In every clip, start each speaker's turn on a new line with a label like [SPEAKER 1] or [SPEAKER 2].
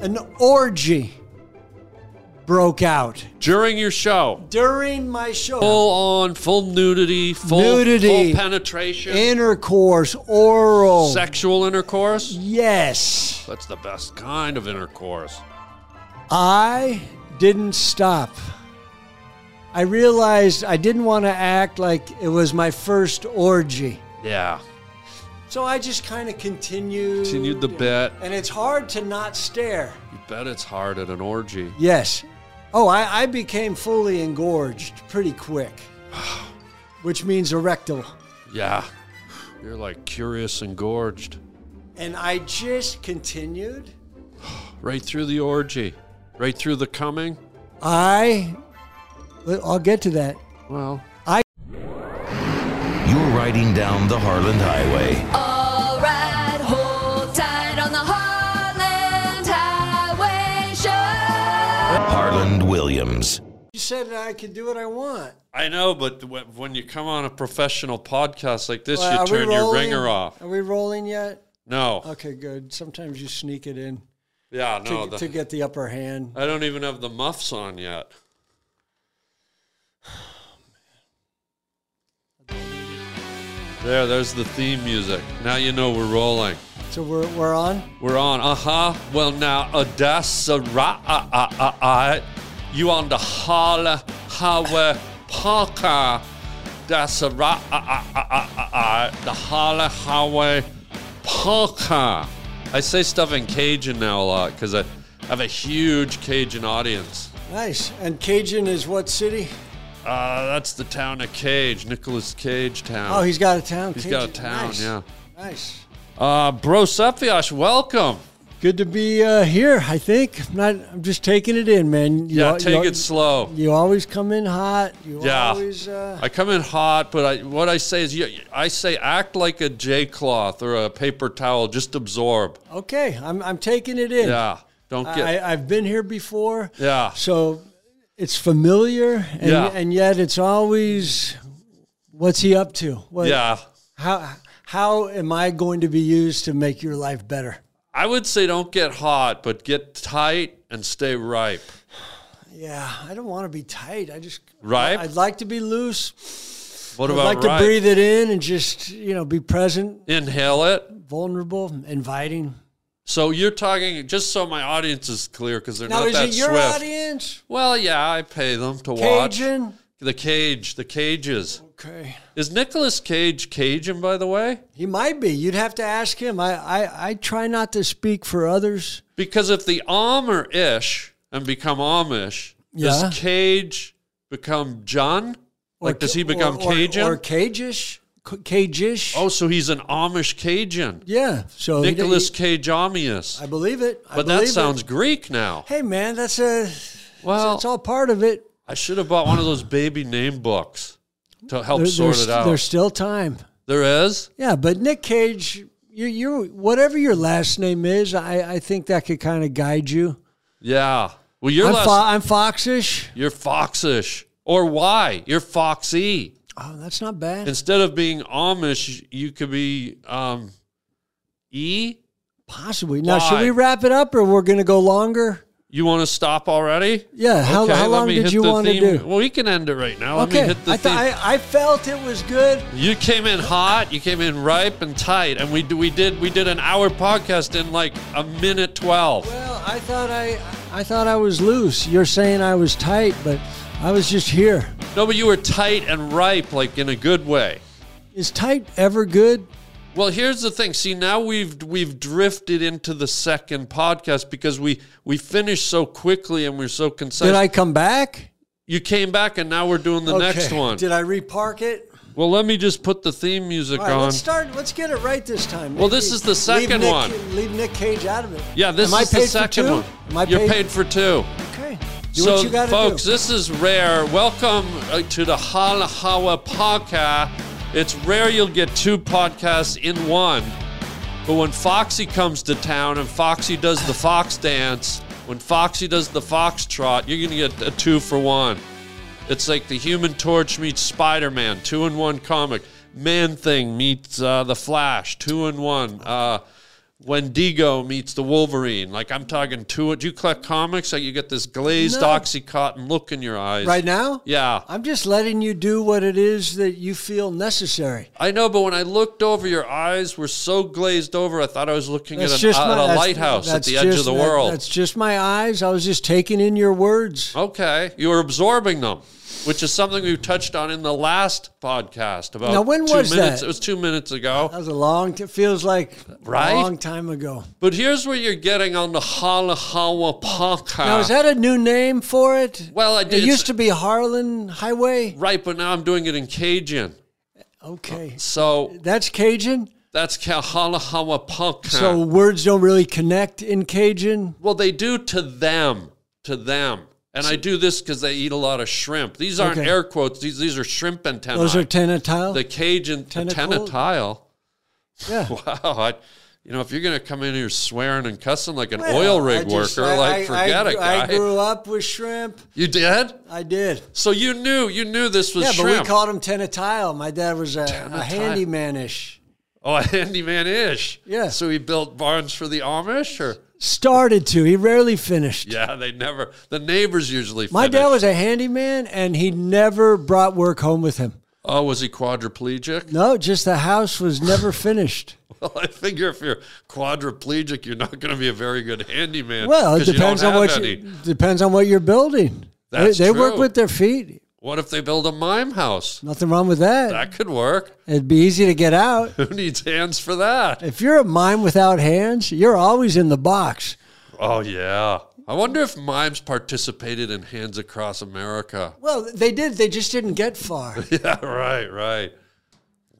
[SPEAKER 1] an orgy broke out
[SPEAKER 2] During your show,
[SPEAKER 1] during my show.
[SPEAKER 2] full on, full nudity, full,
[SPEAKER 1] Nudity.
[SPEAKER 2] full penetration,
[SPEAKER 1] Intercourse, oral.
[SPEAKER 2] sexual intercourse.
[SPEAKER 1] yes.
[SPEAKER 2] That's the best kind of intercourse.
[SPEAKER 1] I didn't stop. I realized I didn't want to act like it was my first orgy.
[SPEAKER 2] Yeah.
[SPEAKER 1] So I just kind of continued.
[SPEAKER 2] Continued the bit.
[SPEAKER 1] And it's hard to not stare.
[SPEAKER 2] You bet it's hard at an orgy.
[SPEAKER 1] Yes. Oh, I, I became fully engorged pretty quick, which means erectile.
[SPEAKER 2] Yeah. You're like curious and gorged.
[SPEAKER 1] And I just continued.
[SPEAKER 2] Right through the orgy, right through the coming.
[SPEAKER 1] I, I'll get to that.
[SPEAKER 2] Well,
[SPEAKER 3] You're riding down the Harland Highway.
[SPEAKER 4] All right, hold tight on the Heartland Highway Show.
[SPEAKER 3] Harland Williams.
[SPEAKER 1] You said that I could do what I want.
[SPEAKER 2] I know, but wh- when you come on a professional podcast like this,
[SPEAKER 1] Well,
[SPEAKER 2] you
[SPEAKER 1] are we
[SPEAKER 2] turn your
[SPEAKER 1] rolling?
[SPEAKER 2] ringer off.
[SPEAKER 1] Are we rolling yet?
[SPEAKER 2] No.
[SPEAKER 1] Okay, good. Sometimes you sneak it in
[SPEAKER 2] Yeah,
[SPEAKER 1] to,
[SPEAKER 2] no. Oh, the-
[SPEAKER 1] to get the upper hand.
[SPEAKER 2] I don't even have the muffs on yet. There, there's the theme music. Now you know we're rolling.
[SPEAKER 1] So we're, we're on.
[SPEAKER 2] We're on. Uh huh. Well, now, Odessa, right, uh, uh, uh, uh, you on the Harla Highway Parker. That's a right, uh, uh, uh, uh, uh, uh, the Harla Highway Parker. I say stuff in Cajun now a lot because I have a huge Cajun audience.
[SPEAKER 1] Nice. And Cajun is what city?
[SPEAKER 2] Uh, that's the town of Cage, Nicholas Cage town.
[SPEAKER 1] Oh, he's got a town.
[SPEAKER 2] He's
[SPEAKER 1] Cajun.
[SPEAKER 2] got a town,
[SPEAKER 1] Nice.
[SPEAKER 2] yeah.
[SPEAKER 1] Nice.
[SPEAKER 2] Uh, Bro Sephiash, welcome.
[SPEAKER 1] Good to be uh, here. I think I'm not. I'm just taking it in, man. You,
[SPEAKER 2] Yeah,
[SPEAKER 1] al-
[SPEAKER 2] take
[SPEAKER 1] you,
[SPEAKER 2] it slow.
[SPEAKER 1] You always come in hot. You
[SPEAKER 2] Yeah.
[SPEAKER 1] always. Uh,
[SPEAKER 2] I come in hot, but I, what I say is, you, I say act like a J cloth or a paper towel, just absorb.
[SPEAKER 1] okay, I'm I'm taking it in.
[SPEAKER 2] Yeah, don't get.
[SPEAKER 1] I, I- I've been here before.
[SPEAKER 2] yeah,
[SPEAKER 1] So it's familiar, and,
[SPEAKER 2] Yeah.
[SPEAKER 1] and yet it's always, what's he up to? What,
[SPEAKER 2] yeah.
[SPEAKER 1] How how am I going to be used to make your life better?
[SPEAKER 2] I would say don't get hot, but get tight and stay ripe.
[SPEAKER 1] Yeah, I don't want to be tight. I just
[SPEAKER 2] Ripe?
[SPEAKER 1] I'd like to be loose.
[SPEAKER 2] What
[SPEAKER 1] I'd
[SPEAKER 2] about
[SPEAKER 1] like
[SPEAKER 2] ripe?
[SPEAKER 1] to breathe it in and just you know be present,
[SPEAKER 2] Inhale it.
[SPEAKER 1] vulnerable, inviting.
[SPEAKER 2] So you're talking just so my audience is clear because they're
[SPEAKER 1] Now,
[SPEAKER 2] not
[SPEAKER 1] is
[SPEAKER 2] that
[SPEAKER 1] it your
[SPEAKER 2] swift.
[SPEAKER 1] audience?
[SPEAKER 2] Well, yeah, I pay them to watch.
[SPEAKER 1] Cajun?
[SPEAKER 2] The cage, the cages.
[SPEAKER 1] Okay.
[SPEAKER 2] Is Nicolas Cage Cajun, by the way?
[SPEAKER 1] He might be. You'd have to ask him. I, I, I try not to speak for others.
[SPEAKER 2] Because if the Om are ish and become Amish,
[SPEAKER 1] Yeah.
[SPEAKER 2] does Cage become John?
[SPEAKER 1] Or
[SPEAKER 2] Like, does he
[SPEAKER 1] Ca-
[SPEAKER 2] become
[SPEAKER 1] or, or-
[SPEAKER 2] Cajun?
[SPEAKER 1] Or Cagish? C- Cagish?
[SPEAKER 2] oh, so he's an Amish Cajun.
[SPEAKER 1] yeah. So he-
[SPEAKER 2] Nicholas
[SPEAKER 1] he-
[SPEAKER 2] Cage Amius.
[SPEAKER 1] I believe it. I
[SPEAKER 2] But
[SPEAKER 1] believe
[SPEAKER 2] that
[SPEAKER 1] it.
[SPEAKER 2] sounds Greek now.
[SPEAKER 1] Hey, man, that's a.
[SPEAKER 2] Well,
[SPEAKER 1] it's all part of it.
[SPEAKER 2] I should have bought one of those baby name books to help
[SPEAKER 1] There-
[SPEAKER 2] sort
[SPEAKER 1] there's,
[SPEAKER 2] it out.
[SPEAKER 1] There's still time.
[SPEAKER 2] there is?
[SPEAKER 1] Yeah, but Nick Cage, you, you, whatever your last name is, I, I think that could kind of guide you.
[SPEAKER 2] Yeah. Well, your
[SPEAKER 1] I'm,
[SPEAKER 2] last
[SPEAKER 1] fo- I'm Foxish.
[SPEAKER 2] You're foxish. Or why? You're foxy.
[SPEAKER 1] Oh, that's not bad.
[SPEAKER 2] Instead of being Amish, you could be um, E.
[SPEAKER 1] Possibly. Now, should
[SPEAKER 2] Why?
[SPEAKER 1] we wrap it up or we're going to go longer?
[SPEAKER 2] You want to stop already?
[SPEAKER 1] Yeah, how- how
[SPEAKER 2] let
[SPEAKER 1] long
[SPEAKER 2] me
[SPEAKER 1] did
[SPEAKER 2] hit
[SPEAKER 1] you
[SPEAKER 2] the
[SPEAKER 1] wanna
[SPEAKER 2] theme.
[SPEAKER 1] do?
[SPEAKER 2] Well, we can end it right now. Let me
[SPEAKER 1] Okay,
[SPEAKER 2] hit the
[SPEAKER 1] I,
[SPEAKER 2] theme.
[SPEAKER 1] th- I, I felt it was good.
[SPEAKER 2] you came in hot. You came in ripe and tight, and we d- we did we did an hour podcast in like a minute twelve.
[SPEAKER 1] Well, I thought I, I thought I was loose. You're saying I was tight, but I was just here.
[SPEAKER 2] No, but you were tight and ripe, like in a good way.
[SPEAKER 1] Is tight ever good?
[SPEAKER 2] Well, here's the thing. See, now we've we've drifted into the second podcast because we we finished so quickly and we're so concise.
[SPEAKER 1] Did I come back?
[SPEAKER 2] you came back and now we're doing the next
[SPEAKER 1] Okay.
[SPEAKER 2] one.
[SPEAKER 1] Did I repark it?
[SPEAKER 2] well, let me just put the theme music
[SPEAKER 1] All right,
[SPEAKER 2] on.
[SPEAKER 1] let's start. Let's get it right this time.
[SPEAKER 2] Well, this is the
[SPEAKER 1] leave
[SPEAKER 2] second
[SPEAKER 1] Nick-
[SPEAKER 2] one.
[SPEAKER 1] Leave Nick Cage out of it.
[SPEAKER 2] yeah, this
[SPEAKER 1] Am I
[SPEAKER 2] is the
[SPEAKER 1] paid for
[SPEAKER 2] second
[SPEAKER 1] two?
[SPEAKER 2] one.
[SPEAKER 1] Am I
[SPEAKER 2] You're
[SPEAKER 1] paid?
[SPEAKER 2] paid for two.
[SPEAKER 1] Okay. Do
[SPEAKER 2] So,
[SPEAKER 1] what you gotta
[SPEAKER 2] folks,
[SPEAKER 1] do.
[SPEAKER 2] this is rare. Welcome uh, to the Hala Hawa podcast. It's rare you'll get two podcasts in one, but when Foxy comes to town and Foxy does the fox dance, when Foxy does the fox trot, you're gonna get a two for one. It's like the Human Torch meets Spider Man, two in one comic. Man Thing meets uh, the Flash, two in one. Uh, when Digo meets the Wolverine. Like I'm talking two. Do you collect comics? Like you get this glazed
[SPEAKER 1] No.
[SPEAKER 2] oxycontin look in your eyes
[SPEAKER 1] Right now?
[SPEAKER 2] Yeah,
[SPEAKER 1] I'm just letting you do what it is that you feel necessary.
[SPEAKER 2] I know. But when I looked over, your eyes were so glazed over. I thought I was looking at,
[SPEAKER 1] That's
[SPEAKER 2] an, uh,
[SPEAKER 1] just
[SPEAKER 2] at
[SPEAKER 1] my,
[SPEAKER 2] a
[SPEAKER 1] that's-
[SPEAKER 2] lighthouse at
[SPEAKER 1] that's
[SPEAKER 2] the edge
[SPEAKER 1] just-
[SPEAKER 2] of the
[SPEAKER 1] that-
[SPEAKER 2] world.
[SPEAKER 1] That's just my eyes. I was just taking in your words.
[SPEAKER 2] Okay, you were absorbing them, which is something we touched on in the last podcast about.
[SPEAKER 1] Now, when
[SPEAKER 2] two
[SPEAKER 1] was
[SPEAKER 2] minutes,
[SPEAKER 1] that?
[SPEAKER 2] It was two minutes ago.
[SPEAKER 1] That was a long. It feels like
[SPEAKER 2] Right? Uh.
[SPEAKER 1] a long time ago.
[SPEAKER 2] But here's what you're getting on the Halahawa podcast.
[SPEAKER 1] Now is that a new name for it?
[SPEAKER 2] Well, I did-
[SPEAKER 1] It used to be Harlan Highway.
[SPEAKER 2] right? But now I'm doing it in Cajun,
[SPEAKER 1] Okay,
[SPEAKER 2] so
[SPEAKER 1] that's Cajun.
[SPEAKER 2] that's Ka- Halahawa podcast.
[SPEAKER 1] So words don't really connect in Cajun.
[SPEAKER 2] well, they do to them, to them, and I do this because they eat a lot of shrimp. These aren't
[SPEAKER 1] Okay.
[SPEAKER 2] air quotes. These these are shrimp antennae.
[SPEAKER 1] Those are tenatile.
[SPEAKER 2] the Cajun
[SPEAKER 1] Tentacles?
[SPEAKER 2] tenatile.
[SPEAKER 1] yeah.
[SPEAKER 2] Wow, I, you know, if you're going to come in here swearing and cussing like an
[SPEAKER 1] Well,
[SPEAKER 2] oil rig
[SPEAKER 1] I just-
[SPEAKER 2] worker,
[SPEAKER 1] I-
[SPEAKER 2] like
[SPEAKER 1] I-
[SPEAKER 2] forget
[SPEAKER 1] I,
[SPEAKER 2] it,
[SPEAKER 1] I
[SPEAKER 2] guy.
[SPEAKER 1] grew up with shrimp.
[SPEAKER 2] you did,
[SPEAKER 1] I did.
[SPEAKER 2] so you knew, you knew this was
[SPEAKER 1] Yeah,
[SPEAKER 2] shrimp.
[SPEAKER 1] but we called them tenatile. My dad was a, a handymanish.
[SPEAKER 2] oh, handyman ish.
[SPEAKER 1] Yeah.
[SPEAKER 2] So he built barns for the Amish, or
[SPEAKER 1] Started to. He rarely finished.
[SPEAKER 2] yeah, they never. The neighbors usually.
[SPEAKER 1] My dad
[SPEAKER 2] finish.
[SPEAKER 1] was a handyman, and he never brought work home with him.
[SPEAKER 2] Oh, was he quadriplegic?
[SPEAKER 1] No, just the house was never finished.
[SPEAKER 2] Well, I figure if you're quadriplegic, you're not going to be a very good handyman.
[SPEAKER 1] Well, it
[SPEAKER 2] 'cause you
[SPEAKER 1] depends
[SPEAKER 2] don't
[SPEAKER 1] on what
[SPEAKER 2] have
[SPEAKER 1] you,
[SPEAKER 2] any.
[SPEAKER 1] depends on what you're building. They-
[SPEAKER 2] That's
[SPEAKER 1] they work
[SPEAKER 2] true.
[SPEAKER 1] with their feet.
[SPEAKER 2] What if they build a mime house?
[SPEAKER 1] Nothing wrong with that.
[SPEAKER 2] That could work.
[SPEAKER 1] It'd be easy to get out.
[SPEAKER 2] Who needs hands for that?
[SPEAKER 1] If you're a mime without hands, you're always in the box.
[SPEAKER 2] Oh yeah. I wonder if mimes participated in Hands Across America.
[SPEAKER 1] Well, they did. They just didn't get far.
[SPEAKER 2] Yeah, right, right.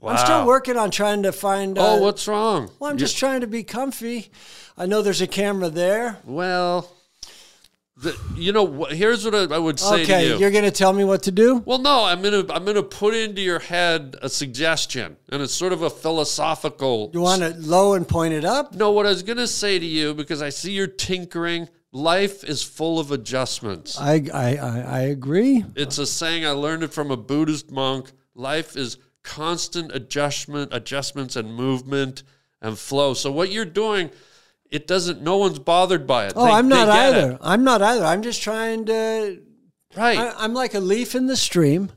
[SPEAKER 2] Wow.
[SPEAKER 1] I'm still working on trying to find.
[SPEAKER 2] Oh,
[SPEAKER 1] uh,
[SPEAKER 2] what's wrong?
[SPEAKER 1] Well, I'm just trying to be comfy. I know there's a camera there.
[SPEAKER 2] Well, the, you know, wh- here's what I, I would say
[SPEAKER 1] Okay,
[SPEAKER 2] to you.
[SPEAKER 1] you're going to tell me what to do?
[SPEAKER 2] Well, no, I'm gonna I'm gonna put into your head a suggestion, and it's sort of a philosophical.
[SPEAKER 1] You want it low and point it up?
[SPEAKER 2] No, what I was gonna say to you because I see you're tinkering. Life is full of adjustments.
[SPEAKER 1] I, I, I, I agree.
[SPEAKER 2] It's a saying I learned it from a Buddhist monk. Life is constant adjustment, adjustments and movement and flow. So what you're doing, it doesn't. No one's bothered by it.
[SPEAKER 1] Oh,
[SPEAKER 2] They-
[SPEAKER 1] I'm
[SPEAKER 2] they
[SPEAKER 1] not
[SPEAKER 2] get
[SPEAKER 1] either.
[SPEAKER 2] it.
[SPEAKER 1] I'm not either. I'm just trying to.
[SPEAKER 2] Right.
[SPEAKER 1] I, I'm like a leaf in the stream,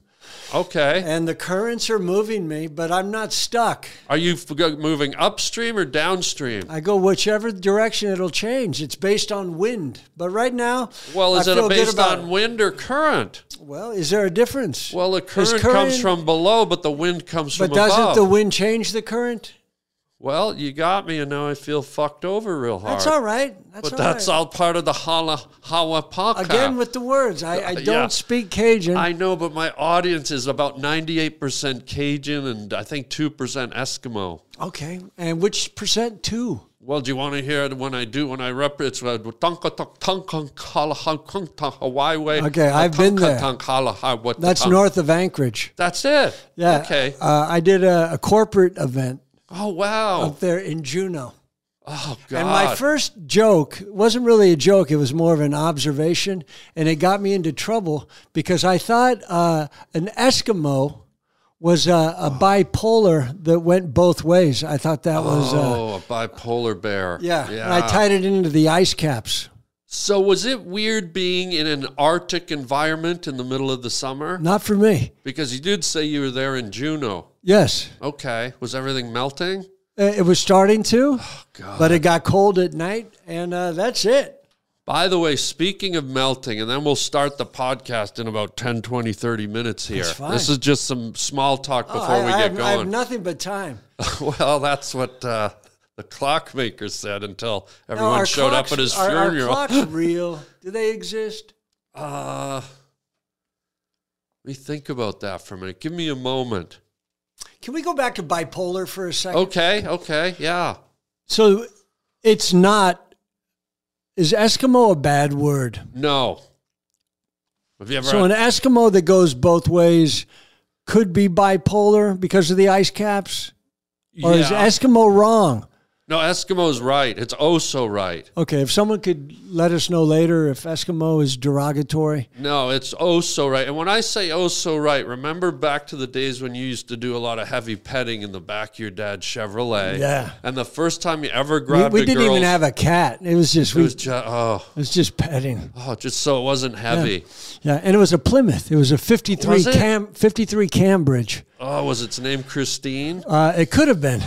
[SPEAKER 2] okay.
[SPEAKER 1] and the currents are moving me, but I'm not stuck.
[SPEAKER 2] Are you f- go- moving upstream or downstream?
[SPEAKER 1] I go whichever direction it'll change. It's based on wind. But right now,
[SPEAKER 2] Well, is
[SPEAKER 1] I
[SPEAKER 2] it
[SPEAKER 1] feel good
[SPEAKER 2] based
[SPEAKER 1] about
[SPEAKER 2] on wind or current?
[SPEAKER 1] it. Well, is there a difference?
[SPEAKER 2] Well, the
[SPEAKER 1] Is
[SPEAKER 2] current, comes from below, but the wind comes from
[SPEAKER 1] But doesn't
[SPEAKER 2] above.
[SPEAKER 1] the wind change the current?
[SPEAKER 2] well, you got me, and now I feel fucked over real hard.
[SPEAKER 1] That's all right. That's
[SPEAKER 2] But that's
[SPEAKER 1] all
[SPEAKER 2] all part of the hala hawa
[SPEAKER 1] right. Again with the words. I, I
[SPEAKER 2] Uh, Yeah.
[SPEAKER 1] don't speak Cajun.
[SPEAKER 2] I know, but my audience is about 98% Cajun and I think 2% Eskimo.
[SPEAKER 1] okay. And which percent? Two.
[SPEAKER 2] Well, do you want to hear it when I do, when I rep it's uh, Tonka Tonk Tonk Kala Hong Kong Tonk Hawaii Way.
[SPEAKER 1] Okay, I've been
[SPEAKER 2] Tonka
[SPEAKER 1] there.
[SPEAKER 2] Tonk Kala Hai Wat
[SPEAKER 1] That's
[SPEAKER 2] Tonk.
[SPEAKER 1] north of Anchorage.
[SPEAKER 2] That's it.
[SPEAKER 1] Yeah.
[SPEAKER 2] Okay.
[SPEAKER 1] Uh, I did a, a corporate event
[SPEAKER 2] Oh, wow.
[SPEAKER 1] up there in Juneau.
[SPEAKER 2] Oh, God.
[SPEAKER 1] And my first joke wasn't really a joke, it was more of an observation. And it got me into trouble because I thought uh, an Eskimo was a, a bipolar that went both ways. I thought that was. Uh,
[SPEAKER 2] Oh, a bipolar bear.
[SPEAKER 1] yeah,
[SPEAKER 2] yeah.
[SPEAKER 1] and I tied it into the ice caps.
[SPEAKER 2] so, was it weird being in an Arctic environment in the middle of the summer?
[SPEAKER 1] Not for me.
[SPEAKER 2] Because you did say you were there in Juneau.
[SPEAKER 1] Yes,
[SPEAKER 2] Okay. Was everything melting?
[SPEAKER 1] Uh, it was starting to,
[SPEAKER 2] Oh,
[SPEAKER 1] but it got cold at night, and uh, that's it.
[SPEAKER 2] By the way, speaking of melting, and then we'll start the podcast in about 10, 20, 30 minutes here.
[SPEAKER 1] That's fine. Oh,
[SPEAKER 2] This is just some small talk before
[SPEAKER 1] I,
[SPEAKER 2] we
[SPEAKER 1] I
[SPEAKER 2] get
[SPEAKER 1] have, I have
[SPEAKER 2] going.
[SPEAKER 1] nothing but time.
[SPEAKER 2] well, that's what uh, the clockmaker said until
[SPEAKER 1] No,
[SPEAKER 2] everyone
[SPEAKER 1] our
[SPEAKER 2] showed
[SPEAKER 1] clocks-
[SPEAKER 2] up at his
[SPEAKER 1] are our
[SPEAKER 2] funeral.
[SPEAKER 1] clocks real? Do they exist?
[SPEAKER 2] uh, let me think about that for a minute. Give me a moment.
[SPEAKER 1] Can we go back to bipolar for a second?
[SPEAKER 2] Okay, okay, yeah.
[SPEAKER 1] So it's not. Is Eskimo a bad word?
[SPEAKER 2] No. Have you ever
[SPEAKER 1] So an Eskimo that goes both ways could be bipolar because of the ice caps, or is
[SPEAKER 2] Yeah.
[SPEAKER 1] Eskimo wrong?
[SPEAKER 2] No, Eskimo's right. It's oh so right.
[SPEAKER 1] Okay, if someone could let us know later if Eskimo is derogatory.
[SPEAKER 2] No, it's oh so right. And when I say oh so right, remember back to the days when you used to do a lot of heavy petting in the back of your dad's Chevrolet.
[SPEAKER 1] Yeah.
[SPEAKER 2] And the first time you ever
[SPEAKER 1] We,
[SPEAKER 2] grabbed
[SPEAKER 1] we
[SPEAKER 2] a
[SPEAKER 1] didn't
[SPEAKER 2] girl's,
[SPEAKER 1] even have a cat. It was just
[SPEAKER 2] it
[SPEAKER 1] we,
[SPEAKER 2] was just oh,
[SPEAKER 1] it was just petting.
[SPEAKER 2] oh, just so it wasn't heavy.
[SPEAKER 1] Yeah, and it was a Plymouth. It was a 53
[SPEAKER 2] Was it?
[SPEAKER 1] Cam 53 Cambridge.
[SPEAKER 2] Oh, was its name Christine?
[SPEAKER 1] Uh, it could have been.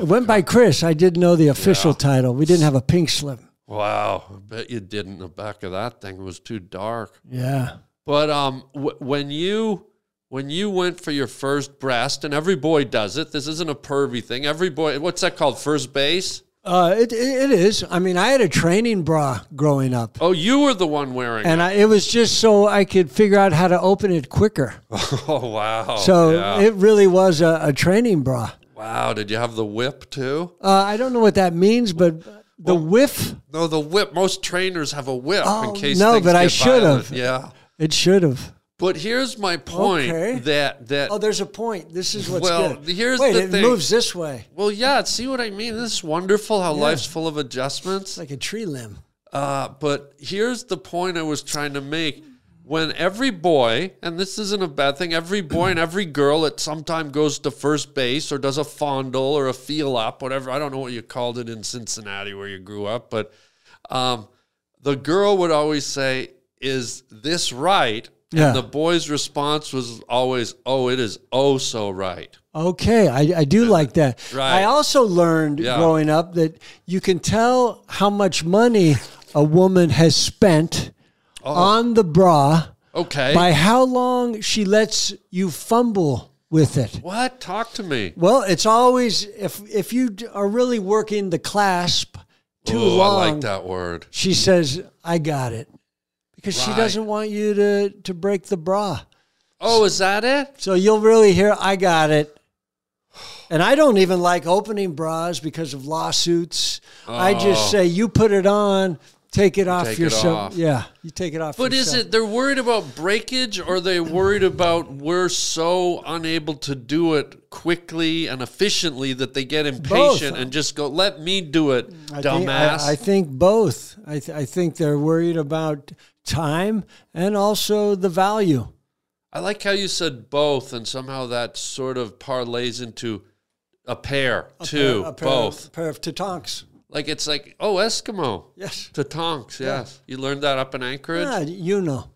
[SPEAKER 1] it went by Chris. I didn't know the official title. We didn't have a pink slip.
[SPEAKER 2] Wow, I bet you didn't. The back of that thing was too dark.
[SPEAKER 1] Yeah.
[SPEAKER 2] But um, w- when you when you went for your first breast, and every boy does it. This isn't a pervy thing. Every boy, what's that called? First base.
[SPEAKER 1] Uh, it, it, it is. I mean, I had a training bra growing up,
[SPEAKER 2] Oh, you were the one wearing.
[SPEAKER 1] and I, it was just so I could figure out how to open it quicker.
[SPEAKER 2] it. Oh wow.
[SPEAKER 1] so
[SPEAKER 2] Yeah.
[SPEAKER 1] it really was a, a training bra.
[SPEAKER 2] wow, did you have the whip too?
[SPEAKER 1] Uh, I don't know what that means, but the whiff,
[SPEAKER 2] No, the whip. Most trainers have a whip
[SPEAKER 1] Oh,
[SPEAKER 2] in case.
[SPEAKER 1] no,
[SPEAKER 2] things
[SPEAKER 1] but I
[SPEAKER 2] get
[SPEAKER 1] should
[SPEAKER 2] violent.
[SPEAKER 1] have.
[SPEAKER 2] Yeah.
[SPEAKER 1] it should have.
[SPEAKER 2] But here's my point.
[SPEAKER 1] Okay.
[SPEAKER 2] That that.
[SPEAKER 1] Oh, there's a point. This is what's
[SPEAKER 2] Well,
[SPEAKER 1] good.
[SPEAKER 2] here's
[SPEAKER 1] Wait,
[SPEAKER 2] the
[SPEAKER 1] it
[SPEAKER 2] thing.
[SPEAKER 1] moves this way
[SPEAKER 2] well, yeah. See what I mean? This is wonderful. How life's full of adjustments.
[SPEAKER 1] like a tree limb.
[SPEAKER 2] Uh, but here's the point I was trying to make. When every boy, and this isn't a bad thing, every boy and every girl at some time goes to first base or does a fondle or a feel up, whatever. I don't know what you called it in Cincinnati where you grew up, but um, the girl would always say, Is this right?
[SPEAKER 1] Yeah.
[SPEAKER 2] And the boy's response was always, Oh, it is oh so right.
[SPEAKER 1] Okay, I, I do like that.
[SPEAKER 2] Right.
[SPEAKER 1] I also learned
[SPEAKER 2] Yeah.
[SPEAKER 1] growing up that you can tell how much money a woman has spent on the bra
[SPEAKER 2] Okay.
[SPEAKER 1] by how long she lets you fumble with it.
[SPEAKER 2] what? Talk to me.
[SPEAKER 1] Well, it's always if if you d- are really working the clasp too
[SPEAKER 2] Ooh,
[SPEAKER 1] long,
[SPEAKER 2] I like that word.
[SPEAKER 1] she says, "I got it," because she
[SPEAKER 2] Right.
[SPEAKER 1] doesn't want you to to break the bra.
[SPEAKER 2] Oh, is that it?
[SPEAKER 1] So you'll really hear, I got it. And I don't even like opening bras because of lawsuits. I just say, you put it on, take it off
[SPEAKER 2] Oh. Take it
[SPEAKER 1] yourself.
[SPEAKER 2] off.
[SPEAKER 1] Yeah, you take it off
[SPEAKER 2] But is
[SPEAKER 1] yourself.
[SPEAKER 2] it they're worried about breakage or are they worried about we're so unable to do it quickly and efficiently that they get impatient and just go, let me do it,
[SPEAKER 1] I think, I,
[SPEAKER 2] dumbass?
[SPEAKER 1] I think both. I, th- I think they're worried about time and also the value.
[SPEAKER 2] I like how you said both and somehow that sort of parlays into a pair, two,
[SPEAKER 1] A pair of-
[SPEAKER 2] both.
[SPEAKER 1] pair of tatonks.
[SPEAKER 2] like it's like, oh, Eskimo.
[SPEAKER 1] Yes.
[SPEAKER 2] Tatonks, yes. You learned that up in Anchorage?
[SPEAKER 1] Yeah, you know.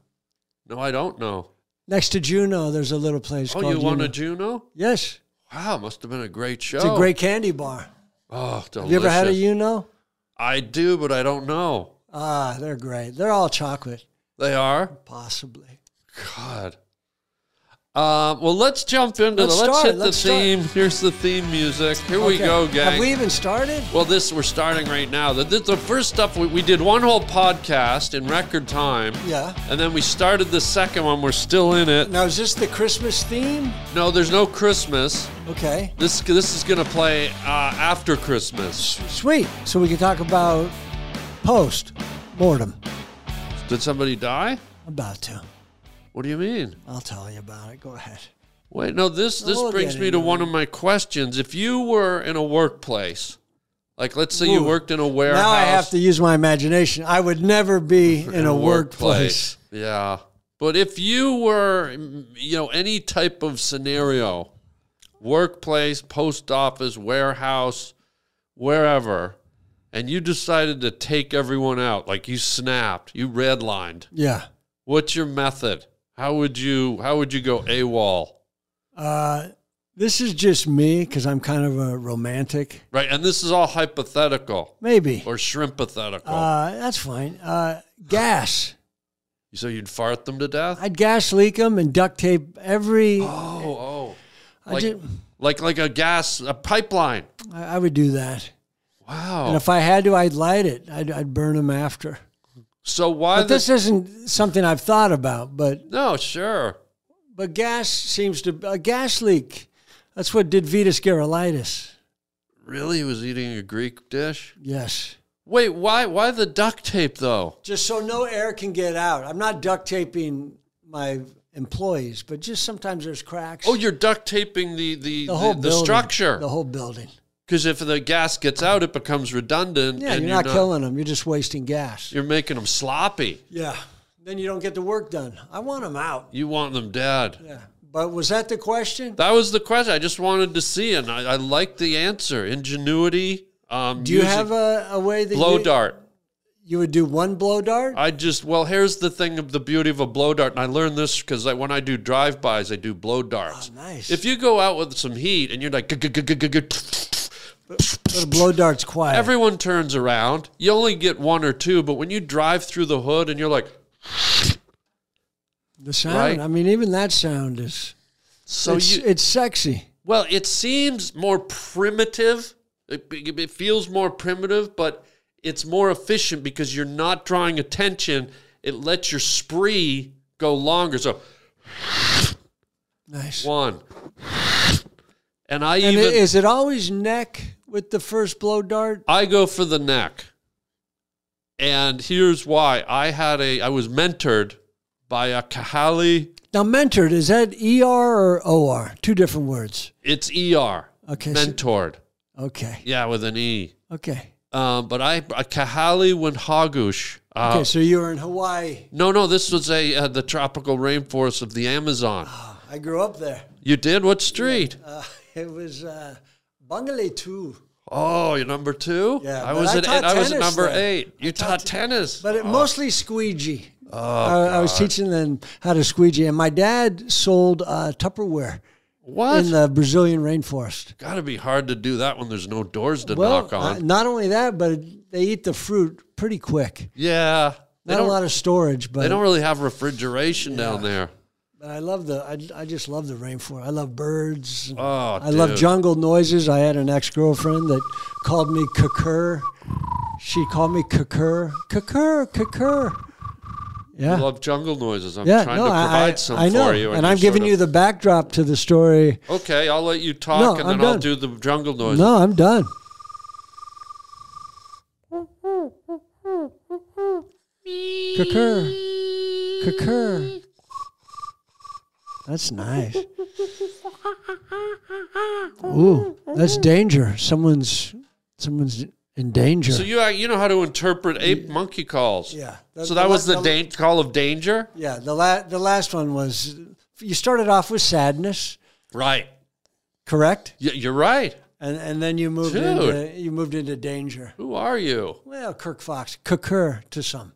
[SPEAKER 2] No, I don't know.
[SPEAKER 1] Next to Juneau, there's a little place
[SPEAKER 2] Oh,
[SPEAKER 1] called
[SPEAKER 2] you won
[SPEAKER 1] Juneau.
[SPEAKER 2] a Juno?
[SPEAKER 1] Yes.
[SPEAKER 2] Wow, must have been a great show.
[SPEAKER 1] It's a great candy bar.
[SPEAKER 2] Oh, delicious.
[SPEAKER 1] Have you ever had a Juneau?
[SPEAKER 2] I do, but I don't know.
[SPEAKER 1] Ah, they're great. They're all chocolate,
[SPEAKER 2] They are.
[SPEAKER 1] possibly.
[SPEAKER 2] God. Um, well, let's jump into
[SPEAKER 1] Let's
[SPEAKER 2] the. Let's
[SPEAKER 1] start,
[SPEAKER 2] hit
[SPEAKER 1] let's
[SPEAKER 2] the
[SPEAKER 1] start.
[SPEAKER 2] theme. Here's the theme music. Here we
[SPEAKER 1] Okay.
[SPEAKER 2] go, gang.
[SPEAKER 1] Have we even started?
[SPEAKER 2] well, this we're starting right now. The, the, the first stuff we, we did one whole podcast in record time.
[SPEAKER 1] Yeah.
[SPEAKER 2] And then we started the second one. We're still in it.
[SPEAKER 1] Now is this the Christmas theme?
[SPEAKER 2] No, there's no Christmas.
[SPEAKER 1] Okay,
[SPEAKER 2] This this is gonna play uh, after Christmas.
[SPEAKER 1] sweet. So we can talk about post mortem.
[SPEAKER 2] Did somebody die?
[SPEAKER 1] About to.
[SPEAKER 2] What do you mean?
[SPEAKER 1] I'll tell you about it. Go ahead.
[SPEAKER 2] Wait, no, this this
[SPEAKER 1] We'll
[SPEAKER 2] brings
[SPEAKER 1] get
[SPEAKER 2] me to
[SPEAKER 1] into
[SPEAKER 2] one of my questions. If you were in a workplace, like let's say you
[SPEAKER 1] Ooh.
[SPEAKER 2] worked in a warehouse,
[SPEAKER 1] Now I have to use my imagination. I would never be in a workplace.
[SPEAKER 2] Yeah. But if you were, mm, you know, any type of scenario, workplace, post office, warehouse, wherever, and you decided to take everyone out, like you snapped, you redlined,
[SPEAKER 1] Yeah.
[SPEAKER 2] what's your method? How would you how would you go AWOL?
[SPEAKER 1] Uh, this is just me because I'm kind of a romantic.
[SPEAKER 2] Right? And this is all hypothetical
[SPEAKER 1] Maybe.
[SPEAKER 2] or shrimpathetical.
[SPEAKER 1] Uh, that's fine. Uh, gas.
[SPEAKER 2] so you'd fart them to death?
[SPEAKER 1] I'd gas leak them and duct tape every.
[SPEAKER 2] oh, oh.
[SPEAKER 1] I,
[SPEAKER 2] Like,
[SPEAKER 1] did,
[SPEAKER 2] like like a gas a pipeline.
[SPEAKER 1] I, I would do that.
[SPEAKER 2] Wow.
[SPEAKER 1] And if I had to, I'd light it. I'd, I'd burn them after.
[SPEAKER 2] so why
[SPEAKER 1] But
[SPEAKER 2] the
[SPEAKER 1] this isn't something I've thought about. But
[SPEAKER 2] No, sure.
[SPEAKER 1] but gas seems to a gas leak. That's what did Vitas Gerolitis.
[SPEAKER 2] Really, he was eating a Greek dish.
[SPEAKER 1] Yes.
[SPEAKER 2] Wait, why? Why the duct tape though?
[SPEAKER 1] Just so no air can get out. I'm not duct taping my employees, but just sometimes there's cracks.
[SPEAKER 2] Oh, you're duct taping the the,
[SPEAKER 1] the whole
[SPEAKER 2] Oh, the, the
[SPEAKER 1] building,
[SPEAKER 2] structure.
[SPEAKER 1] the whole building.
[SPEAKER 2] Because if the gas gets out, it becomes redundant.
[SPEAKER 1] Yeah,
[SPEAKER 2] and
[SPEAKER 1] you're not killing them. You're just wasting gas.
[SPEAKER 2] You're making them sloppy.
[SPEAKER 1] Yeah. Then you don't get the work done. I want them out.
[SPEAKER 2] You want them dead.
[SPEAKER 1] Yeah. But was that the question?
[SPEAKER 2] That was the question. I just wanted to see, and I, I like the answer. Ingenuity. Um,
[SPEAKER 1] Do you
[SPEAKER 2] music.
[SPEAKER 1] have a, a way that
[SPEAKER 2] blow
[SPEAKER 1] you,
[SPEAKER 2] dart?
[SPEAKER 1] you would do one blow dart?
[SPEAKER 2] I just well, here's the thing of the beauty of a blow dart, and I learned this because when I do drive bys, I do blow darts.
[SPEAKER 1] nice.
[SPEAKER 2] If you go out with some heat and you're like, "G-g-g-g-g-g,"
[SPEAKER 1] But a blow dart's quiet.
[SPEAKER 2] everyone turns around. You only get one or two, but when you drive through the hood and you're like,
[SPEAKER 1] the sound.
[SPEAKER 2] right?
[SPEAKER 1] I mean, even that sound is
[SPEAKER 2] so
[SPEAKER 1] it's,
[SPEAKER 2] you
[SPEAKER 1] it's sexy.
[SPEAKER 2] Well, it seems more primitive. It, it it feels more primitive, but it's more efficient because you're not drawing attention. It lets your spree go longer. So
[SPEAKER 1] Nice.
[SPEAKER 2] one, and I
[SPEAKER 1] and i-
[SPEAKER 2] even
[SPEAKER 1] is it always neck with the first blow dart?
[SPEAKER 2] I go for the neck. And here's why: I had a I was mentored by a Kahali.
[SPEAKER 1] Now, mentored, is that ER or OR? Two different words.
[SPEAKER 2] It's ER
[SPEAKER 1] Okay. so-
[SPEAKER 2] mentored.
[SPEAKER 1] okay.
[SPEAKER 2] Yeah, with an E.
[SPEAKER 1] Okay.
[SPEAKER 2] Um, but I a Kahali Winhagush. Uh,
[SPEAKER 1] Okay. So you were in Hawaii.
[SPEAKER 2] No, no, this was a uh, the tropical rainforest of the Amazon.
[SPEAKER 1] I grew up there.
[SPEAKER 2] You did what street?
[SPEAKER 1] Uh, it was uh, Bungale 2.
[SPEAKER 2] Oh, you're number two.
[SPEAKER 1] Yeah,
[SPEAKER 2] I
[SPEAKER 1] but
[SPEAKER 2] was
[SPEAKER 1] I
[SPEAKER 2] at
[SPEAKER 1] taught
[SPEAKER 2] eight. I was at
[SPEAKER 1] tennis
[SPEAKER 2] number
[SPEAKER 1] then.
[SPEAKER 2] eight. You taught, tennis.
[SPEAKER 1] But it mostly squeegee. Oh, I, I was teaching them how to squeegee, and my dad sold uh, Tupperware
[SPEAKER 2] what?
[SPEAKER 1] in the Brazilian rainforest.
[SPEAKER 2] Got to be hard to do that when there's no doors to
[SPEAKER 1] Well,
[SPEAKER 2] knock on.
[SPEAKER 1] uh, not only that, but it, they eat the fruit pretty quick.
[SPEAKER 2] yeah, they
[SPEAKER 1] Not a
[SPEAKER 2] don't.
[SPEAKER 1] lot of storage, but
[SPEAKER 2] They don't really have refrigeration down there.
[SPEAKER 1] But I love the I, I just love the rainforest. I love birds.
[SPEAKER 2] Oh,
[SPEAKER 1] I love
[SPEAKER 2] dude.
[SPEAKER 1] jungle noises. I had an ex girlfriend that called me kakur. She called me kakur, kakur, kakur.
[SPEAKER 2] I
[SPEAKER 1] Yeah,
[SPEAKER 2] love jungle noises. I'm
[SPEAKER 1] yeah.
[SPEAKER 2] trying
[SPEAKER 1] No,
[SPEAKER 2] to
[SPEAKER 1] I,
[SPEAKER 2] provide
[SPEAKER 1] I,
[SPEAKER 2] some
[SPEAKER 1] I know,
[SPEAKER 2] for you,
[SPEAKER 1] and I'm
[SPEAKER 2] you're
[SPEAKER 1] giving
[SPEAKER 2] sort
[SPEAKER 1] you
[SPEAKER 2] of-
[SPEAKER 1] the backdrop to the story.
[SPEAKER 2] Okay, I'll let you talk,
[SPEAKER 1] No,
[SPEAKER 2] and
[SPEAKER 1] I'm
[SPEAKER 2] then I'll
[SPEAKER 1] done.
[SPEAKER 2] do the jungle noises.
[SPEAKER 1] No, I'm done. Kakur, kakur. That's nice. Ooh, that's danger. Someone's someone's in danger.
[SPEAKER 2] So you you know how to interpret ape monkey calls.
[SPEAKER 1] Yeah.
[SPEAKER 2] so that was the,
[SPEAKER 1] la-
[SPEAKER 2] dan- call of danger.
[SPEAKER 1] Yeah, the la- the last one was you started off with sadness,
[SPEAKER 2] Right.
[SPEAKER 1] correct?
[SPEAKER 2] Y- you're right.
[SPEAKER 1] And and then you moved
[SPEAKER 2] Dude.
[SPEAKER 1] into you moved into danger.
[SPEAKER 2] Who are you,
[SPEAKER 1] Well, Kirk Fox, kakur to some.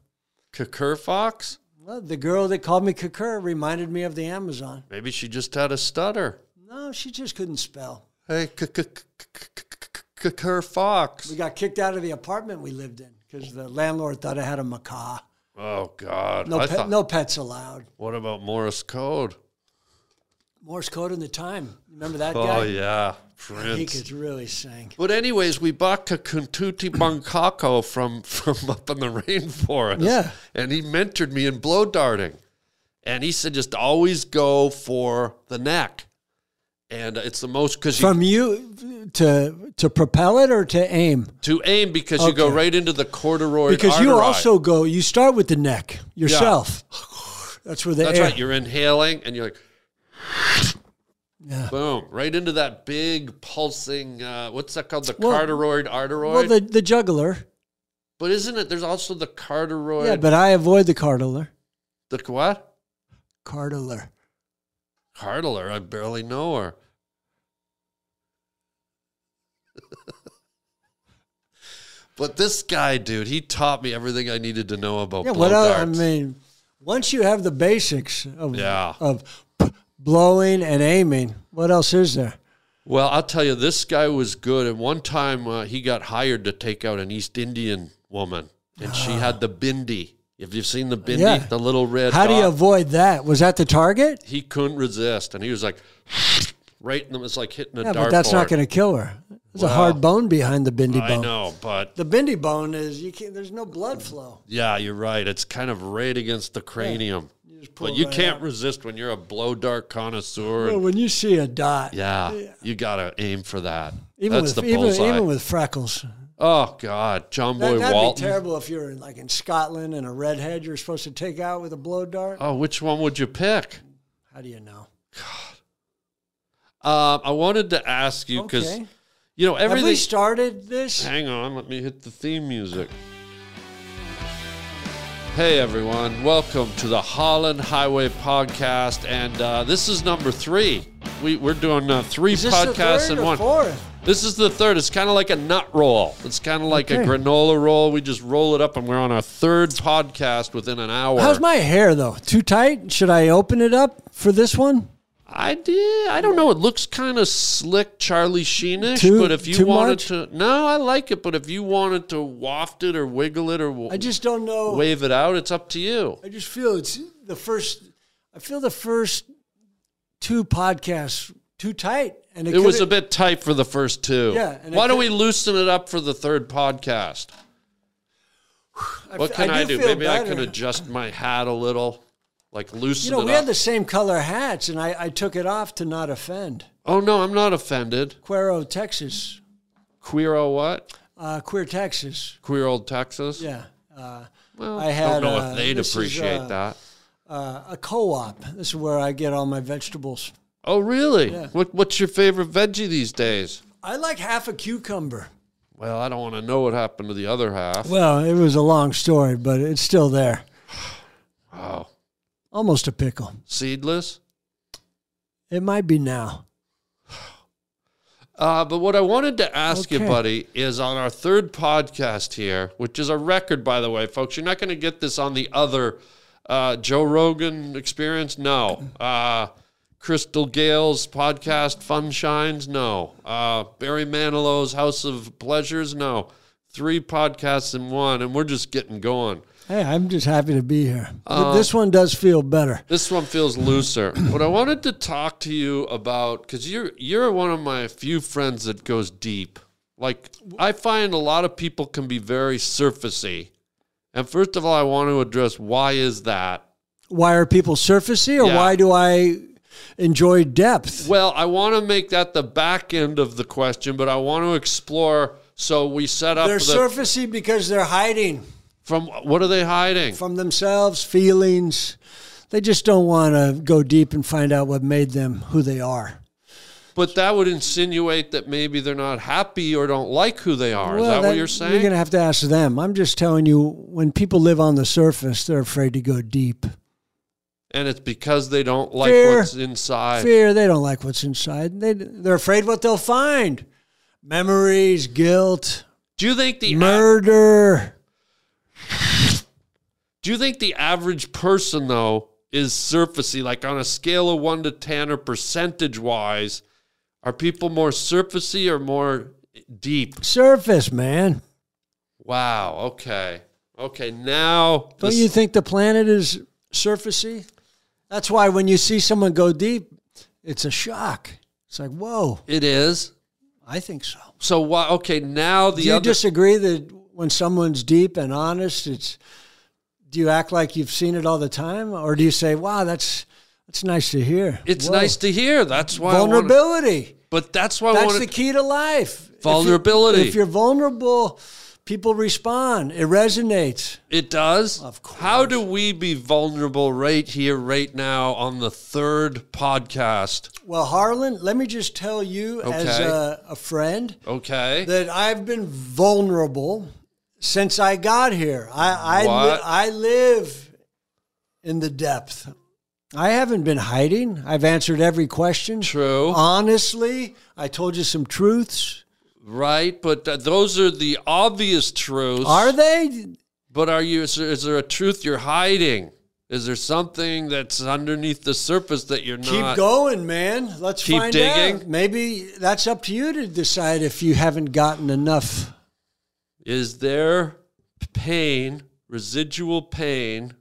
[SPEAKER 2] Kakur Fox?
[SPEAKER 1] Well, the girl that called me Kakur reminded me of the Amazon.
[SPEAKER 2] Maybe she just had a stutter.
[SPEAKER 1] No, she just couldn't spell.
[SPEAKER 2] Hey, K- K- K- K- K- Kakur Fox.
[SPEAKER 1] We got kicked out of the apartment we lived in because the landlord thought I had a macaw.
[SPEAKER 2] Oh God!
[SPEAKER 1] No,
[SPEAKER 2] I
[SPEAKER 1] pet,
[SPEAKER 2] thought,
[SPEAKER 1] no pets allowed.
[SPEAKER 2] What about Morse code?
[SPEAKER 1] Morse code in the time. Remember that guy?
[SPEAKER 2] Oh yeah,
[SPEAKER 1] He
[SPEAKER 2] Prince.
[SPEAKER 1] could really sing.
[SPEAKER 2] But anyways, we bought Kakuntuti Bangkako from from up in the rainforest.
[SPEAKER 1] Yeah.
[SPEAKER 2] And he mentored me in blow darting. And he said just always go for the neck. And it's the most cuz you
[SPEAKER 1] From you to to propel it or to aim?
[SPEAKER 2] to aim because you go
[SPEAKER 1] Okay.
[SPEAKER 2] right into the corduroy
[SPEAKER 1] Because you
[SPEAKER 2] artery.
[SPEAKER 1] also go. You start with the neck yourself. That's where the
[SPEAKER 2] That's
[SPEAKER 1] air.
[SPEAKER 2] right, you're inhaling and you're like
[SPEAKER 1] Yeah.
[SPEAKER 2] Boom! Right into that big pulsing. Uh, what's that called? The
[SPEAKER 1] Well-
[SPEAKER 2] carteroid arteroid.
[SPEAKER 1] well, the the juggler.
[SPEAKER 2] but isn't it? There's also the carteroid.
[SPEAKER 1] Yeah, but I avoid the cartler.
[SPEAKER 2] the what?
[SPEAKER 1] Cartler.
[SPEAKER 2] Cardler, I barely know her. but this guy, dude, he taught me everything I needed to know about
[SPEAKER 1] Yeah,
[SPEAKER 2] blow
[SPEAKER 1] what else? I
[SPEAKER 2] darts.
[SPEAKER 1] mean, once you have the basics of
[SPEAKER 2] Yeah.
[SPEAKER 1] of p- blowing and aiming, what else is there?
[SPEAKER 2] Well, I'll tell you, this guy was good. And one time uh, he got hired to take out an East Indian woman, and she had the bindi. If you've seen the bindi,
[SPEAKER 1] Ah. Yeah.
[SPEAKER 2] the little red.
[SPEAKER 1] How do you
[SPEAKER 2] dot.
[SPEAKER 1] avoid that? Was that the target?
[SPEAKER 2] He couldn't resist, and he was like, right in the. It's like hitting a
[SPEAKER 1] Yeah,
[SPEAKER 2] dart.
[SPEAKER 1] but that's not going to kill her. There's a hard bone behind the bindi
[SPEAKER 2] I
[SPEAKER 1] bone.
[SPEAKER 2] know, but
[SPEAKER 1] The bindi bone is you can't. There's no blood flow.
[SPEAKER 2] Yeah, you're right. It's kind of right against the cranium.
[SPEAKER 1] just pull
[SPEAKER 2] but
[SPEAKER 1] it
[SPEAKER 2] you
[SPEAKER 1] right
[SPEAKER 2] can't
[SPEAKER 1] out.
[SPEAKER 2] resist when you're a blow dart connoisseur.
[SPEAKER 1] Well, when you see a dot,
[SPEAKER 2] yeah, you got to aim for that.
[SPEAKER 1] even
[SPEAKER 2] That's
[SPEAKER 1] with
[SPEAKER 2] the
[SPEAKER 1] even,
[SPEAKER 2] bullseye.
[SPEAKER 1] even with freckles,
[SPEAKER 2] oh, God. John
[SPEAKER 1] that,
[SPEAKER 2] Boy
[SPEAKER 1] that'd
[SPEAKER 2] Walton.
[SPEAKER 1] be terrible if you're in, like in Scotland and a redhead you're supposed to take out with a blow dart.
[SPEAKER 2] Oh, which one would you pick?
[SPEAKER 1] How do you know?
[SPEAKER 2] Um, I wanted Uh, to ask you because
[SPEAKER 1] Okay.
[SPEAKER 2] You know,
[SPEAKER 1] Have we
[SPEAKER 2] everything.
[SPEAKER 1] started this?
[SPEAKER 2] Hang on, let me hit the theme music. Hey everyone, welcome to the Holland Highway Podcast, and uh, this is number three. We, we're doing uh, three
[SPEAKER 1] Is this the
[SPEAKER 2] podcasts
[SPEAKER 1] third
[SPEAKER 2] in
[SPEAKER 1] or
[SPEAKER 2] one.
[SPEAKER 1] fourth?
[SPEAKER 2] This is the third. It's kind of like a nut roll. It's kind of like a
[SPEAKER 1] Okay.
[SPEAKER 2] granola roll. We just roll it up, and we're on our third podcast within an hour.
[SPEAKER 1] How's my hair though? Too tight? Should I open it up for this one?
[SPEAKER 2] I did. I don't know. It looks kind of slick, Charlie Sheenish.
[SPEAKER 1] Too-
[SPEAKER 2] but if you
[SPEAKER 1] too
[SPEAKER 2] wanted
[SPEAKER 1] much?
[SPEAKER 2] to, no, I like it. But if you wanted to waft it or wiggle it or w-
[SPEAKER 1] I just don't know.
[SPEAKER 2] wave it out, it's up to you.
[SPEAKER 1] I just feel it's the first. I feel the first two podcasts too tight, and it,
[SPEAKER 2] It was a
[SPEAKER 1] could've-
[SPEAKER 2] bit tight for the first two.
[SPEAKER 1] Yeah, and I
[SPEAKER 2] Why don't we
[SPEAKER 1] could-
[SPEAKER 2] loosen it up for the third podcast? What
[SPEAKER 1] f-
[SPEAKER 2] can I, do?
[SPEAKER 1] feel
[SPEAKER 2] Maybe I
[SPEAKER 1] better.
[SPEAKER 2] can adjust my hat a little, like loosen
[SPEAKER 1] You know,
[SPEAKER 2] it
[SPEAKER 1] we
[SPEAKER 2] up.
[SPEAKER 1] had the same color hats, and I, I took it off to not offend.
[SPEAKER 2] oh no, I'm not offended.
[SPEAKER 1] Quero, Texas,
[SPEAKER 2] Queero what?
[SPEAKER 1] uh, queer Texas.
[SPEAKER 2] Queer old Texas.
[SPEAKER 1] Yeah, uh,
[SPEAKER 2] Well,
[SPEAKER 1] I
[SPEAKER 2] don't
[SPEAKER 1] had,
[SPEAKER 2] know
[SPEAKER 1] uh,
[SPEAKER 2] if they'd
[SPEAKER 1] this is,
[SPEAKER 2] appreciate
[SPEAKER 1] uh,
[SPEAKER 2] that.
[SPEAKER 1] uh, a co-op. This is where I get all my vegetables.
[SPEAKER 2] Oh really? What What's your favorite veggie these days?
[SPEAKER 1] I like half a cucumber.
[SPEAKER 2] Well, I don't want to know what happened to the other half.
[SPEAKER 1] Well, it was a long story, but it's still there.
[SPEAKER 2] Wow.
[SPEAKER 1] Almost a pickle.
[SPEAKER 2] Seedless?
[SPEAKER 1] It might be now.
[SPEAKER 2] Uh, but what I wanted to ask you,
[SPEAKER 1] Okay.
[SPEAKER 2] buddy, is on our third podcast here, which is a record, by the way, folks. You're not going to get this on the other uh, Joe Rogan experience. No. Uh, Crystal Gale's podcast, Fun Shines. No. Uh, Barry Manilow's House of Pleasures. No. Three podcasts in one, and we're just getting going.
[SPEAKER 1] Hey, I'm just happy to be here.
[SPEAKER 2] Uh,
[SPEAKER 1] But this one does feel better.
[SPEAKER 2] This one feels looser. but I wanted to talk to you about because you're you're one of my few friends that goes deep. Like I find a lot of people can be very surfacey. And first of all, I want to address why is that?
[SPEAKER 1] Why are people surfacey, or
[SPEAKER 2] Yeah.
[SPEAKER 1] why do I enjoy depth?
[SPEAKER 2] Well, I want to make that the back end of the question, but I want to explore. So we set up
[SPEAKER 1] They're
[SPEAKER 2] the,
[SPEAKER 1] surfacey because they're hiding
[SPEAKER 2] from what are they hiding?
[SPEAKER 1] from themselves, feelings. They just don't want to go deep and find out what made them who they are.
[SPEAKER 2] But that would insinuate that maybe they're not happy or don't like who they are. is that, what you're saying?
[SPEAKER 1] You're going to have to ask them. I'm just telling you, when people live on the surface, they're afraid to go deep.
[SPEAKER 2] and it's because they don't like
[SPEAKER 1] Fear.
[SPEAKER 2] what's inside.
[SPEAKER 1] fear. They don't like what's inside. They they're afraid what they'll find: memories, guilt,
[SPEAKER 2] Do you think the
[SPEAKER 1] murder.
[SPEAKER 2] Do you think the average person though is surfacey? Like on a scale of one to ten or percentage wise, are people more surfacey or more deep?
[SPEAKER 1] Surface, man.
[SPEAKER 2] Wow. Okay. Okay. Now,
[SPEAKER 1] Don't
[SPEAKER 2] this-
[SPEAKER 1] you think the planet is surfacey? That's why when you see someone go deep, it's a shock. It's like, whoa,
[SPEAKER 2] it is.
[SPEAKER 1] I think so.
[SPEAKER 2] So why? Okay. Now the
[SPEAKER 1] Do you
[SPEAKER 2] other.
[SPEAKER 1] disagree that when someone's deep and honest, it's do you act like you've seen it all the time, or do you say, wow, that's that's nice to hear?
[SPEAKER 2] it's
[SPEAKER 1] Whoa.
[SPEAKER 2] nice to hear. That's why. I wanna-
[SPEAKER 1] vulnerability.
[SPEAKER 2] but that's why I
[SPEAKER 1] That's
[SPEAKER 2] wanted.
[SPEAKER 1] the key to life. If you-
[SPEAKER 2] Vulnerability.
[SPEAKER 1] If you're, vulnerable, people respond. It resonates.
[SPEAKER 2] It does.
[SPEAKER 1] Of course.
[SPEAKER 2] How do we be vulnerable right here, right now, on the third podcast?
[SPEAKER 1] Well, Harlan, let me just tell you as
[SPEAKER 2] Okay.
[SPEAKER 1] a, a friend
[SPEAKER 2] Okay.
[SPEAKER 1] that I've been vulnerable since I got here. I I, li-
[SPEAKER 2] What?
[SPEAKER 1] I live in the depth. I haven't been hiding. I've answered every question.
[SPEAKER 2] True.
[SPEAKER 1] Honestly, I told you some truths.
[SPEAKER 2] Right, but th- those are the obvious truths.
[SPEAKER 1] Are they?
[SPEAKER 2] But are you? Is there, is there a truth you're hiding? Is there something that's underneath the surface that you're
[SPEAKER 1] Keep
[SPEAKER 2] not?
[SPEAKER 1] going, man. Let's
[SPEAKER 2] Keep
[SPEAKER 1] find
[SPEAKER 2] digging.
[SPEAKER 1] out. Maybe that's up to you to decide if you haven't gotten enough.
[SPEAKER 2] Is there pain, residual pain,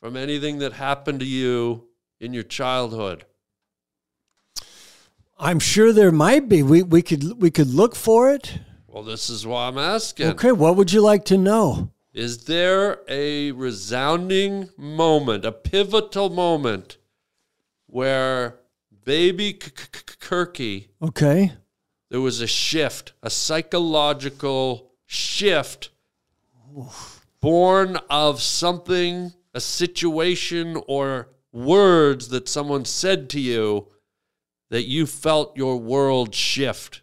[SPEAKER 2] from anything that happened to you in your childhood?
[SPEAKER 1] I'm sure there might be. We we could we could look for it.
[SPEAKER 2] Well, this is why I'm asking.
[SPEAKER 1] Okay, what would you like to know?
[SPEAKER 2] Is there a resounding moment, a pivotal moment, where baby K- K- K- Kirky?
[SPEAKER 1] Okay.
[SPEAKER 2] there was a shift, a psychological shift born of something, a situation, or words that someone said to you that you felt your world shift.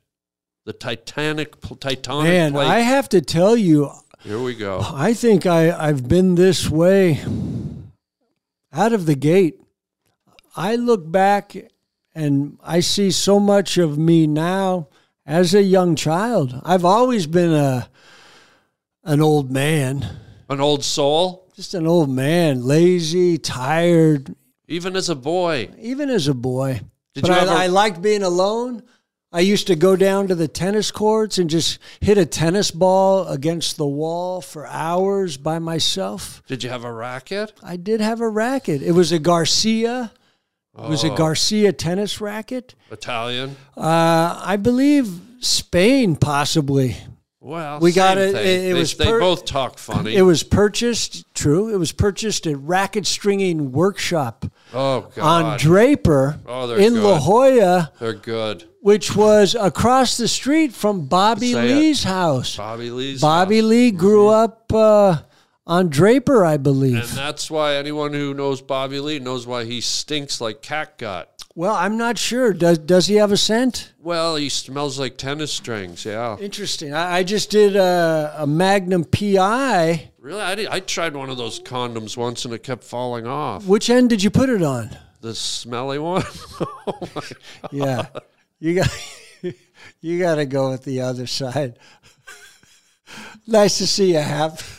[SPEAKER 2] The Titanic, pl- Titanic
[SPEAKER 1] Man,
[SPEAKER 2] plate.
[SPEAKER 1] I have to tell you,
[SPEAKER 2] Here we go.
[SPEAKER 1] I think I, I've been this way out of the gate. I look back and I see so much of me now as a young child. I've always been a an old man,
[SPEAKER 2] An old soul,
[SPEAKER 1] just an old man, lazy, tired,
[SPEAKER 2] even as a boy.
[SPEAKER 1] even as a boy.
[SPEAKER 2] Did
[SPEAKER 1] but
[SPEAKER 2] you
[SPEAKER 1] I,
[SPEAKER 2] ever-
[SPEAKER 1] I liked being alone. I used to go down to the tennis courts and just hit a tennis ball against the wall for hours by myself.
[SPEAKER 2] Did you have a racket?
[SPEAKER 1] I did have a racket. It was a Garcia. It
[SPEAKER 2] Oh.
[SPEAKER 1] was a Garcia tennis racket.
[SPEAKER 2] Italian.
[SPEAKER 1] Uh, I believe Spain, possibly.
[SPEAKER 2] Well,
[SPEAKER 1] We got
[SPEAKER 2] same
[SPEAKER 1] it-
[SPEAKER 2] thing.
[SPEAKER 1] it- it
[SPEAKER 2] they,
[SPEAKER 1] was
[SPEAKER 2] they
[SPEAKER 1] per-
[SPEAKER 2] both talk funny.
[SPEAKER 1] It was purchased, true. It was purchased at Racket Stringing Workshop
[SPEAKER 2] oh God,
[SPEAKER 1] on Draper
[SPEAKER 2] Oh, they're
[SPEAKER 1] in La
[SPEAKER 2] good.
[SPEAKER 1] Jolla,
[SPEAKER 2] they're good.
[SPEAKER 1] which was across the street from Bobby
[SPEAKER 2] Say it.
[SPEAKER 1] Lee's house.
[SPEAKER 2] Bobby Lee's.
[SPEAKER 1] Bobby Lee grew up uh, on Draper, I
[SPEAKER 2] And
[SPEAKER 1] believe.
[SPEAKER 2] that's why anyone who knows Bobby Lee knows why he stinks like cat gut.
[SPEAKER 1] Well, I'm not sure. Does does he have a scent?
[SPEAKER 2] Well, he smells like tennis strings. Yeah.
[SPEAKER 1] Interesting. I, I just did a, a Magnum PI.
[SPEAKER 2] Really, I, did, I tried one of those condoms once and it kept falling off.
[SPEAKER 1] Which end did you put it on?
[SPEAKER 2] The smelly one. Oh, my-
[SPEAKER 1] Yeah, you got you got to go with the other side. nice to see you, Hap.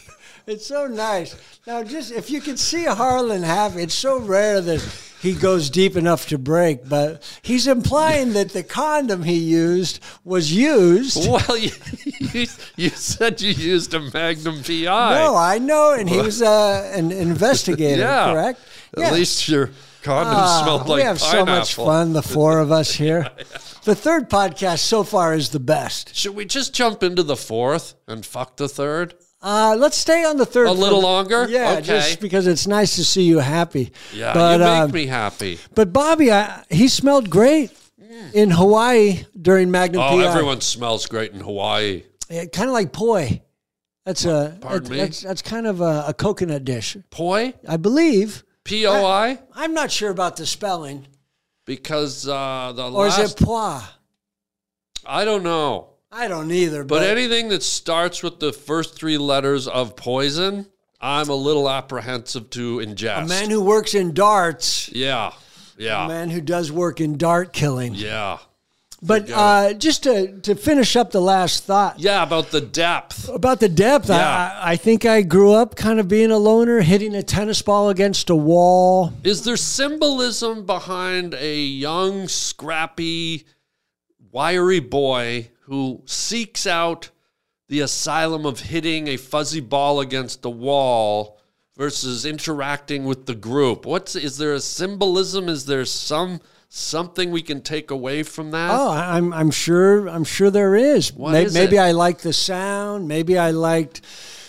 [SPEAKER 1] It's so nice. Now, just if you can see Harlan Hap, it's so rare that he goes deep enough to break. But he's implying that the condom he used was used.
[SPEAKER 2] well, you, you, you said you used a Magnum PI.
[SPEAKER 1] No, I know, and he was uh, an investigator,
[SPEAKER 2] yeah.
[SPEAKER 1] correct?
[SPEAKER 2] At
[SPEAKER 1] Yeah.
[SPEAKER 2] least your condom
[SPEAKER 1] Ah,
[SPEAKER 2] smelled like
[SPEAKER 1] we have so much
[SPEAKER 2] pineapple.
[SPEAKER 1] fun, the four of us here. The third podcast so far is the best.
[SPEAKER 2] Should we just jump into the fourth and fuck the third?
[SPEAKER 1] Uh, let's stay on the third
[SPEAKER 2] A
[SPEAKER 1] for-
[SPEAKER 2] little longer?
[SPEAKER 1] Yeah,
[SPEAKER 2] Okay.
[SPEAKER 1] just because it's nice to see you happy.
[SPEAKER 2] Yeah,
[SPEAKER 1] but
[SPEAKER 2] you make
[SPEAKER 1] um,
[SPEAKER 2] me happy.
[SPEAKER 1] but Bobby, I, he smelled great in Hawaii during Magnum
[SPEAKER 2] Oh,
[SPEAKER 1] PI.
[SPEAKER 2] everyone smells great in Hawaii.
[SPEAKER 1] kind of like poi. That's a
[SPEAKER 2] Pardon
[SPEAKER 1] that's,
[SPEAKER 2] me?
[SPEAKER 1] that's that's kind of a, a coconut dish,
[SPEAKER 2] Poi?
[SPEAKER 1] I believe.
[SPEAKER 2] P O I?
[SPEAKER 1] I'm not sure about the spelling,
[SPEAKER 2] Because uh, the
[SPEAKER 1] or
[SPEAKER 2] last.
[SPEAKER 1] is it poi?
[SPEAKER 2] I don't know.
[SPEAKER 1] I don't either.
[SPEAKER 2] But
[SPEAKER 1] But,
[SPEAKER 2] anything that starts with the first three letters of poison, I'm a little apprehensive to ingest.
[SPEAKER 1] a man who works in darts,
[SPEAKER 2] yeah, yeah,
[SPEAKER 1] a man who does work in dart killing.
[SPEAKER 2] yeah,
[SPEAKER 1] but uh, just to to finish up the last thought,
[SPEAKER 2] yeah. About the depth.
[SPEAKER 1] About the depth,
[SPEAKER 2] Yeah.
[SPEAKER 1] I I, I think I grew up kind of being a loner, hitting a tennis ball against a wall.
[SPEAKER 2] Is there symbolism behind a young, scrappy, wiry boy who seeks out the asylum of hitting a fuzzy ball against the wall? Versus interacting with the group. What's is there a symbolism? Is there some something we can take away from that?
[SPEAKER 1] Oh, I, I'm I'm sure I'm sure there is.
[SPEAKER 2] What
[SPEAKER 1] May-
[SPEAKER 2] is
[SPEAKER 1] maybe
[SPEAKER 2] it?
[SPEAKER 1] I liked the sound. Maybe I liked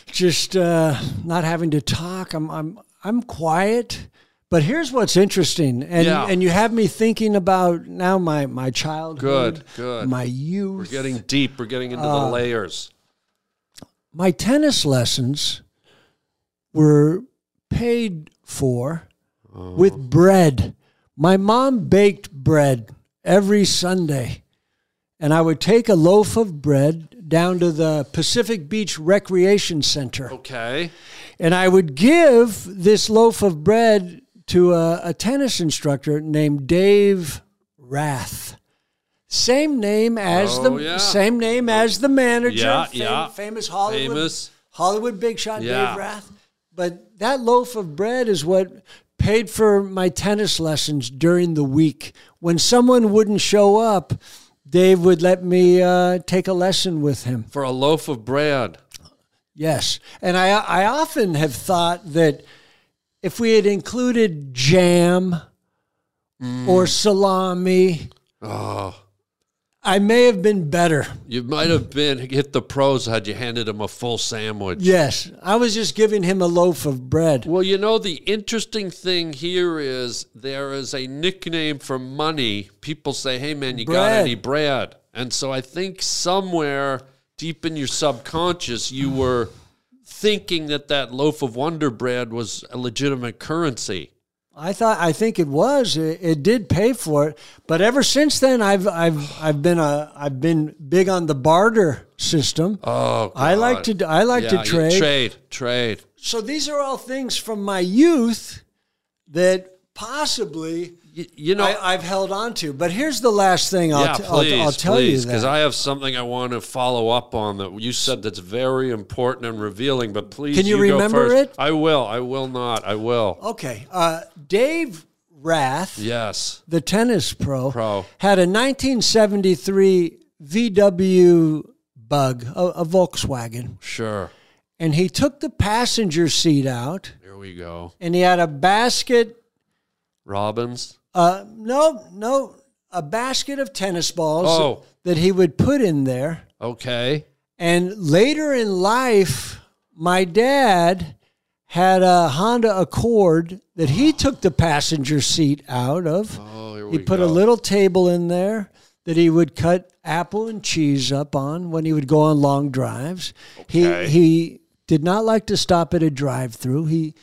[SPEAKER 1] just uh, not having to talk. I'm I'm I'm quiet. But here's what's interesting, and
[SPEAKER 2] Yeah.
[SPEAKER 1] and you have me thinking about now my my childhood,
[SPEAKER 2] Good, good.
[SPEAKER 1] my youth,
[SPEAKER 2] We're getting deep. We're getting into the layers.
[SPEAKER 1] my tennis lessons were paid for with bread. My mom baked bread every Sunday. And I would take a loaf of bread down to the Pacific Beach Recreation Center.
[SPEAKER 2] Okay.
[SPEAKER 1] And I would give this loaf of bread to a, a tennis instructor named Dave Rath. Same name as
[SPEAKER 2] Oh,
[SPEAKER 1] the
[SPEAKER 2] yeah.
[SPEAKER 1] same name as the manager,
[SPEAKER 2] Yeah,
[SPEAKER 1] fam-
[SPEAKER 2] yeah.
[SPEAKER 1] famous Hollywood
[SPEAKER 2] Famous.
[SPEAKER 1] Hollywood big shot
[SPEAKER 2] Yeah.
[SPEAKER 1] Dave Rath. But that loaf of bread is what paid for my tennis lessons during the week. When someone wouldn't show up, Dave would let me uh, take a lesson with him.
[SPEAKER 2] For a loaf of bread.
[SPEAKER 1] Yes. And I, I often have thought that if we had included jam
[SPEAKER 2] Mm.
[SPEAKER 1] or salami,
[SPEAKER 2] Oh.
[SPEAKER 1] I may have been better.
[SPEAKER 2] You might have been hit the pros had you handed him a full sandwich.
[SPEAKER 1] Yes. I was just giving him a loaf of bread.
[SPEAKER 2] Well, you know, the interesting thing here is there is a nickname for money. People say, hey, man, you got
[SPEAKER 1] Bread.
[SPEAKER 2] any bread? And so I think somewhere deep in your subconscious, you were thinking that that loaf of Wonder Bread was a legitimate currency.
[SPEAKER 1] I thought I think it was it, it did pay for it, but ever since then I've I've I've been a I've been big on the barter system.
[SPEAKER 2] Oh,
[SPEAKER 1] I like
[SPEAKER 2] God.
[SPEAKER 1] to d- I like
[SPEAKER 2] Yeah,
[SPEAKER 1] to
[SPEAKER 2] you
[SPEAKER 1] trade.
[SPEAKER 2] trade, trade.
[SPEAKER 1] So these are all things from my youth that possibly
[SPEAKER 2] You, you know,
[SPEAKER 1] I, I've held on to. But here's the last thing I'll,
[SPEAKER 2] yeah,
[SPEAKER 1] t-
[SPEAKER 2] please,
[SPEAKER 1] I'll, I'll tell
[SPEAKER 2] please,
[SPEAKER 1] you
[SPEAKER 2] because
[SPEAKER 1] that.
[SPEAKER 2] I have something I want to follow up on that you said that's very important and revealing. But please,
[SPEAKER 1] Can you
[SPEAKER 2] go
[SPEAKER 1] remember
[SPEAKER 2] first.
[SPEAKER 1] it?
[SPEAKER 2] I will. I will not. I will.
[SPEAKER 1] okay, uh, Dave Rath,
[SPEAKER 2] Yes.
[SPEAKER 1] the tennis pro,
[SPEAKER 2] Pro.
[SPEAKER 1] had a 1973 VW Bug, a, a Volkswagen,
[SPEAKER 2] Sure.
[SPEAKER 1] and he took the passenger seat out,
[SPEAKER 2] Here we go.
[SPEAKER 1] and he had a basket
[SPEAKER 2] Robbins.
[SPEAKER 1] Uh, no, no, a basket of tennis balls
[SPEAKER 2] Oh.
[SPEAKER 1] that he would put in there.
[SPEAKER 2] Okay.
[SPEAKER 1] And later in life, my dad had a Honda Accord that he took the passenger seat out of.
[SPEAKER 2] Oh, here
[SPEAKER 1] he
[SPEAKER 2] we
[SPEAKER 1] put
[SPEAKER 2] go.
[SPEAKER 1] a little table in there that he would cut apple and cheese up on when he would go on long drives.
[SPEAKER 2] Okay.
[SPEAKER 1] He he did not like to stop at a drive-through. He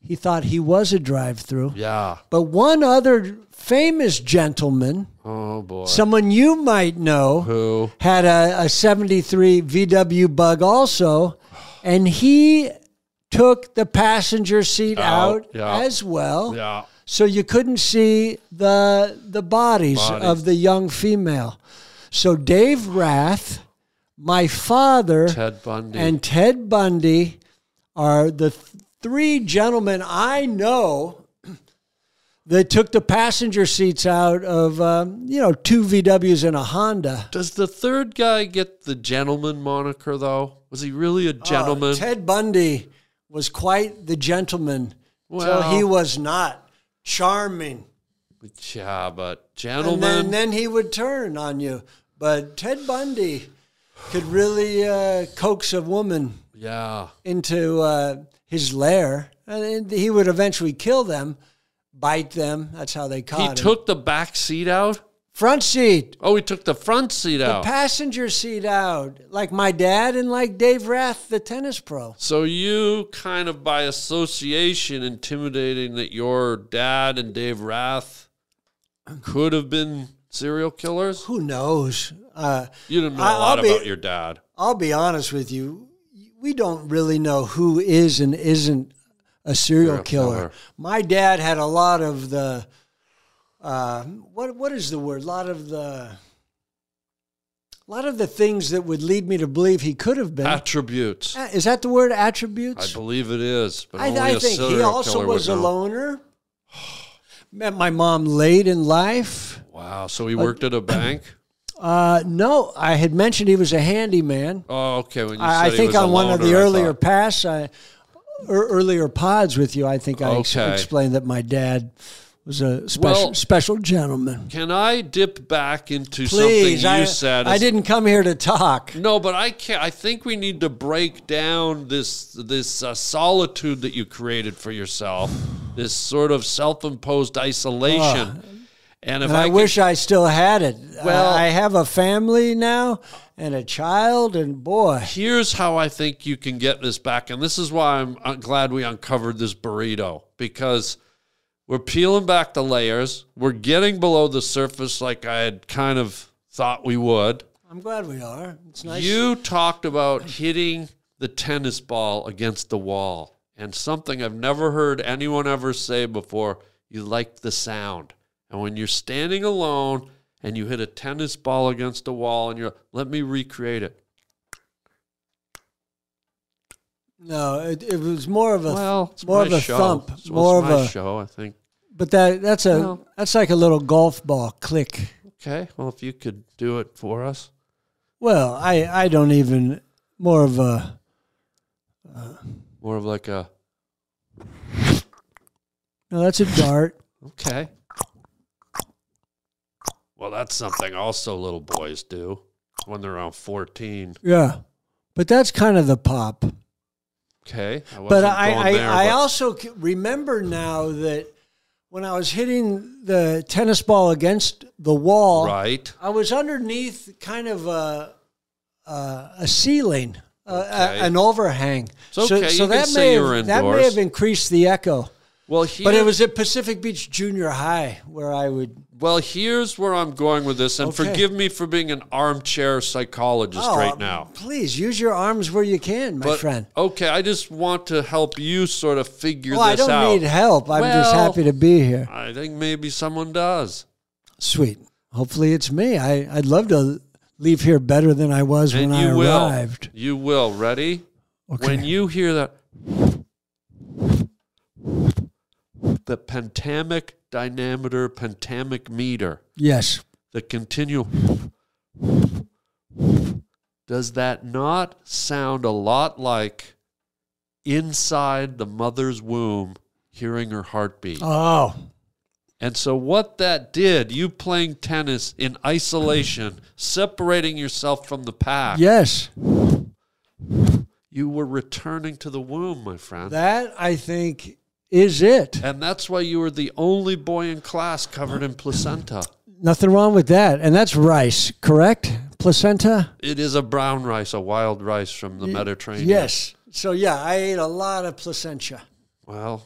[SPEAKER 1] he thought he was a drive-through.
[SPEAKER 2] Yeah.
[SPEAKER 1] But one other famous gentleman,
[SPEAKER 2] Oh boy.
[SPEAKER 1] someone you might know,
[SPEAKER 2] Who?
[SPEAKER 1] had a, a 73 VW bug also, and he took the passenger seat out,
[SPEAKER 2] Out, yeah.
[SPEAKER 1] as well.
[SPEAKER 2] Yeah.
[SPEAKER 1] So you couldn't see the the bodies,
[SPEAKER 2] Bodies.
[SPEAKER 1] of the young female. So Dave Rath, my father,
[SPEAKER 2] Ted Bundy.
[SPEAKER 1] and Ted Bundy are the th- three gentlemen I know that took the passenger seats out of um, you know two VWs and a Honda.
[SPEAKER 2] Does the third guy get the gentleman moniker though? Was he really a gentleman?
[SPEAKER 1] Uh, Ted Bundy was quite the gentleman.
[SPEAKER 2] Well-
[SPEAKER 1] so he was not charming.
[SPEAKER 2] yeah, but
[SPEAKER 1] And
[SPEAKER 2] gentleman.
[SPEAKER 1] then, then he would turn on you. But Ted Bundy could really uh, coax a woman
[SPEAKER 2] yeah.
[SPEAKER 1] into uh, his lair, and he would eventually kill them, bite them. That's how they caught
[SPEAKER 2] He
[SPEAKER 1] him.
[SPEAKER 2] took the back seat out.
[SPEAKER 1] front seat,
[SPEAKER 2] Oh, he took the front seat out.
[SPEAKER 1] passenger seat out, like my dad and like Dave Rath, the tennis pro.
[SPEAKER 2] so you kind of by association intimidating that your dad and Dave Rath
[SPEAKER 1] Um,
[SPEAKER 2] could have been serial killers?
[SPEAKER 1] Who knows? Uh,
[SPEAKER 2] You didn't know
[SPEAKER 1] I-
[SPEAKER 2] a lot
[SPEAKER 1] I'll be-
[SPEAKER 2] about your dad.
[SPEAKER 1] I'll be honest with you. We don't really know who is and isn't a serial
[SPEAKER 2] Serial
[SPEAKER 1] killer.
[SPEAKER 2] killer.
[SPEAKER 1] My dad had a lot of the, uh, what what is the word? A lot of the, lot of the things that would lead me to believe he could have been.
[SPEAKER 2] Attributes.
[SPEAKER 1] Uh, is that the word?
[SPEAKER 2] I
[SPEAKER 1] Attributes.
[SPEAKER 2] believe it is, but
[SPEAKER 1] I,
[SPEAKER 2] only
[SPEAKER 1] I
[SPEAKER 2] a
[SPEAKER 1] think he
[SPEAKER 2] serial
[SPEAKER 1] also
[SPEAKER 2] killer
[SPEAKER 1] was a
[SPEAKER 2] would know.
[SPEAKER 1] loner. Met my mom late in life.
[SPEAKER 2] Wow. So he worked at a bank.
[SPEAKER 1] Uh, no, I had mentioned he was a handyman.
[SPEAKER 2] Oh, okay. When you said
[SPEAKER 1] I, I
[SPEAKER 2] he
[SPEAKER 1] think
[SPEAKER 2] was
[SPEAKER 1] on
[SPEAKER 2] a
[SPEAKER 1] one of the
[SPEAKER 2] loner, I
[SPEAKER 1] earlier
[SPEAKER 2] thought-
[SPEAKER 1] pass, I, er, earlier pods with you, I think I ex-
[SPEAKER 2] Okay.
[SPEAKER 1] explained that my dad was a special
[SPEAKER 2] Well-
[SPEAKER 1] special gentleman.
[SPEAKER 2] Can I dip back into
[SPEAKER 1] Please,
[SPEAKER 2] something you
[SPEAKER 1] I,
[SPEAKER 2] said?
[SPEAKER 1] I didn't come here to talk.
[SPEAKER 2] No, but I can't. I think we need to break down this this uh, solitude that you created for yourself, this sort of self-imposed isolation. and if
[SPEAKER 1] And I,
[SPEAKER 2] I, could-
[SPEAKER 1] wish I still had it.
[SPEAKER 2] Well-
[SPEAKER 1] Well, I have a family now and a child, and boy,
[SPEAKER 2] here's how I think you can get this back, and this is why I'm uh, glad we uncovered this burrito because we're peeling back the layers. We're getting below the surface, like I had kind of thought we would.
[SPEAKER 1] I'm glad we are. It's nice.
[SPEAKER 2] You talked about hitting the tennis ball against the wall, and something I've never heard anyone ever say before. You like the sound, and when you're standing alone and you hit a tennis ball against the wall, and you're, let me recreate it.
[SPEAKER 1] no, it, it was more of a
[SPEAKER 2] Well, it's
[SPEAKER 1] more
[SPEAKER 2] my
[SPEAKER 1] of a
[SPEAKER 2] show.
[SPEAKER 1] thump,
[SPEAKER 2] It's,
[SPEAKER 1] more
[SPEAKER 2] my
[SPEAKER 1] of a.
[SPEAKER 2] show, I think.
[SPEAKER 1] But that that's a
[SPEAKER 2] Well-
[SPEAKER 1] that's like a little golf ball click.
[SPEAKER 2] Okay, well, if you could do it for us,
[SPEAKER 1] Well, I I don't even more of a
[SPEAKER 2] more of like a
[SPEAKER 1] no. That's a dart.
[SPEAKER 2] okay. Well, that's something also little boys do when they're around fourteen.
[SPEAKER 1] yeah, but that's kind of the pop.
[SPEAKER 2] Okay, I
[SPEAKER 1] But
[SPEAKER 2] wasn't
[SPEAKER 1] I
[SPEAKER 2] going
[SPEAKER 1] I,
[SPEAKER 2] there,
[SPEAKER 1] I
[SPEAKER 2] but-
[SPEAKER 1] also c- remember now that when I was hitting the tennis ball against the wall,
[SPEAKER 2] right.
[SPEAKER 1] I was underneath kind of a a, a ceiling, a- a,
[SPEAKER 2] Okay.
[SPEAKER 1] an overhang.
[SPEAKER 2] It's okay, you
[SPEAKER 1] So, so
[SPEAKER 2] can
[SPEAKER 1] that
[SPEAKER 2] say
[SPEAKER 1] may
[SPEAKER 2] you were
[SPEAKER 1] have, that may
[SPEAKER 2] indoors.
[SPEAKER 1] have increased the echo.
[SPEAKER 2] Well, here,
[SPEAKER 1] But it was at Pacific Beach Junior High where I would.
[SPEAKER 2] well. Here's where I'm going with this, and
[SPEAKER 1] Okay.
[SPEAKER 2] forgive me for being an armchair psychologist right now.
[SPEAKER 1] oh, Please use your arms where you can, my
[SPEAKER 2] But
[SPEAKER 1] friend.
[SPEAKER 2] okay, I just want to help you sort of figure
[SPEAKER 1] Well, I
[SPEAKER 2] this
[SPEAKER 1] don't
[SPEAKER 2] out.
[SPEAKER 1] need help. I'm just
[SPEAKER 2] Well-
[SPEAKER 1] happy to be here.
[SPEAKER 2] I think maybe someone does.
[SPEAKER 1] Sweet. Hopefully it's me. I, I'd love to leave here better than I was
[SPEAKER 2] And
[SPEAKER 1] when
[SPEAKER 2] you
[SPEAKER 1] I
[SPEAKER 2] will.
[SPEAKER 1] arrived.
[SPEAKER 2] You will. Ready? When
[SPEAKER 1] Okay.
[SPEAKER 2] you hear that, the pentamic dynameter, pentamic meter,
[SPEAKER 1] Yes.
[SPEAKER 2] the continual. Does that not sound a lot like inside the mother's womb hearing her heartbeat?
[SPEAKER 1] Oh,
[SPEAKER 2] And so, what that did, you playing tennis in isolation, separating yourself from the pack,
[SPEAKER 1] yes.
[SPEAKER 2] you were returning to the womb, my friend.
[SPEAKER 1] That, I think, is it.
[SPEAKER 2] and that's why you were the only boy in class covered in placenta.
[SPEAKER 1] Nothing wrong with that. And that's rice, correct? Placenta?
[SPEAKER 2] It is a brown rice, a wild rice from the Mediterranean.
[SPEAKER 1] Yes. So, yeah, I ate a lot of placenta.
[SPEAKER 2] Well,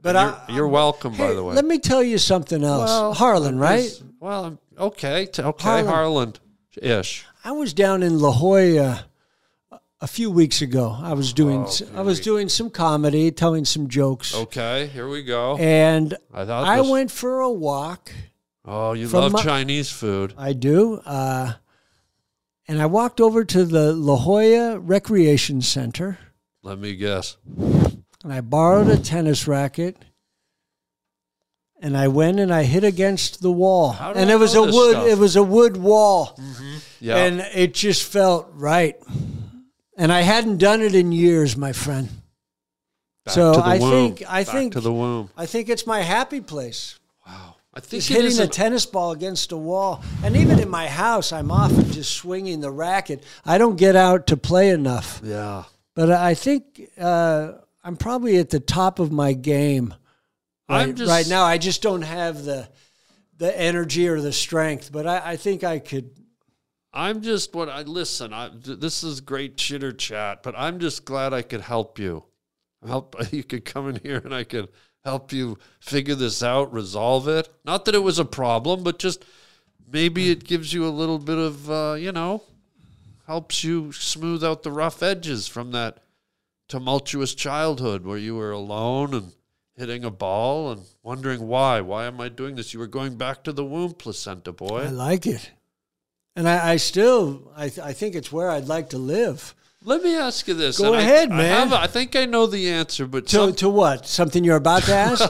[SPEAKER 1] But
[SPEAKER 2] you're,
[SPEAKER 1] I,
[SPEAKER 2] you're welcome, by
[SPEAKER 1] Hey,
[SPEAKER 2] the way.
[SPEAKER 1] let me tell you something else.
[SPEAKER 2] Well,
[SPEAKER 1] Harlan, right?
[SPEAKER 2] Yes. Well, I'm- okay, t- okay,
[SPEAKER 1] Harlan.
[SPEAKER 2] Harland ish.
[SPEAKER 1] I was down in La Jolla a few weeks ago. I was doing I was doing some comedy, telling some jokes,
[SPEAKER 2] Okay, here we go.
[SPEAKER 1] and
[SPEAKER 2] I
[SPEAKER 1] I,
[SPEAKER 2] thought this-
[SPEAKER 1] went for a walk.
[SPEAKER 2] oh, you
[SPEAKER 1] from
[SPEAKER 2] love
[SPEAKER 1] my-
[SPEAKER 2] Chinese food.
[SPEAKER 1] I do, uh, and I walked over to the La Jolla Recreation Center,
[SPEAKER 2] Let me guess.
[SPEAKER 1] and I borrowed a tennis racket. And I went and I hit against the wall,
[SPEAKER 2] How do
[SPEAKER 1] and
[SPEAKER 2] I
[SPEAKER 1] it was a
[SPEAKER 2] know this
[SPEAKER 1] wood.
[SPEAKER 2] stuff?
[SPEAKER 1] It was a wood wall.
[SPEAKER 2] Yeah.
[SPEAKER 1] and it just felt right. And I hadn't done it in years, my friend.
[SPEAKER 2] Back
[SPEAKER 1] so
[SPEAKER 2] to the
[SPEAKER 1] I
[SPEAKER 2] womb.
[SPEAKER 1] think I
[SPEAKER 2] Back
[SPEAKER 1] think
[SPEAKER 2] to the womb.
[SPEAKER 1] I think it's my happy place.
[SPEAKER 2] I think
[SPEAKER 1] Just
[SPEAKER 2] it
[SPEAKER 1] hitting
[SPEAKER 2] is
[SPEAKER 1] a
[SPEAKER 2] an-
[SPEAKER 1] tennis ball against a wall, and even in my house, I'm often just swinging the racket. I don't get out to play enough,
[SPEAKER 2] yeah.
[SPEAKER 1] but I think uh, I'm probably at the top of my game right,
[SPEAKER 2] I'm just
[SPEAKER 1] right now. I just don't have the the energy or the strength, but I, I think I could.
[SPEAKER 2] I'm just what I listen. I th- this is great chitter chat, but I'm just glad I could help you. Help you could come in here and I could help you figure this out, resolve it. Not that it was a problem, but just maybe it gives you a little bit of uh, you know helps you smooth out the rough edges from that tumultuous childhood where you were alone and hitting a ball and wondering why why am i doing this you were going back to the womb placenta boy
[SPEAKER 1] I like it, and I, I still I, th- I think it's where I'd like to live.
[SPEAKER 2] Let me ask you this.
[SPEAKER 1] Go
[SPEAKER 2] and I-
[SPEAKER 1] ahead,
[SPEAKER 2] I,
[SPEAKER 1] man.
[SPEAKER 2] have- I think I know the answer, but
[SPEAKER 1] To
[SPEAKER 2] some-
[SPEAKER 1] to what? Something you're about to ask?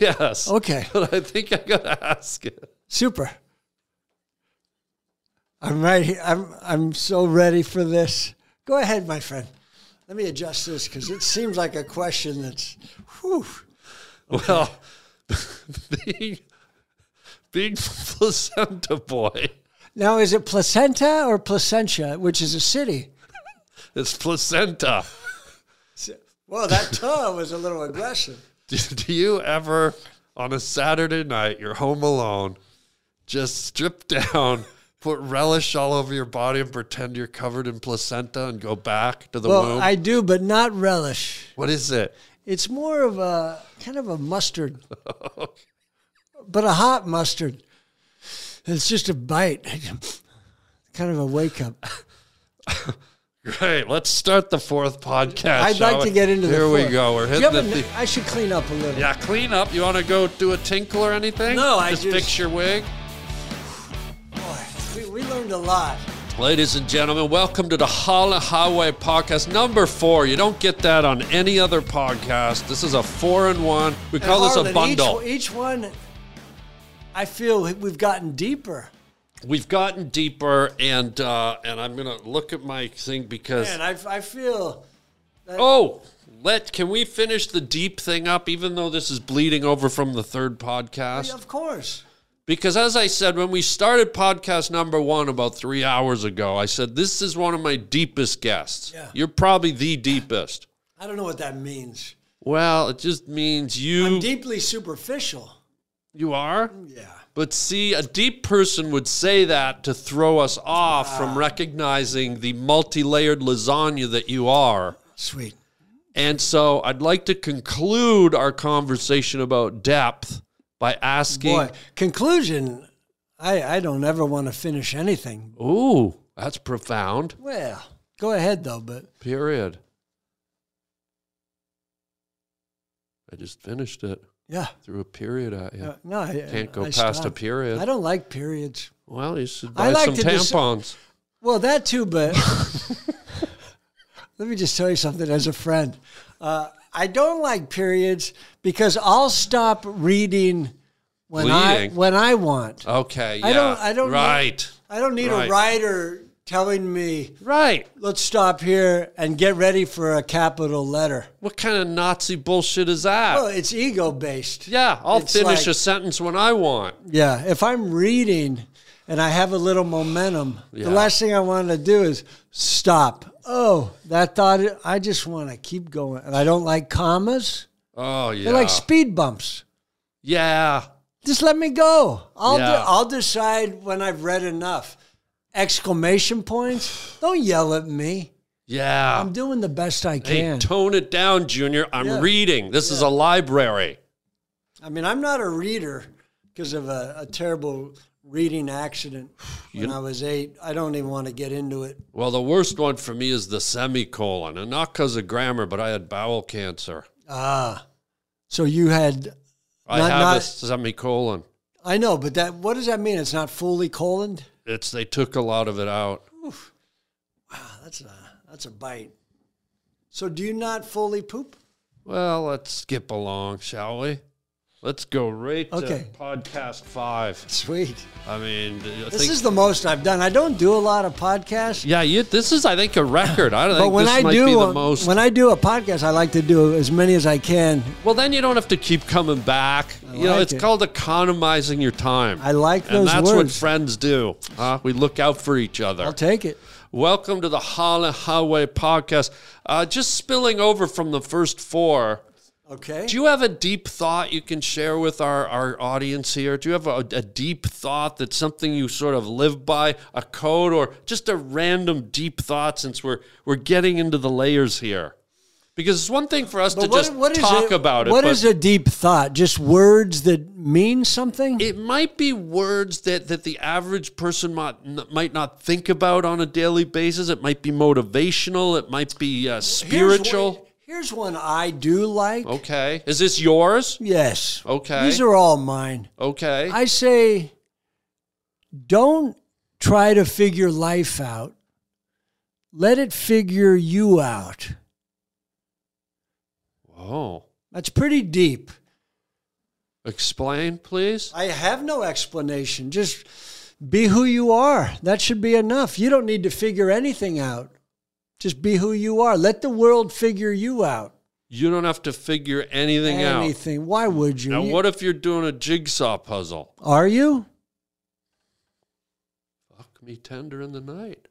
[SPEAKER 2] yes.
[SPEAKER 1] Okay,
[SPEAKER 2] But I think I gotta ask it.
[SPEAKER 1] super. I'm right here. I'm I'm so ready for this. Go ahead, my friend. Let me adjust this because it seems like a question that's. Whew.
[SPEAKER 2] Well, being being placenta boy,
[SPEAKER 1] Now, is it placenta or placentia, which is a city?
[SPEAKER 2] it's placenta.
[SPEAKER 1] Well, that "ta" was a little aggressive.
[SPEAKER 2] Do, do you ever, on a Saturday night, you're home alone, just strip down, put relish all over your body, and pretend you're covered in placenta, and go back to the
[SPEAKER 1] Well,
[SPEAKER 2] womb?
[SPEAKER 1] I do, but not relish.
[SPEAKER 2] what is it?
[SPEAKER 1] It's more of a kind of a mustard, but a hot mustard. It's just a bite, kind of a wake up.
[SPEAKER 2] Great. Let's start the fourth podcast.
[SPEAKER 1] I'd
[SPEAKER 2] shall
[SPEAKER 1] like to
[SPEAKER 2] we?
[SPEAKER 1] get into the.
[SPEAKER 2] Here we
[SPEAKER 1] fourth.
[SPEAKER 2] go. We're
[SPEAKER 1] Do
[SPEAKER 2] hitting
[SPEAKER 1] you
[SPEAKER 2] the.
[SPEAKER 1] have a-
[SPEAKER 2] thi-
[SPEAKER 1] I should clean up a little.
[SPEAKER 2] yeah, clean up. You want to go do a tinkle or anything?
[SPEAKER 1] No, I
[SPEAKER 2] just
[SPEAKER 1] just-
[SPEAKER 2] fix your wig.
[SPEAKER 1] Boy, we, we learned a lot.
[SPEAKER 2] Ladies and gentlemen, welcome to the Holla Highway podcast number four. You don't get that on any other podcast. This is a four in one. We call this a
[SPEAKER 1] Harlan, each-
[SPEAKER 2] bundle.
[SPEAKER 1] Each, one, I feel we've gotten deeper.
[SPEAKER 2] We've gotten deeper, and uh, and I'm gonna look at my thing because
[SPEAKER 1] Man, I, I feel
[SPEAKER 2] Oh, let can we finish the deep thing up? Even though this is bleeding over from the third podcast.
[SPEAKER 1] of course.
[SPEAKER 2] Because as I said, when we started podcast number one about three hours ago, I said, This is one of my deepest guests.
[SPEAKER 1] Yeah.
[SPEAKER 2] You're probably the deepest.
[SPEAKER 1] I don't know what that means.
[SPEAKER 2] Well, it just means you
[SPEAKER 1] I'm deeply superficial.
[SPEAKER 2] you are.
[SPEAKER 1] Yeah.
[SPEAKER 2] But see, a deep person would say that to throw us
[SPEAKER 1] Ah.
[SPEAKER 2] off from recognizing the multi-layered lasagna that you are.
[SPEAKER 1] Sweet.
[SPEAKER 2] And so I'd like to conclude our conversation about depth by asking.
[SPEAKER 1] Boy, conclusion. I, I don't ever want to finish anything.
[SPEAKER 2] Ooh, that's profound.
[SPEAKER 1] Well, go ahead though, but
[SPEAKER 2] Period. I just finished it.
[SPEAKER 1] yeah.
[SPEAKER 2] Threw a period at you.
[SPEAKER 1] Uh, no, I
[SPEAKER 2] Can't go
[SPEAKER 1] I
[SPEAKER 2] past a
[SPEAKER 1] stopped.
[SPEAKER 2] period.
[SPEAKER 1] I don't like periods.
[SPEAKER 2] Well, you should
[SPEAKER 1] I
[SPEAKER 2] buy
[SPEAKER 1] like
[SPEAKER 2] some
[SPEAKER 1] to dis-
[SPEAKER 2] tampons.
[SPEAKER 1] Well, that too, but let me just tell you something as a friend. Uh, I don't like periods because I'll stop reading when I
[SPEAKER 2] Bleeding.
[SPEAKER 1] when I want.
[SPEAKER 2] Okay. Yeah.
[SPEAKER 1] I don't- I don't know-
[SPEAKER 2] Right.
[SPEAKER 1] I don't need
[SPEAKER 2] Right.
[SPEAKER 1] a writer telling me,
[SPEAKER 2] Right.
[SPEAKER 1] "Let's stop here and get ready for a capital letter."
[SPEAKER 2] What kind of Nazi bullshit is that?
[SPEAKER 1] Well, it's ego based.
[SPEAKER 2] yeah. I'll
[SPEAKER 1] it's
[SPEAKER 2] finish
[SPEAKER 1] like-
[SPEAKER 2] a sentence when I want.
[SPEAKER 1] Yeah, if I'm reading and I have a little momentum,
[SPEAKER 2] Yeah.
[SPEAKER 1] the last thing I want to do is stop. Oh, that thought, I just want to keep going. And I don't like commas,
[SPEAKER 2] Oh yeah.
[SPEAKER 1] they're like speed bumps.
[SPEAKER 2] yeah.
[SPEAKER 1] Just let me go. I'll,
[SPEAKER 2] Yeah.
[SPEAKER 1] de- I'll decide when I've read enough. Exclamation points. Don't yell at me.
[SPEAKER 2] Yeah.
[SPEAKER 1] I'm doing the best I
[SPEAKER 2] hey,
[SPEAKER 1] can.
[SPEAKER 2] tone it down, Junior. I'm
[SPEAKER 1] Yeah.
[SPEAKER 2] reading. This is a library.
[SPEAKER 1] I mean, I'm not a reader because of a, a terrible reading accident when I was eight. I don't even want to get into it.
[SPEAKER 2] Well, the worst one for me is the semicolon, and not because of grammar, but I had bowel cancer.
[SPEAKER 1] Ah, so you had.
[SPEAKER 2] I
[SPEAKER 1] Not-
[SPEAKER 2] have a
[SPEAKER 1] not-
[SPEAKER 2] semicolon.
[SPEAKER 1] I know, but that what does that mean? It's not fully colon.
[SPEAKER 2] It's they took a lot of it out.
[SPEAKER 1] That's a that's a bite. So do you not fully poop?
[SPEAKER 2] Well, let's skip along, shall we? Let's go right
[SPEAKER 1] Okay.
[SPEAKER 2] to podcast five.
[SPEAKER 1] Sweet.
[SPEAKER 2] I mean, I
[SPEAKER 1] This
[SPEAKER 2] think-
[SPEAKER 1] is the most I've done. I don't do a lot of podcasts,
[SPEAKER 2] yeah. You, this is, I think, a record. I don't
[SPEAKER 1] but
[SPEAKER 2] think
[SPEAKER 1] when
[SPEAKER 2] this
[SPEAKER 1] I
[SPEAKER 2] might
[SPEAKER 1] do
[SPEAKER 2] be the
[SPEAKER 1] um,
[SPEAKER 2] most.
[SPEAKER 1] when I do a podcast, I like to do as many as I can.
[SPEAKER 2] well, then you don't have to keep coming back. you know,
[SPEAKER 1] like
[SPEAKER 2] it's
[SPEAKER 1] it.
[SPEAKER 2] called economizing your time.
[SPEAKER 1] I like
[SPEAKER 2] and
[SPEAKER 1] those
[SPEAKER 2] that's what
[SPEAKER 1] words.
[SPEAKER 2] friends do. Huh? We look out for each other.
[SPEAKER 1] I'll take it.
[SPEAKER 2] Welcome to the Holland Highway podcast. Uh, just spilling over from the first four.
[SPEAKER 1] Okay.
[SPEAKER 2] Do you have a deep thought you can share with our, our audience here? Do you have a, a deep thought that's something you sort of live by, a code, or just a random deep thought since we're we're getting into the layers here? Because it's one thing for us to just talk about it.
[SPEAKER 1] What
[SPEAKER 2] but
[SPEAKER 1] is a deep thought? Just words that mean something.
[SPEAKER 2] it might be words that, that the average person might, n- might not think about on a daily basis. It might be motivational. It might be uh, spiritual.
[SPEAKER 1] Here's one, here's one I do like.
[SPEAKER 2] Okay. Is this yours?
[SPEAKER 1] Yes.
[SPEAKER 2] Okay.
[SPEAKER 1] These are all mine.
[SPEAKER 2] Okay.
[SPEAKER 1] I say, don't try to figure life out. Let it figure you out.
[SPEAKER 2] oh.
[SPEAKER 1] That's pretty deep.
[SPEAKER 2] Explain, please.
[SPEAKER 1] I have no explanation. Just be who you are. That should be enough. You don't need to figure anything out. Just be who you are. Let the world figure you out.
[SPEAKER 2] You don't have to figure anything, out.
[SPEAKER 1] Anything. Why would you?
[SPEAKER 2] Now,
[SPEAKER 1] You-
[SPEAKER 2] what if you're doing a jigsaw puzzle?
[SPEAKER 1] are you?
[SPEAKER 2] Fuck me tender in the night.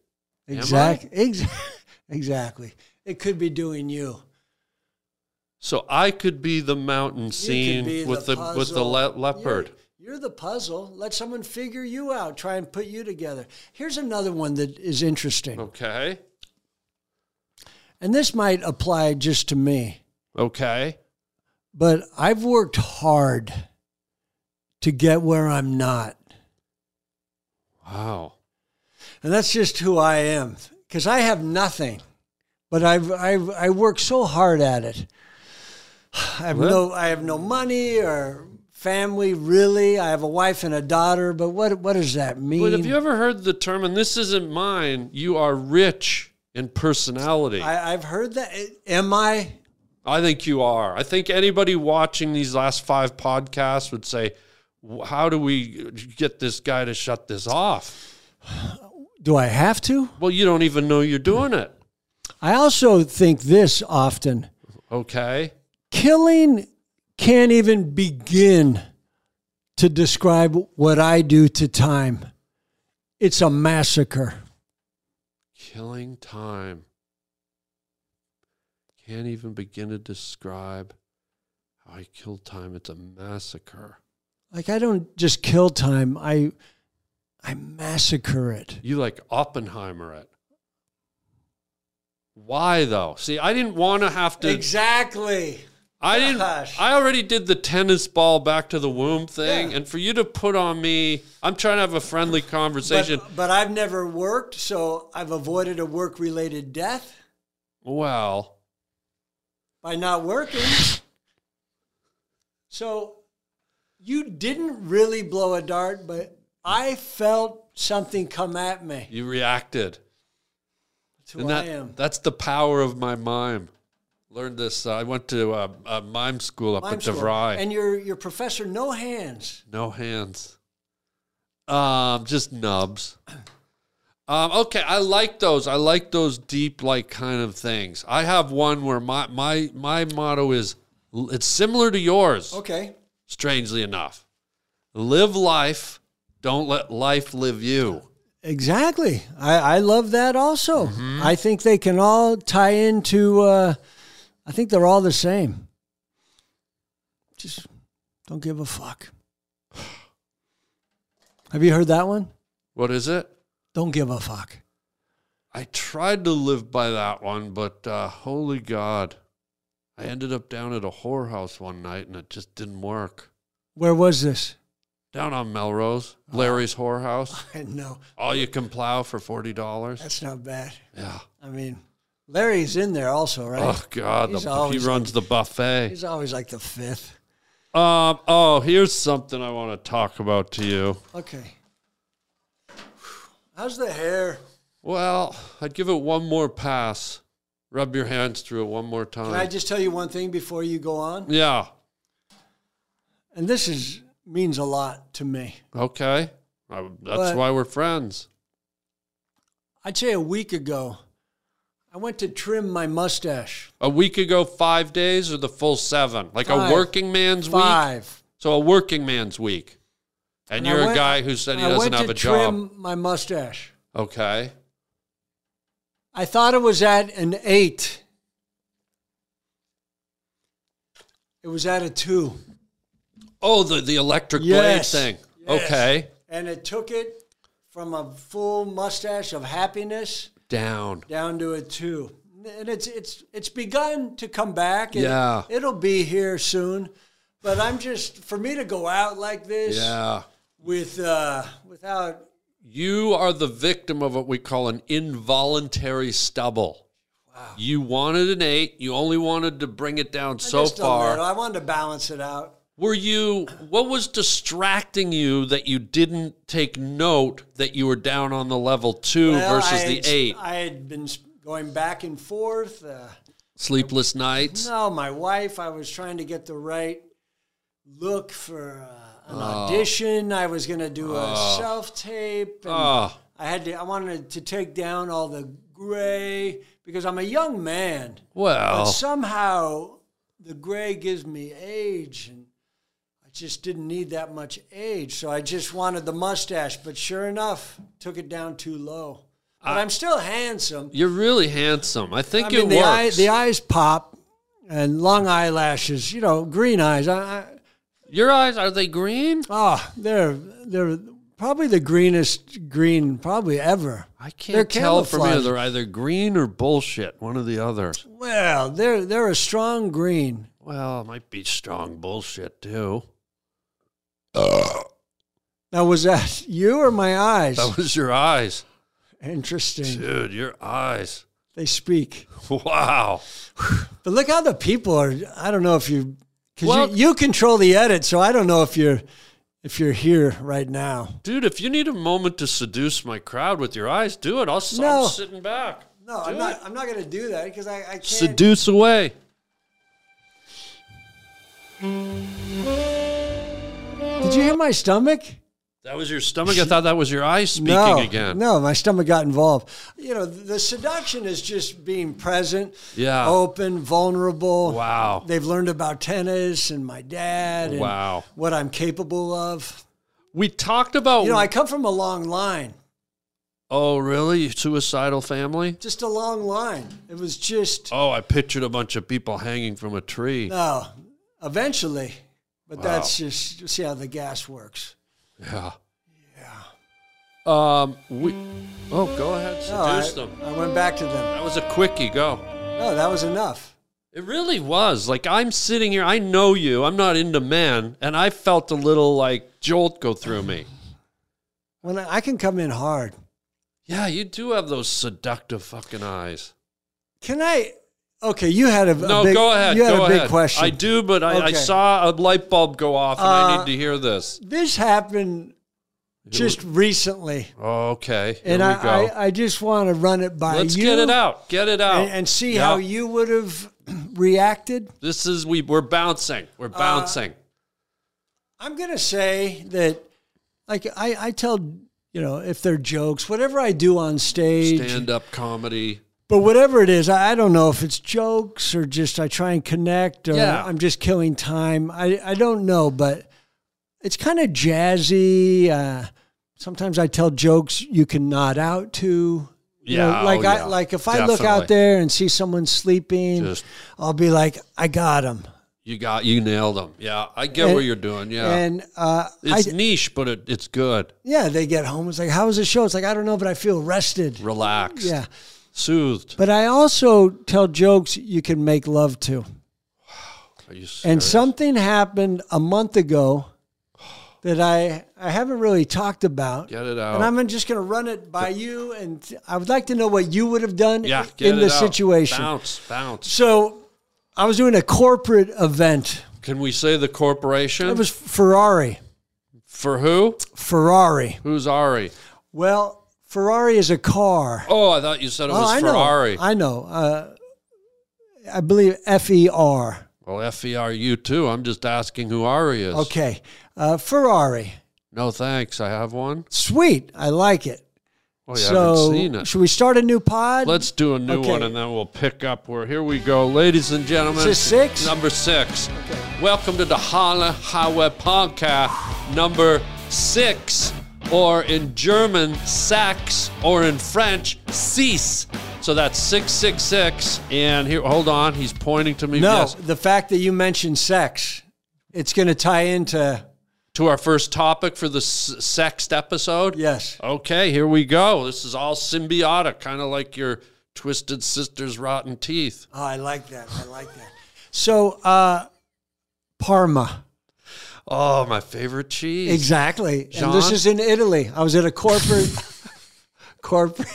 [SPEAKER 2] Am I?
[SPEAKER 1] Exactly. Exactly. It could be doing you.
[SPEAKER 2] So I could be the mountain
[SPEAKER 1] You could
[SPEAKER 2] scene
[SPEAKER 1] be
[SPEAKER 2] with the, with the
[SPEAKER 1] puzzle.
[SPEAKER 2] le- leopard.
[SPEAKER 1] You're, you're the puzzle. Let someone figure you out. Try and put you together. Here's another one that is interesting,
[SPEAKER 2] Oh. Okay.
[SPEAKER 1] and this might apply just to me.
[SPEAKER 2] Okay.
[SPEAKER 1] But I've worked hard to get where I'm not,
[SPEAKER 2] Wow.
[SPEAKER 1] and that's just who I am. Because I have nothing, but I've, I've I work so hard at it. I have no I have no money or family really. I have a wife and a daughter, but what what does that mean?
[SPEAKER 2] But have you ever heard the term, and this isn't mine, you are rich in personality? I,
[SPEAKER 1] I, I've heard that. eh, Am I?
[SPEAKER 2] think you are. I think anybody watching these last five podcasts would say, "W- how do we get this guy to shut this off?
[SPEAKER 1] Do I have to?
[SPEAKER 2] Well, you don't even know you're doing it.
[SPEAKER 1] I also think this often.
[SPEAKER 2] Okay.
[SPEAKER 1] Killing can't even begin to describe what I do to time. It's a massacre.
[SPEAKER 2] Killing time. Can't even begin to describe how I killed time. It's a massacre.
[SPEAKER 1] Like I don't just kill time. I I massacre it.
[SPEAKER 2] You like Oppenheimer it. Why though? See, I didn't want to have to.
[SPEAKER 1] Exactly.
[SPEAKER 2] I didn't.
[SPEAKER 1] Gosh.
[SPEAKER 2] I already did the tennis ball back to the womb thing, and for you to put on me, I'm trying to have a friendly conversation.
[SPEAKER 1] But, but I've never worked, so I've avoided a work related death
[SPEAKER 2] well,
[SPEAKER 1] by not working. So you didn't really blow a dart, but I felt something come at me.
[SPEAKER 2] you reacted,
[SPEAKER 1] That's who
[SPEAKER 2] and that
[SPEAKER 1] I am.
[SPEAKER 2] that's the power of my mime. Learned this. Uh, I went to uh, uh, mime school up
[SPEAKER 1] Mime
[SPEAKER 2] at
[SPEAKER 1] school.
[SPEAKER 2] DeVry.
[SPEAKER 1] And your your professor, no hands.
[SPEAKER 2] No hands. Um, just nubs. Um, okay, I like those. I like those deep, like kind of things. I have one where my my my motto is it's similar to yours,
[SPEAKER 1] Okay.
[SPEAKER 2] strangely enough. Live life, don't let life live you.
[SPEAKER 1] Exactly. I, I love that also.
[SPEAKER 2] Mm-hmm.
[SPEAKER 1] I think they can all tie into, uh, I think they're all the same. Just don't give a fuck. Have you heard that one?
[SPEAKER 2] What is it?
[SPEAKER 1] Don't give a fuck.
[SPEAKER 2] I tried to live by that one, but uh, holy God, I ended up down at a whorehouse one night, and it just didn't work.
[SPEAKER 1] Where was this?
[SPEAKER 2] Down on Melrose,
[SPEAKER 1] Uh-huh.
[SPEAKER 2] Larry's whorehouse.
[SPEAKER 1] no,
[SPEAKER 2] All you can plow for forty dollars.
[SPEAKER 1] that's not bad.
[SPEAKER 2] Yeah.
[SPEAKER 1] I mean, Larry's in there also, right?
[SPEAKER 2] Oh God,
[SPEAKER 1] He's
[SPEAKER 2] the, he
[SPEAKER 1] always
[SPEAKER 2] runs the buffet.
[SPEAKER 1] He's always like the fifth.
[SPEAKER 2] Um. Oh, here's something I want to talk about to you.
[SPEAKER 1] Okay. How's the hair?
[SPEAKER 2] Well, I'd give it one more pass. Rub your hands through it one more time.
[SPEAKER 1] Can I just tell you one thing before you go on?
[SPEAKER 2] yeah.
[SPEAKER 1] And this is means a lot to me.
[SPEAKER 2] Okay. I, that's
[SPEAKER 1] But-
[SPEAKER 2] why we're friends.
[SPEAKER 1] I'd say a week ago, I went to trim my mustache.
[SPEAKER 2] A week ago, five days or the full seven, like
[SPEAKER 1] Five.
[SPEAKER 2] a working man's week.
[SPEAKER 1] Five.
[SPEAKER 2] So a working man's week, and,
[SPEAKER 1] I
[SPEAKER 2] you're a
[SPEAKER 1] went-
[SPEAKER 2] guy who said he
[SPEAKER 1] I
[SPEAKER 2] doesn't
[SPEAKER 1] went
[SPEAKER 2] have
[SPEAKER 1] to
[SPEAKER 2] a job.
[SPEAKER 1] Trim my mustache.
[SPEAKER 2] Okay.
[SPEAKER 1] I thought it was at an eight. It was at a two,
[SPEAKER 2] Oh, the the electric
[SPEAKER 1] Yes.
[SPEAKER 2] blade thing.
[SPEAKER 1] Yes.
[SPEAKER 2] Okay.
[SPEAKER 1] and it took it from a full mustache of happiness
[SPEAKER 2] Down.
[SPEAKER 1] down to a two. And it's it's it's begun to come back. and
[SPEAKER 2] Yeah.
[SPEAKER 1] it'll be here soon. But I'm just for me to go out like this
[SPEAKER 2] Yeah.
[SPEAKER 1] with uh, without
[SPEAKER 2] You are the victim of what we call an involuntary stubble. You wanted an eight. You only wanted to bring it down
[SPEAKER 1] I
[SPEAKER 2] so
[SPEAKER 1] just don't know.
[SPEAKER 2] far.
[SPEAKER 1] I wanted to balance it out.
[SPEAKER 2] Were you, what was distracting you that you didn't take note that you were down on the level two
[SPEAKER 1] Well,
[SPEAKER 2] versus
[SPEAKER 1] I
[SPEAKER 2] the
[SPEAKER 1] had-
[SPEAKER 2] eight?
[SPEAKER 1] I had been s- going back and forth. Uh,
[SPEAKER 2] Sleepless nights?
[SPEAKER 1] no, my wife. I was trying to get the right look for uh, an audition. I was going to do a self tape.
[SPEAKER 2] Ah.
[SPEAKER 1] I had to. I wanted to take down all the gray because I'm a young man. But
[SPEAKER 2] Well,
[SPEAKER 1] somehow the gray gives me age, and I just didn't need that much age. So I just wanted the mustache. But sure enough, took it down too low. But I, am still handsome.
[SPEAKER 2] you're really handsome. I think
[SPEAKER 1] I mean,
[SPEAKER 2] it
[SPEAKER 1] the, eye,
[SPEAKER 2] works.
[SPEAKER 1] the eyes pop and long eyelashes, you know, green eyes. I, I,
[SPEAKER 2] Your eyes, are they green?
[SPEAKER 1] ah, they're, they're probably the greenest green probably ever.
[SPEAKER 2] I
[SPEAKER 1] They're
[SPEAKER 2] can't tell from here.
[SPEAKER 1] camouflage.
[SPEAKER 2] They're either green or bullshit, one or the other.
[SPEAKER 1] Well, they're, they're a strong green.
[SPEAKER 2] Well, it might be strong bullshit too.
[SPEAKER 1] Now, was that you or my eyes?
[SPEAKER 2] That was your eyes.
[SPEAKER 1] Interesting.
[SPEAKER 2] Dude, your eyes.
[SPEAKER 1] They speak.
[SPEAKER 2] Wow.
[SPEAKER 1] But look how the people are. I don't know if you, because
[SPEAKER 2] Well-
[SPEAKER 1] you, you control the edit, so I don't know if you're if you're here right now.
[SPEAKER 2] Dude, if you need a moment to seduce my crowd with your eyes, do it. I'll, s
[SPEAKER 1] No.
[SPEAKER 2] am sitting back.
[SPEAKER 1] No,
[SPEAKER 2] Do
[SPEAKER 1] I'm not.
[SPEAKER 2] it.
[SPEAKER 1] I'm not going to do that because I, I can't.
[SPEAKER 2] Seduce away.
[SPEAKER 1] Did you hear my stomach?
[SPEAKER 2] That was your stomach? I thought that was your eyes speaking
[SPEAKER 1] no,
[SPEAKER 2] again.
[SPEAKER 1] no, my stomach got involved. You know, the seduction is just being present,
[SPEAKER 2] Yeah.
[SPEAKER 1] open, vulnerable.
[SPEAKER 2] Wow.
[SPEAKER 1] They've learned about tennis and my dad. And
[SPEAKER 2] Wow.
[SPEAKER 1] what I'm capable of.
[SPEAKER 2] We talked about.
[SPEAKER 1] You know, I come from a long line.
[SPEAKER 2] oh, really? You Suicidal family?
[SPEAKER 1] Just a long line. It was just
[SPEAKER 2] Oh, I pictured a bunch of people hanging from a tree.
[SPEAKER 1] No, eventually, but that's just see how the gas works.
[SPEAKER 2] Yeah. Um, we. Oh, go ahead, seduce
[SPEAKER 1] No, I,
[SPEAKER 2] them.
[SPEAKER 1] I went back to them.
[SPEAKER 2] That was a quickie. Go.
[SPEAKER 1] No, that was enough.
[SPEAKER 2] It really was. Like I'm sitting here, I know you. I'm not into men, and I felt a little like jolt go through me.
[SPEAKER 1] When I, I can come in hard.
[SPEAKER 2] Yeah, you do have those seductive fucking eyes.
[SPEAKER 1] Can I? Okay, you had a, a
[SPEAKER 2] No,
[SPEAKER 1] big,
[SPEAKER 2] go ahead.
[SPEAKER 1] You had
[SPEAKER 2] go
[SPEAKER 1] a big
[SPEAKER 2] ahead.
[SPEAKER 1] question.
[SPEAKER 2] I do, but I, I
[SPEAKER 1] Okay.
[SPEAKER 2] saw a light bulb go off, and I
[SPEAKER 1] Uh,
[SPEAKER 2] need to hear this.
[SPEAKER 1] This happened just recently,
[SPEAKER 2] Oh, okay. Here
[SPEAKER 1] and
[SPEAKER 2] we
[SPEAKER 1] I,
[SPEAKER 2] go.
[SPEAKER 1] I, I just want to run it by
[SPEAKER 2] Let's
[SPEAKER 1] you.
[SPEAKER 2] get it out. Get it out.
[SPEAKER 1] and, and see
[SPEAKER 2] Yeah.
[SPEAKER 1] how you would have reacted.
[SPEAKER 2] This is we we're bouncing. We're
[SPEAKER 1] Uh,
[SPEAKER 2] bouncing.
[SPEAKER 1] I'm gonna say that, like I, I tell you know if they're jokes, whatever I do on stage,
[SPEAKER 2] Stand up comedy.
[SPEAKER 1] but whatever it is, I, I don't know if it's jokes or just I try and connect or
[SPEAKER 2] Yeah.
[SPEAKER 1] I'm just killing time. I, I don't know, but it's kind of jazzy. Uh, sometimes I tell jokes you can nod out to. You know,
[SPEAKER 2] Yeah,
[SPEAKER 1] like
[SPEAKER 2] oh,
[SPEAKER 1] I
[SPEAKER 2] yeah.
[SPEAKER 1] like if I look out
[SPEAKER 2] Definitely.
[SPEAKER 1] there and see someone sleeping,
[SPEAKER 2] Just-
[SPEAKER 1] I'll be like, I got him.
[SPEAKER 2] You got you nailed them. Yeah, I get what
[SPEAKER 1] And-
[SPEAKER 2] you're doing. Yeah,
[SPEAKER 1] And uh, I,
[SPEAKER 2] it's niche, but it, it's good.
[SPEAKER 1] yeah, they get home. It's like, how was the show? It's like I don't know, but I feel rested.
[SPEAKER 2] Relaxed.
[SPEAKER 1] Yeah,
[SPEAKER 2] soothed.
[SPEAKER 1] but I also tell jokes you can make love to.
[SPEAKER 2] Are you
[SPEAKER 1] And
[SPEAKER 2] serious?
[SPEAKER 1] something happened a month ago that I I haven't really talked about.
[SPEAKER 2] Get it out.
[SPEAKER 1] And I'm just going to run it by you, and t- I would like to know what you would have done
[SPEAKER 2] yeah, get
[SPEAKER 1] in
[SPEAKER 2] it
[SPEAKER 1] the
[SPEAKER 2] out.
[SPEAKER 1] situation.
[SPEAKER 2] Bounce, bounce.
[SPEAKER 1] So I was doing a corporate event.
[SPEAKER 2] Can we say the corporation?
[SPEAKER 1] It was Ferrari.
[SPEAKER 2] For who?
[SPEAKER 1] Ferrari.
[SPEAKER 2] Who's Ari?
[SPEAKER 1] Well, Ferrari is a car.
[SPEAKER 2] Oh, I thought you said it
[SPEAKER 1] Oh,
[SPEAKER 2] was
[SPEAKER 1] I know.
[SPEAKER 2] Ferrari.
[SPEAKER 1] I know. Uh, I believe F E R.
[SPEAKER 2] well, F E R U too. I'm just asking who Ari is.
[SPEAKER 1] Okay. Uh, Ferrari.
[SPEAKER 2] No thanks. I have one.
[SPEAKER 1] Sweet. I like it.
[SPEAKER 2] Oh, you
[SPEAKER 1] so,
[SPEAKER 2] haven't seen it.
[SPEAKER 1] should we start a new pod?
[SPEAKER 2] Let's do a new
[SPEAKER 1] Okay.
[SPEAKER 2] one and then we'll pick up where here we go. Ladies and gentlemen.
[SPEAKER 1] Is this six?
[SPEAKER 2] Number six. Welcome to the Hala Hawe Podcast number six. Or in German, Sax, or in French, cease. So that's 666. And here, hold on, he's pointing to me.
[SPEAKER 1] No,
[SPEAKER 2] Yes.
[SPEAKER 1] the fact that you mentioned sex, it's going to tie into
[SPEAKER 2] To our first topic for the s- sexed episode.
[SPEAKER 1] yes.
[SPEAKER 2] Okay, here we go. This is all symbiotic, kind of like your twisted sister's rotten teeth.
[SPEAKER 1] Oh, I like that. I like that. So, uh, Parma,
[SPEAKER 2] Oh, my favorite cheese.
[SPEAKER 1] exactly. And this
[SPEAKER 2] Jean?
[SPEAKER 1] is in Italy. I was at a corporate, corporate,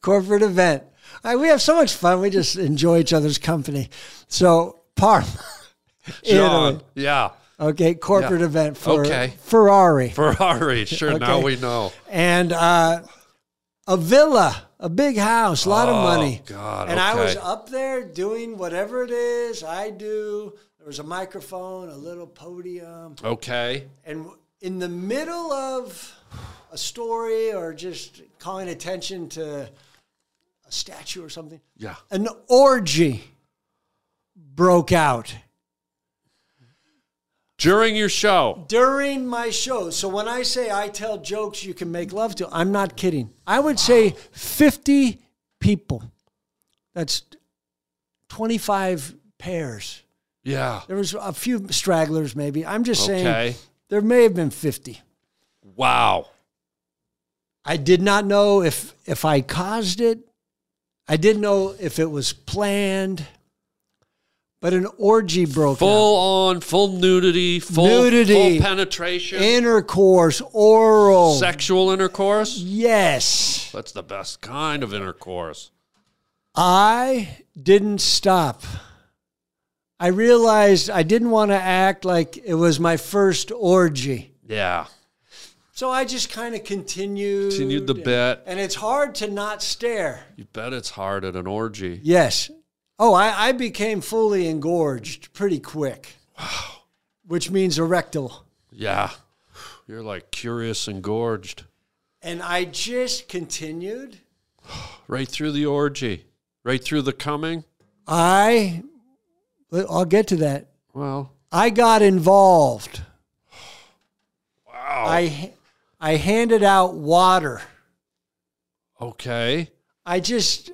[SPEAKER 1] corporate event. I, we have so much fun. We just enjoy each other's company. So, Parma,
[SPEAKER 2] John.
[SPEAKER 1] Italy.
[SPEAKER 2] Yeah.
[SPEAKER 1] Okay, corporate
[SPEAKER 2] Yeah.
[SPEAKER 1] event for
[SPEAKER 2] Okay.
[SPEAKER 1] Ferrari.
[SPEAKER 2] Ferrari. Sure. Now
[SPEAKER 1] Okay.
[SPEAKER 2] we know.
[SPEAKER 1] and uh, a villa, a big house, a lot of money.
[SPEAKER 2] Oh, God,
[SPEAKER 1] and I was
[SPEAKER 2] okay.
[SPEAKER 1] up there doing whatever it is I do. There was a microphone, a little podium,
[SPEAKER 2] Okay.
[SPEAKER 1] and in the middle of a story or just calling attention to a statue or something,
[SPEAKER 2] Yeah.
[SPEAKER 1] an orgy broke out
[SPEAKER 2] During your show.
[SPEAKER 1] during my show. So when I say I tell jokes you can make love to, I'm not kidding. I would say 50 people. That's 25 pairs.
[SPEAKER 2] Yeah.
[SPEAKER 1] There was a few stragglers maybe. I'm just saying
[SPEAKER 2] Okay.
[SPEAKER 1] there may have been 50.
[SPEAKER 2] Wow.
[SPEAKER 1] I did not know if if I caused it. I didn't know if it was planned. But an orgy broke out.
[SPEAKER 2] Full on, full nudity, full,
[SPEAKER 1] Nudity.
[SPEAKER 2] full penetration,
[SPEAKER 1] Intercourse, oral.
[SPEAKER 2] sexual intercourse.
[SPEAKER 1] Yes.
[SPEAKER 2] That's the best kind of intercourse.
[SPEAKER 1] I didn't stop. I realized I didn't want to act like it was my first orgy.
[SPEAKER 2] Yeah.
[SPEAKER 1] So I just kind of continued.
[SPEAKER 2] Continued the bit.
[SPEAKER 1] And it's hard to not stare.
[SPEAKER 2] You bet it's hard at an orgy.
[SPEAKER 1] Yes. Oh, I, I became fully engorged pretty quick. Wow. Which means erectile.
[SPEAKER 2] Yeah. You're like curious and gorged.
[SPEAKER 1] And I just continued.
[SPEAKER 2] Right through the orgy, right through the coming.
[SPEAKER 1] I, I'll get to that.
[SPEAKER 2] Well,
[SPEAKER 1] I got involved. Wow. I I handed out water.
[SPEAKER 2] okay.
[SPEAKER 1] I just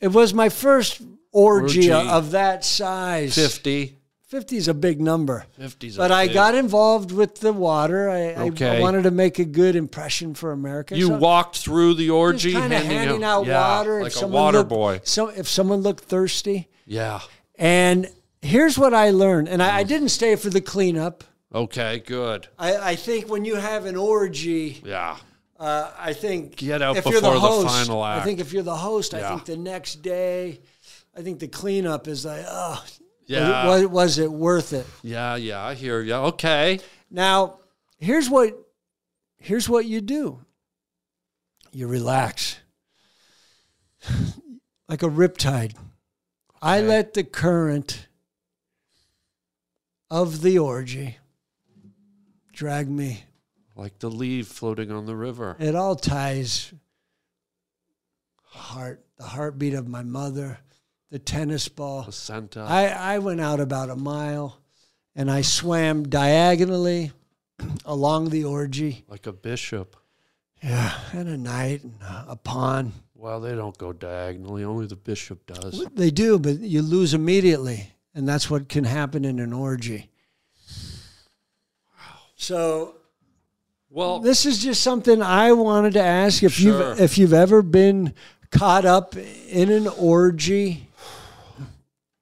[SPEAKER 1] it was my first orgy,
[SPEAKER 2] Orgy.
[SPEAKER 1] of that size.
[SPEAKER 2] 50.
[SPEAKER 1] 50's a big number.
[SPEAKER 2] 50's a
[SPEAKER 1] But I
[SPEAKER 2] big-
[SPEAKER 1] got involved with the water. I, I- I,
[SPEAKER 2] Okay.
[SPEAKER 1] wanted to make a good impression for America.
[SPEAKER 2] You
[SPEAKER 1] so
[SPEAKER 2] walked through the orgy,
[SPEAKER 1] kind of
[SPEAKER 2] handing,
[SPEAKER 1] handing out
[SPEAKER 2] yeah,
[SPEAKER 1] water. if
[SPEAKER 2] like a
[SPEAKER 1] someone
[SPEAKER 2] water
[SPEAKER 1] looked-
[SPEAKER 2] boy.
[SPEAKER 1] So if someone looked thirsty,
[SPEAKER 2] Yeah.
[SPEAKER 1] and here's what I learned, and
[SPEAKER 2] Mm.
[SPEAKER 1] I, I didn't stay for the cleanup.
[SPEAKER 2] Okay. Good.
[SPEAKER 1] I, I think when you have an orgy,
[SPEAKER 2] Yeah.
[SPEAKER 1] uh, I think
[SPEAKER 2] Get out
[SPEAKER 1] if you're the
[SPEAKER 2] before the
[SPEAKER 1] host,
[SPEAKER 2] final act.
[SPEAKER 1] I think if you're the host, I
[SPEAKER 2] Yeah.
[SPEAKER 1] think the next day, I think the cleanup is like, oh,
[SPEAKER 2] Yeah.
[SPEAKER 1] was, was it worth it?
[SPEAKER 2] Yeah. Yeah. I hear you. Okay.
[SPEAKER 1] Now, here's what here's what you do. You relax. like a riptide. I let the current of the orgy drag me.
[SPEAKER 2] Like the leaf floating on the river.
[SPEAKER 1] It all ties heart, the heartbeat of my mother, the tennis ball.
[SPEAKER 2] Placenta.
[SPEAKER 1] I, I went out about a mile and I swam diagonally along the orgy.
[SPEAKER 2] like a bishop.
[SPEAKER 1] Yeah, and a night and a- a pond.
[SPEAKER 2] Well, they don't go diagonally. Only the bishop does.
[SPEAKER 1] They do, but you lose immediately. And that's what can happen in an orgy. So
[SPEAKER 2] Well,
[SPEAKER 1] this is just something I wanted to ask if
[SPEAKER 2] Sure.
[SPEAKER 1] you've if you've ever been caught up in an orgy.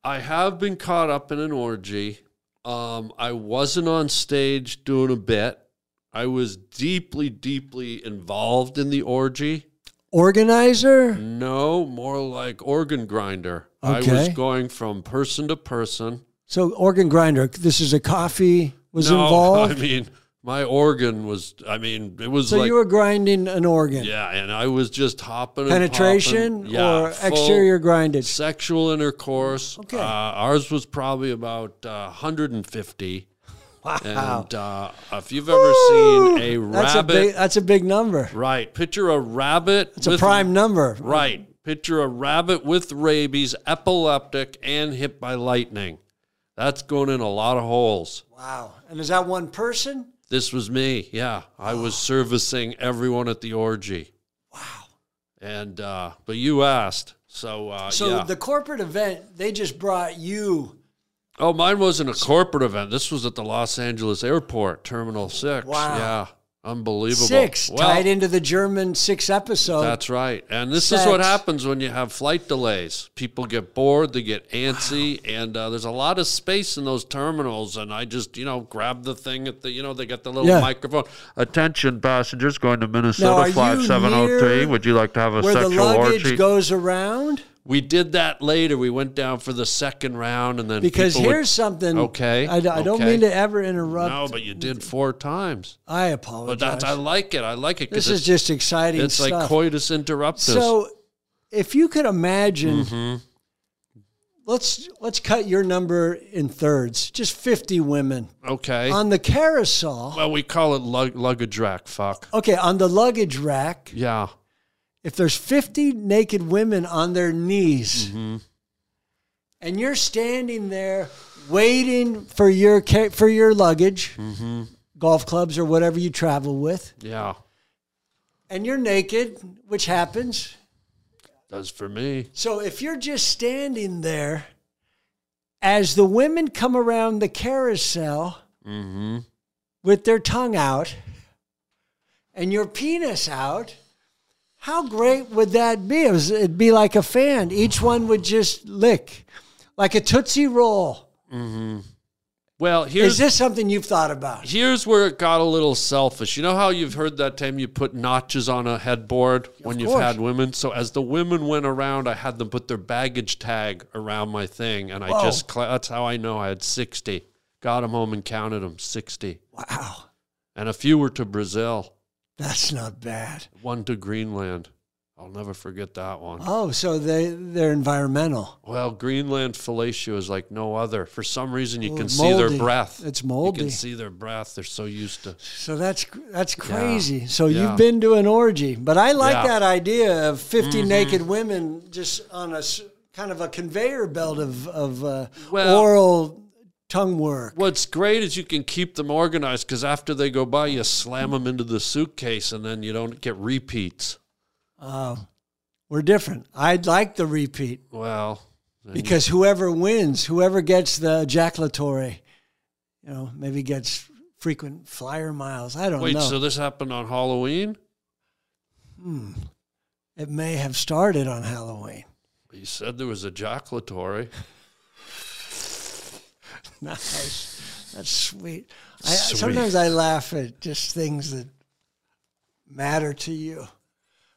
[SPEAKER 2] I have been caught up in an orgy. Um, I wasn't on stage doing a bit. I was deeply, deeply involved in the orgy.
[SPEAKER 1] Organizer?
[SPEAKER 2] No, more like organ grinder. I was
[SPEAKER 1] Okay.
[SPEAKER 2] going from person to person.
[SPEAKER 1] So organ grinder. This is a coffee was
[SPEAKER 2] no,
[SPEAKER 1] involved.
[SPEAKER 2] I mean, my organ was. I mean, it was
[SPEAKER 1] so
[SPEAKER 2] like
[SPEAKER 1] you were grinding an organ.
[SPEAKER 2] yeah, and I was just hopping and
[SPEAKER 1] Penetration
[SPEAKER 2] popping. Yeah,
[SPEAKER 1] or
[SPEAKER 2] full
[SPEAKER 1] exterior grinded?
[SPEAKER 2] sexual intercourse.
[SPEAKER 1] Okay.
[SPEAKER 2] uh, ours was probably about uh, 150.
[SPEAKER 1] Wow.
[SPEAKER 2] And uh, if you've ever seen a
[SPEAKER 1] that's a
[SPEAKER 2] rabbit,
[SPEAKER 1] big that's a big number.
[SPEAKER 2] right? Picture a rabbit.
[SPEAKER 1] It's a prime number.
[SPEAKER 2] Right. Picture a rabbit with rabies, epileptic, and hit by lightning. That's going in a lot of holes.
[SPEAKER 1] Wow. And is that one person?
[SPEAKER 2] This was me. Yeah. I was servicing everyone at the orgy. Wow. And, uh, but you asked. So, uh,
[SPEAKER 1] So
[SPEAKER 2] yeah.
[SPEAKER 1] the corporate event, they just brought you.
[SPEAKER 2] oh, mine wasn't a corporate event. This was at the Los Angeles airport, Terminal 6.
[SPEAKER 1] Wow.
[SPEAKER 2] Yeah. Unbelievable.
[SPEAKER 1] Six
[SPEAKER 2] Well,
[SPEAKER 1] tied into the German six episode.
[SPEAKER 2] That's right. And this is what
[SPEAKER 1] Sex.
[SPEAKER 2] happens when you have flight delays. People get bored, they get antsy, and uh, there's a lot of space in those terminals. And I just, you know, grab the thing at the, you know, they got the little
[SPEAKER 1] Yeah.
[SPEAKER 2] microphone. Attention, passengers going to
[SPEAKER 1] Now, are
[SPEAKER 2] Minnesota
[SPEAKER 1] you
[SPEAKER 2] Flight 703.
[SPEAKER 1] near
[SPEAKER 2] Would you like to have a
[SPEAKER 1] where the
[SPEAKER 2] sexual
[SPEAKER 1] luggage
[SPEAKER 2] orgy?
[SPEAKER 1] goes around.
[SPEAKER 2] we did that later. We went down for the second round, and then
[SPEAKER 1] Because
[SPEAKER 2] people would-
[SPEAKER 1] here's something.
[SPEAKER 2] Okay,
[SPEAKER 1] I, d- I don't
[SPEAKER 2] okay.
[SPEAKER 1] mean to ever interrupt.
[SPEAKER 2] no, but you did four times.
[SPEAKER 1] I
[SPEAKER 2] But
[SPEAKER 1] apologize.
[SPEAKER 2] that's I like it. I like it
[SPEAKER 1] this
[SPEAKER 2] because
[SPEAKER 1] is
[SPEAKER 2] it's,
[SPEAKER 1] just exciting
[SPEAKER 2] it's
[SPEAKER 1] stuff.
[SPEAKER 2] like coitus interruptus.
[SPEAKER 1] so, if you could imagine,
[SPEAKER 2] Mm-hmm.
[SPEAKER 1] let's let's cut your number in thirds. Just fifty women
[SPEAKER 2] okay.
[SPEAKER 1] on the carousel.
[SPEAKER 2] well, we call it lug- luggage rack. Fuck.
[SPEAKER 1] Okay, on the luggage rack,
[SPEAKER 2] Yeah.
[SPEAKER 1] if there's 50 naked women on their knees and you're standing there waiting for your ca- for your luggage, golf clubs or whatever you travel with,
[SPEAKER 2] Yeah,
[SPEAKER 1] and you're naked, which happens.
[SPEAKER 2] does for me.
[SPEAKER 1] So if you're just standing there as the women come around the carousel
[SPEAKER 2] Mm-hmm.
[SPEAKER 1] with their tongue out and your penis out, how great would that be? It was, it'd be like a fan. Each one would just lick, like a Tootsie Roll.
[SPEAKER 2] Well, here's
[SPEAKER 1] Is this something you've thought about?
[SPEAKER 2] here's where it got a little selfish. You know how you've heard that time you put notches on a headboard when you've
[SPEAKER 1] course.
[SPEAKER 2] had women. So as the women went around, I had them put their baggage tag around my thing, and I
[SPEAKER 1] Whoa.
[SPEAKER 2] just cla that's how I know I had sixty. Got them home and counted them sixty,
[SPEAKER 1] Wow,
[SPEAKER 2] and a few were to Brazil,
[SPEAKER 1] that's not bad.
[SPEAKER 2] one to Greenland. I'll never forget that one.
[SPEAKER 1] Oh, so they, they're environmental.
[SPEAKER 2] Well, Greenland fellatio is like no other. For some reason, you
[SPEAKER 1] Ooh,
[SPEAKER 2] can
[SPEAKER 1] it's
[SPEAKER 2] see their
[SPEAKER 1] moldy.
[SPEAKER 2] breath.
[SPEAKER 1] It's
[SPEAKER 2] You
[SPEAKER 1] moldy.
[SPEAKER 2] can see their breath. They're so used to.
[SPEAKER 1] So that's that's crazy. So
[SPEAKER 2] Yeah.
[SPEAKER 1] you've been to an orgy, but I like
[SPEAKER 2] Yeah. Mm-hmm.
[SPEAKER 1] that idea of 50 naked women just on a s- kind of a conveyor belt of of uh,
[SPEAKER 2] Well-
[SPEAKER 1] oral tongue work.
[SPEAKER 2] What's great is you can keep them organized because after they go by, you slam them into the suitcase and then you don't get repeats.
[SPEAKER 1] We're different. I'd like the repeat.
[SPEAKER 2] Well,
[SPEAKER 1] because whoever wins, whoever gets the ejaculatory, you know, maybe gets frequent flyer miles. I don't
[SPEAKER 2] Wait,
[SPEAKER 1] know.
[SPEAKER 2] so this happened on Halloween?
[SPEAKER 1] it may have started on Halloween.
[SPEAKER 2] You said there was ejaculatory.
[SPEAKER 1] Nice. That's sweet. I, sometimes I laugh at just things that matter to you.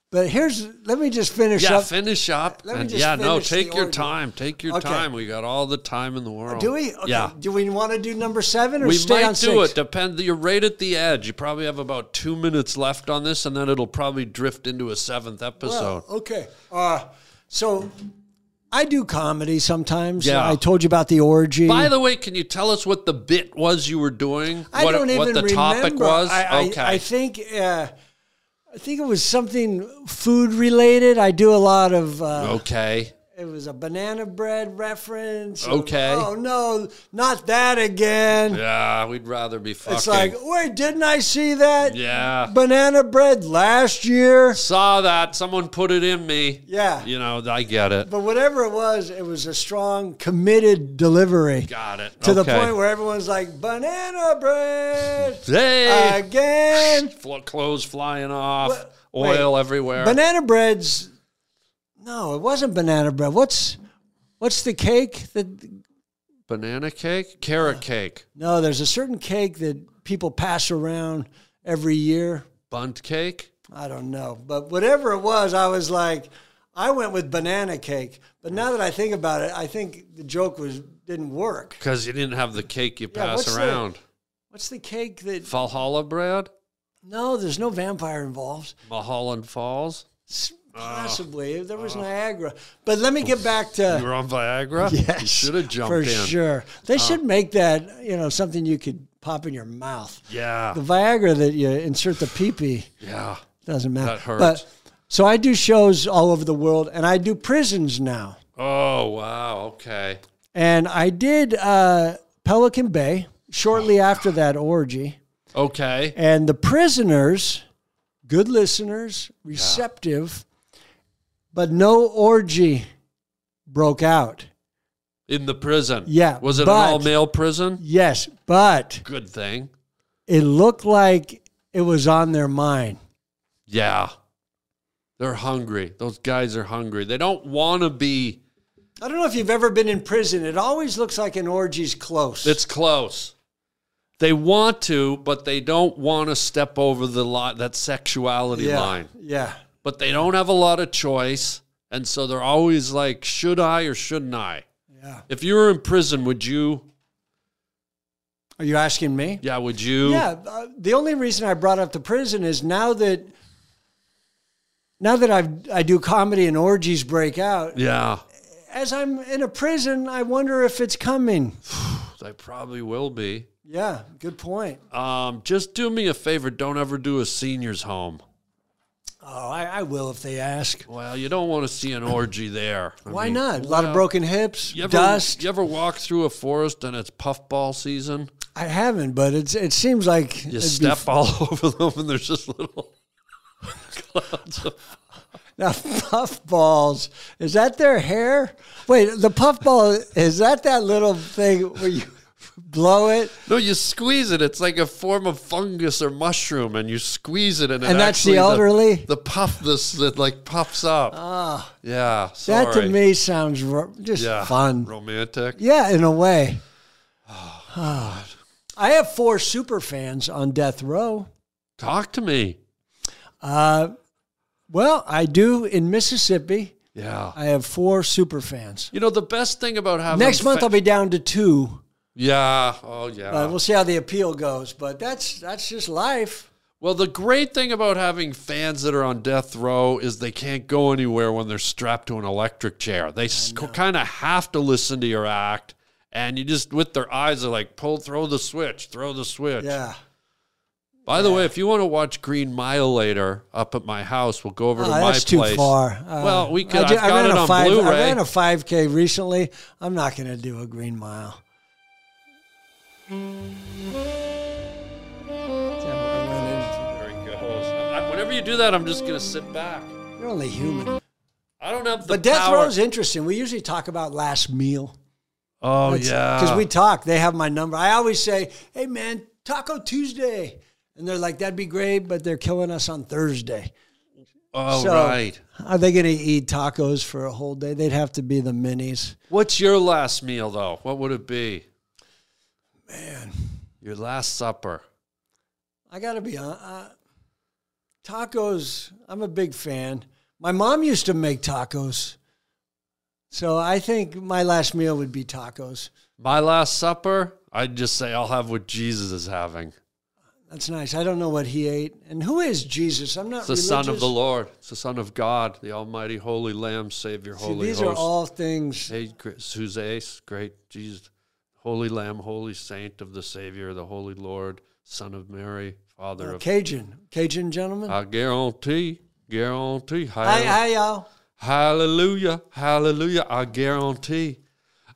[SPEAKER 1] But here's, let me just finish
[SPEAKER 2] Yeah,
[SPEAKER 1] up.
[SPEAKER 2] finish up.
[SPEAKER 1] Let me
[SPEAKER 2] and
[SPEAKER 1] just
[SPEAKER 2] yeah, no,
[SPEAKER 1] finish the
[SPEAKER 2] take your
[SPEAKER 1] order.
[SPEAKER 2] time. Take your
[SPEAKER 1] Okay.
[SPEAKER 2] time. We got all the time in the world.
[SPEAKER 1] do we? Okay.
[SPEAKER 2] Yeah.
[SPEAKER 1] Do we want to do number seven or
[SPEAKER 2] We
[SPEAKER 1] stay
[SPEAKER 2] might
[SPEAKER 1] on
[SPEAKER 2] do
[SPEAKER 1] six?
[SPEAKER 2] it. Depend. You're right at the edge. You probably have about two minutes left on this, and then it'll probably drift into a seventh episode.
[SPEAKER 1] Well, okay. Uh, so I do comedy sometimes.
[SPEAKER 2] Yeah.
[SPEAKER 1] I told you about the orgy.
[SPEAKER 2] By the way, can you tell us what the bit was you were doing?
[SPEAKER 1] I
[SPEAKER 2] what,
[SPEAKER 1] don't even
[SPEAKER 2] what the
[SPEAKER 1] remember.
[SPEAKER 2] topic was?
[SPEAKER 1] I, I,
[SPEAKER 2] okay.
[SPEAKER 1] I think uh, I think it was something food related. I do a lot of. Uh,
[SPEAKER 2] okay.
[SPEAKER 1] It was a banana bread reference.
[SPEAKER 2] Okay.
[SPEAKER 1] Oh no, not that again.
[SPEAKER 2] Yeah, we'd rather be fucking.
[SPEAKER 1] It's like, wait, didn't I see that?
[SPEAKER 2] Yeah.
[SPEAKER 1] Banana bread last year.
[SPEAKER 2] Saw that. Someone put it in me.
[SPEAKER 1] Yeah.
[SPEAKER 2] You know, I get it.
[SPEAKER 1] But whatever it was, it was a strong, committed delivery.
[SPEAKER 2] Got it.
[SPEAKER 1] to the
[SPEAKER 2] Okay.
[SPEAKER 1] point where everyone's like banana bread uh,
[SPEAKER 2] Hey!
[SPEAKER 1] again
[SPEAKER 2] Fl- clothes flying off,
[SPEAKER 1] Wha-
[SPEAKER 2] oil everywhere.
[SPEAKER 1] banana breads no it wasn't banana bread what's what's the cake that
[SPEAKER 2] Banana cake? Carrot cake.
[SPEAKER 1] no there's a certain cake that people pass around every year
[SPEAKER 2] Bunt cake?
[SPEAKER 1] i don't know but whatever it was i was like i went with banana cake but now that i think about it i think the joke was didn't work
[SPEAKER 2] Because you didn't have the cake you
[SPEAKER 1] Yeah,
[SPEAKER 2] pass
[SPEAKER 1] what's the-
[SPEAKER 2] around.
[SPEAKER 1] what's the cake that
[SPEAKER 2] Valhalla bread?
[SPEAKER 1] no there's no vampire involved
[SPEAKER 2] Mulholland Falls?
[SPEAKER 1] S-
[SPEAKER 2] Ah.
[SPEAKER 1] Possibly. there was Niagara. But let me get back
[SPEAKER 2] You
[SPEAKER 1] to.
[SPEAKER 2] were on Viagra? You should have jumped
[SPEAKER 1] for
[SPEAKER 2] in. Ah.
[SPEAKER 1] sure. They should make that, you know, something you could pop in your mouth.
[SPEAKER 2] Yeah.
[SPEAKER 1] The Viagra that you insert the pee pee
[SPEAKER 2] Yeah.
[SPEAKER 1] doesn't matter.
[SPEAKER 2] That hurts.
[SPEAKER 1] But, so I do shows all over the world and I do prisons now.
[SPEAKER 2] Oh, wow. Okay.
[SPEAKER 1] And I did uh, Pelican Bay shortly after that orgy.
[SPEAKER 2] Okay.
[SPEAKER 1] And the prisoners, good listeners, receptive, but no orgy broke out.
[SPEAKER 2] In the prison.
[SPEAKER 1] Yeah,
[SPEAKER 2] Was it
[SPEAKER 1] but-
[SPEAKER 2] an all male prison?
[SPEAKER 1] Yes, but
[SPEAKER 2] Good thing.
[SPEAKER 1] it looked like it was on their mind.
[SPEAKER 2] Yeah. They're hungry. Those guys are hungry. They don't want to be.
[SPEAKER 1] I don't know if you've ever been in prison. It always looks like an orgy's close.
[SPEAKER 2] It's close. They want to, but they don't want to step over the line, that sexuality
[SPEAKER 1] yeah,
[SPEAKER 2] line.
[SPEAKER 1] Yeah.
[SPEAKER 2] But they don't have a lot of choice. And so they're always like, should I or shouldn't I?
[SPEAKER 1] Yeah.
[SPEAKER 2] If you were in prison, would you?
[SPEAKER 1] Are you asking me?
[SPEAKER 2] Yeah, would you?
[SPEAKER 1] Yeah, uh, the only reason I brought up the prison is now that now that I've, I do comedy and orgies break out,
[SPEAKER 2] Yeah.
[SPEAKER 1] as I'm in a prison, I wonder if it's coming.
[SPEAKER 2] They probably will be.
[SPEAKER 1] Yeah, good point.
[SPEAKER 2] Um, just do me a favor. Don't ever do a senior's home.
[SPEAKER 1] Oh, I, I will if they ask.
[SPEAKER 2] Well, you don't want to see an orgy there. I
[SPEAKER 1] Why
[SPEAKER 2] mean,
[SPEAKER 1] not? A lot of broken hips,
[SPEAKER 2] You ever,
[SPEAKER 1] dust.
[SPEAKER 2] You ever walk through a forest and it's puffball season?
[SPEAKER 1] I haven't, but it's it seems like
[SPEAKER 2] You
[SPEAKER 1] it'd be
[SPEAKER 2] step
[SPEAKER 1] f-
[SPEAKER 2] all over them and there's just little clouds of
[SPEAKER 1] now puff balls. Is that their hair? Wait, the puff ball is that that little thing where you blow it
[SPEAKER 2] No, you squeeze it. It's like a form of fungus or mushroom, and you squeeze it, and, it
[SPEAKER 1] And that's the
[SPEAKER 2] actually-
[SPEAKER 1] elderly?
[SPEAKER 2] The, puff this that like puffs up. Ah, yeah. Sorry.
[SPEAKER 1] that to me sounds ro- just
[SPEAKER 2] yeah,
[SPEAKER 1] fun.
[SPEAKER 2] romantic.
[SPEAKER 1] Yeah, in a way.
[SPEAKER 2] Oh,
[SPEAKER 1] I have four super fans on death row.
[SPEAKER 2] Talk to me.
[SPEAKER 1] Well, I do in Mississippi.
[SPEAKER 2] Yeah.
[SPEAKER 1] I have four super fans.
[SPEAKER 2] you know the best thing about having
[SPEAKER 1] Next month
[SPEAKER 2] fa-
[SPEAKER 1] I'll be down to two.
[SPEAKER 2] Yeah. Oh yeah.
[SPEAKER 1] Uh, we'll see how the appeal goes, but that's that's just life.
[SPEAKER 2] Well, the great thing about having fans that are on death row is they can't go anywhere when they're strapped to an electric chair. They kind of have to listen to your act, and you just with their eyes are like, pull, throw the switch, throw the switch.
[SPEAKER 1] Yeah.
[SPEAKER 2] By the way, if you want to watch Green Mile later up at my house, we'll go over
[SPEAKER 1] Uh,
[SPEAKER 2] to my
[SPEAKER 1] that's too
[SPEAKER 2] place.
[SPEAKER 1] far. Uh,
[SPEAKER 2] well, we could. I
[SPEAKER 1] ju-
[SPEAKER 2] have got
[SPEAKER 1] ran
[SPEAKER 2] it
[SPEAKER 1] a
[SPEAKER 2] on
[SPEAKER 1] five,
[SPEAKER 2] Blu-ray.
[SPEAKER 1] I ran a 5K recently. I'm not going to do a green mile.
[SPEAKER 2] There he goes. I- whenever you do that, I'm just gonna sit back.
[SPEAKER 1] You're only human.
[SPEAKER 2] I don't don't have the
[SPEAKER 1] but death
[SPEAKER 2] power.
[SPEAKER 1] row is interesting. We usually talk about last meal.
[SPEAKER 2] oh yeah,
[SPEAKER 1] Because we talk. They have my number. I always say, hey, man, Taco Tuesday. And they're like, that'd be great, but they're killing us on Thursday.
[SPEAKER 2] oh
[SPEAKER 1] so-
[SPEAKER 2] right.
[SPEAKER 1] Are they going to eat tacos for a whole day? They'd have to be the minis.
[SPEAKER 2] What's your last meal though? What would it be? Man, your last supper.
[SPEAKER 1] I got to be honest. Uh, tacos, I'm a big fan. My mom used to make tacos. So I think my last meal would be tacos.
[SPEAKER 2] My last supper. I'd just say I'll have what Jesus is having.
[SPEAKER 1] That's nice. I don't know what he ate. And who is Jesus? I'm not
[SPEAKER 2] It's the Son of
[SPEAKER 1] religious.
[SPEAKER 2] the Lord. It's the Son of God, the Almighty, Holy Lamb, Savior,
[SPEAKER 1] See,
[SPEAKER 2] Holy
[SPEAKER 1] these
[SPEAKER 2] Host.
[SPEAKER 1] are all things.
[SPEAKER 2] Hey, Suzeis, great Jesus, Holy Lamb, Holy Saint of the Savior, the Holy Lord, Son of Mary,
[SPEAKER 1] Uh,
[SPEAKER 2] Father of.
[SPEAKER 1] Cajun. Cajun gentlemen.
[SPEAKER 2] I guarantee, guarantee,
[SPEAKER 1] Hi,
[SPEAKER 2] hallelujah,
[SPEAKER 1] hi, y'all.
[SPEAKER 2] hallelujah, hallelujah, I guarantee.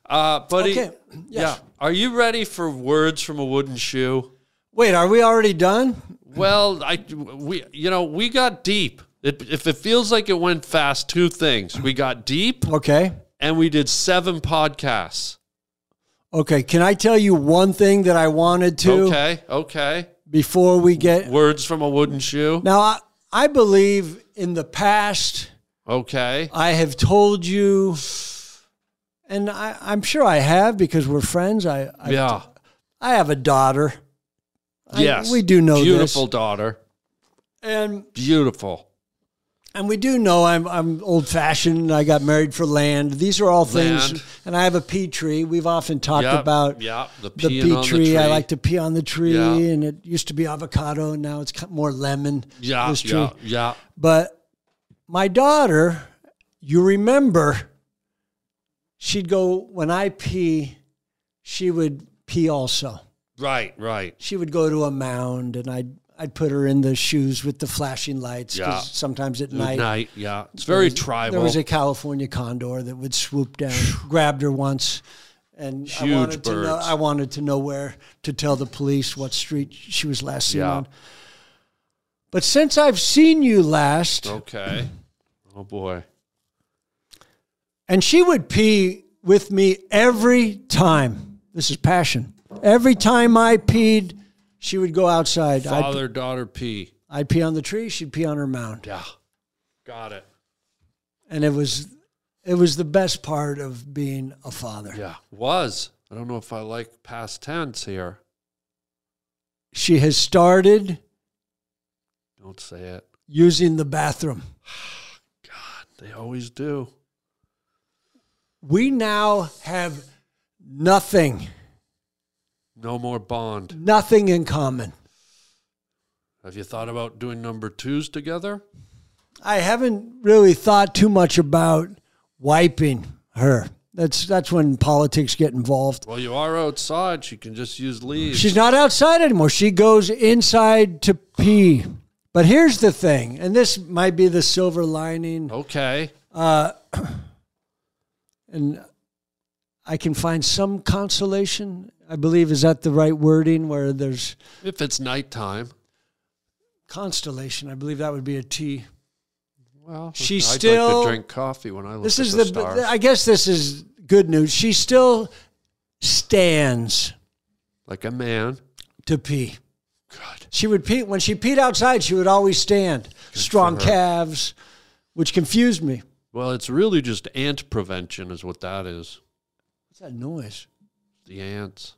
[SPEAKER 2] Uh, buddy,
[SPEAKER 1] Okay, yes.
[SPEAKER 2] yeah, are you ready for words from a wooden shoe?
[SPEAKER 1] Wait, are we already done?
[SPEAKER 2] Well, I we you know we got deep. It, if it feels like it went fast, two things: we got deep,
[SPEAKER 1] Okay.
[SPEAKER 2] and we did seven podcasts.
[SPEAKER 1] Okay. Can I tell you one thing that I wanted to
[SPEAKER 2] Okay, okay.
[SPEAKER 1] before we get
[SPEAKER 2] Words from a wooden shoe.
[SPEAKER 1] now? I, I believe in the past
[SPEAKER 2] Okay.
[SPEAKER 1] I have told you, and I, I'm sure I have because we're friends. I I,
[SPEAKER 2] yeah.
[SPEAKER 1] I have a daughter, I-
[SPEAKER 2] yes.
[SPEAKER 1] we do know this.
[SPEAKER 2] Beautiful daughter.
[SPEAKER 1] and
[SPEAKER 2] Beautiful.
[SPEAKER 1] and we do know I'm I'm old fashioned. I got married for land. These are all things,
[SPEAKER 2] Land.
[SPEAKER 1] and I have a pea tree. We've often talked
[SPEAKER 2] Yep,
[SPEAKER 1] about
[SPEAKER 2] yep, the
[SPEAKER 1] the
[SPEAKER 2] peeing
[SPEAKER 1] pea
[SPEAKER 2] on the
[SPEAKER 1] tree. I
[SPEAKER 2] tree.
[SPEAKER 1] like to pee on the tree,
[SPEAKER 2] Yeah.
[SPEAKER 1] and it used to be avocado. and Now it's cut- more lemon.
[SPEAKER 2] Yeah.
[SPEAKER 1] this tree.
[SPEAKER 2] Yeah. Yeah.
[SPEAKER 1] But my daughter, you remember, she'd go when I pee, she would pee also.
[SPEAKER 2] Right. Right.
[SPEAKER 1] She would go to a mound, and I'd I'd put her in the shoes with the flashing lights
[SPEAKER 2] Yeah.
[SPEAKER 1] because sometimes at
[SPEAKER 2] Night.
[SPEAKER 1] night
[SPEAKER 2] Yeah. It's very
[SPEAKER 1] there
[SPEAKER 2] tribal.
[SPEAKER 1] was a California condor that would swoop down, grabbed her once, and
[SPEAKER 2] Huge
[SPEAKER 1] I wanted to know.
[SPEAKER 2] birds.
[SPEAKER 1] I wanted to know where to tell the police what street she was last seen
[SPEAKER 2] Yeah.
[SPEAKER 1] on. But since I've seen you last,
[SPEAKER 2] okay. Oh boy.
[SPEAKER 1] and she would pee with me every time. This is passion. Every time I peed, she would go outside. I'd,
[SPEAKER 2] Father daughter P.
[SPEAKER 1] I'd pee on the tree. She'd pee on her mound,
[SPEAKER 2] Yeah. Got it.
[SPEAKER 1] and it was, it was the best part of being a father.
[SPEAKER 2] Yeah. Was. I don't know if I like past tense here.
[SPEAKER 1] She has started
[SPEAKER 2] Don't say it.
[SPEAKER 1] using the bathroom.
[SPEAKER 2] They always do.
[SPEAKER 1] We now have nothing,
[SPEAKER 2] No more bond.
[SPEAKER 1] nothing in common.
[SPEAKER 2] Have you thought about doing number twos together?
[SPEAKER 1] I haven't really thought too much about wiping her. That's that's when politics get involved.
[SPEAKER 2] Well, you are outside. She can just use leaves.
[SPEAKER 1] She's not outside anymore. She goes inside to pee. But here's the thing, and this might be the silver lining,
[SPEAKER 2] okay.
[SPEAKER 1] and I can find some consolation. I believe is that the right wording where there's
[SPEAKER 2] If it's nighttime,
[SPEAKER 1] constellation. I believe that would be a T.
[SPEAKER 2] well,
[SPEAKER 1] She
[SPEAKER 2] I'd like
[SPEAKER 1] still-
[SPEAKER 2] to drink coffee when I look
[SPEAKER 1] This
[SPEAKER 2] at
[SPEAKER 1] is
[SPEAKER 2] the,
[SPEAKER 1] the,
[SPEAKER 2] stars.
[SPEAKER 1] I guess this is good news. She still stands
[SPEAKER 2] like a man.
[SPEAKER 1] to pee.
[SPEAKER 2] God,
[SPEAKER 1] She would pee when she peed outside. She would always stand. Strong
[SPEAKER 2] her.
[SPEAKER 1] calves, which confused me.
[SPEAKER 2] well, it's really just ant prevention, is what that is.
[SPEAKER 1] What's that noise?
[SPEAKER 2] The ants,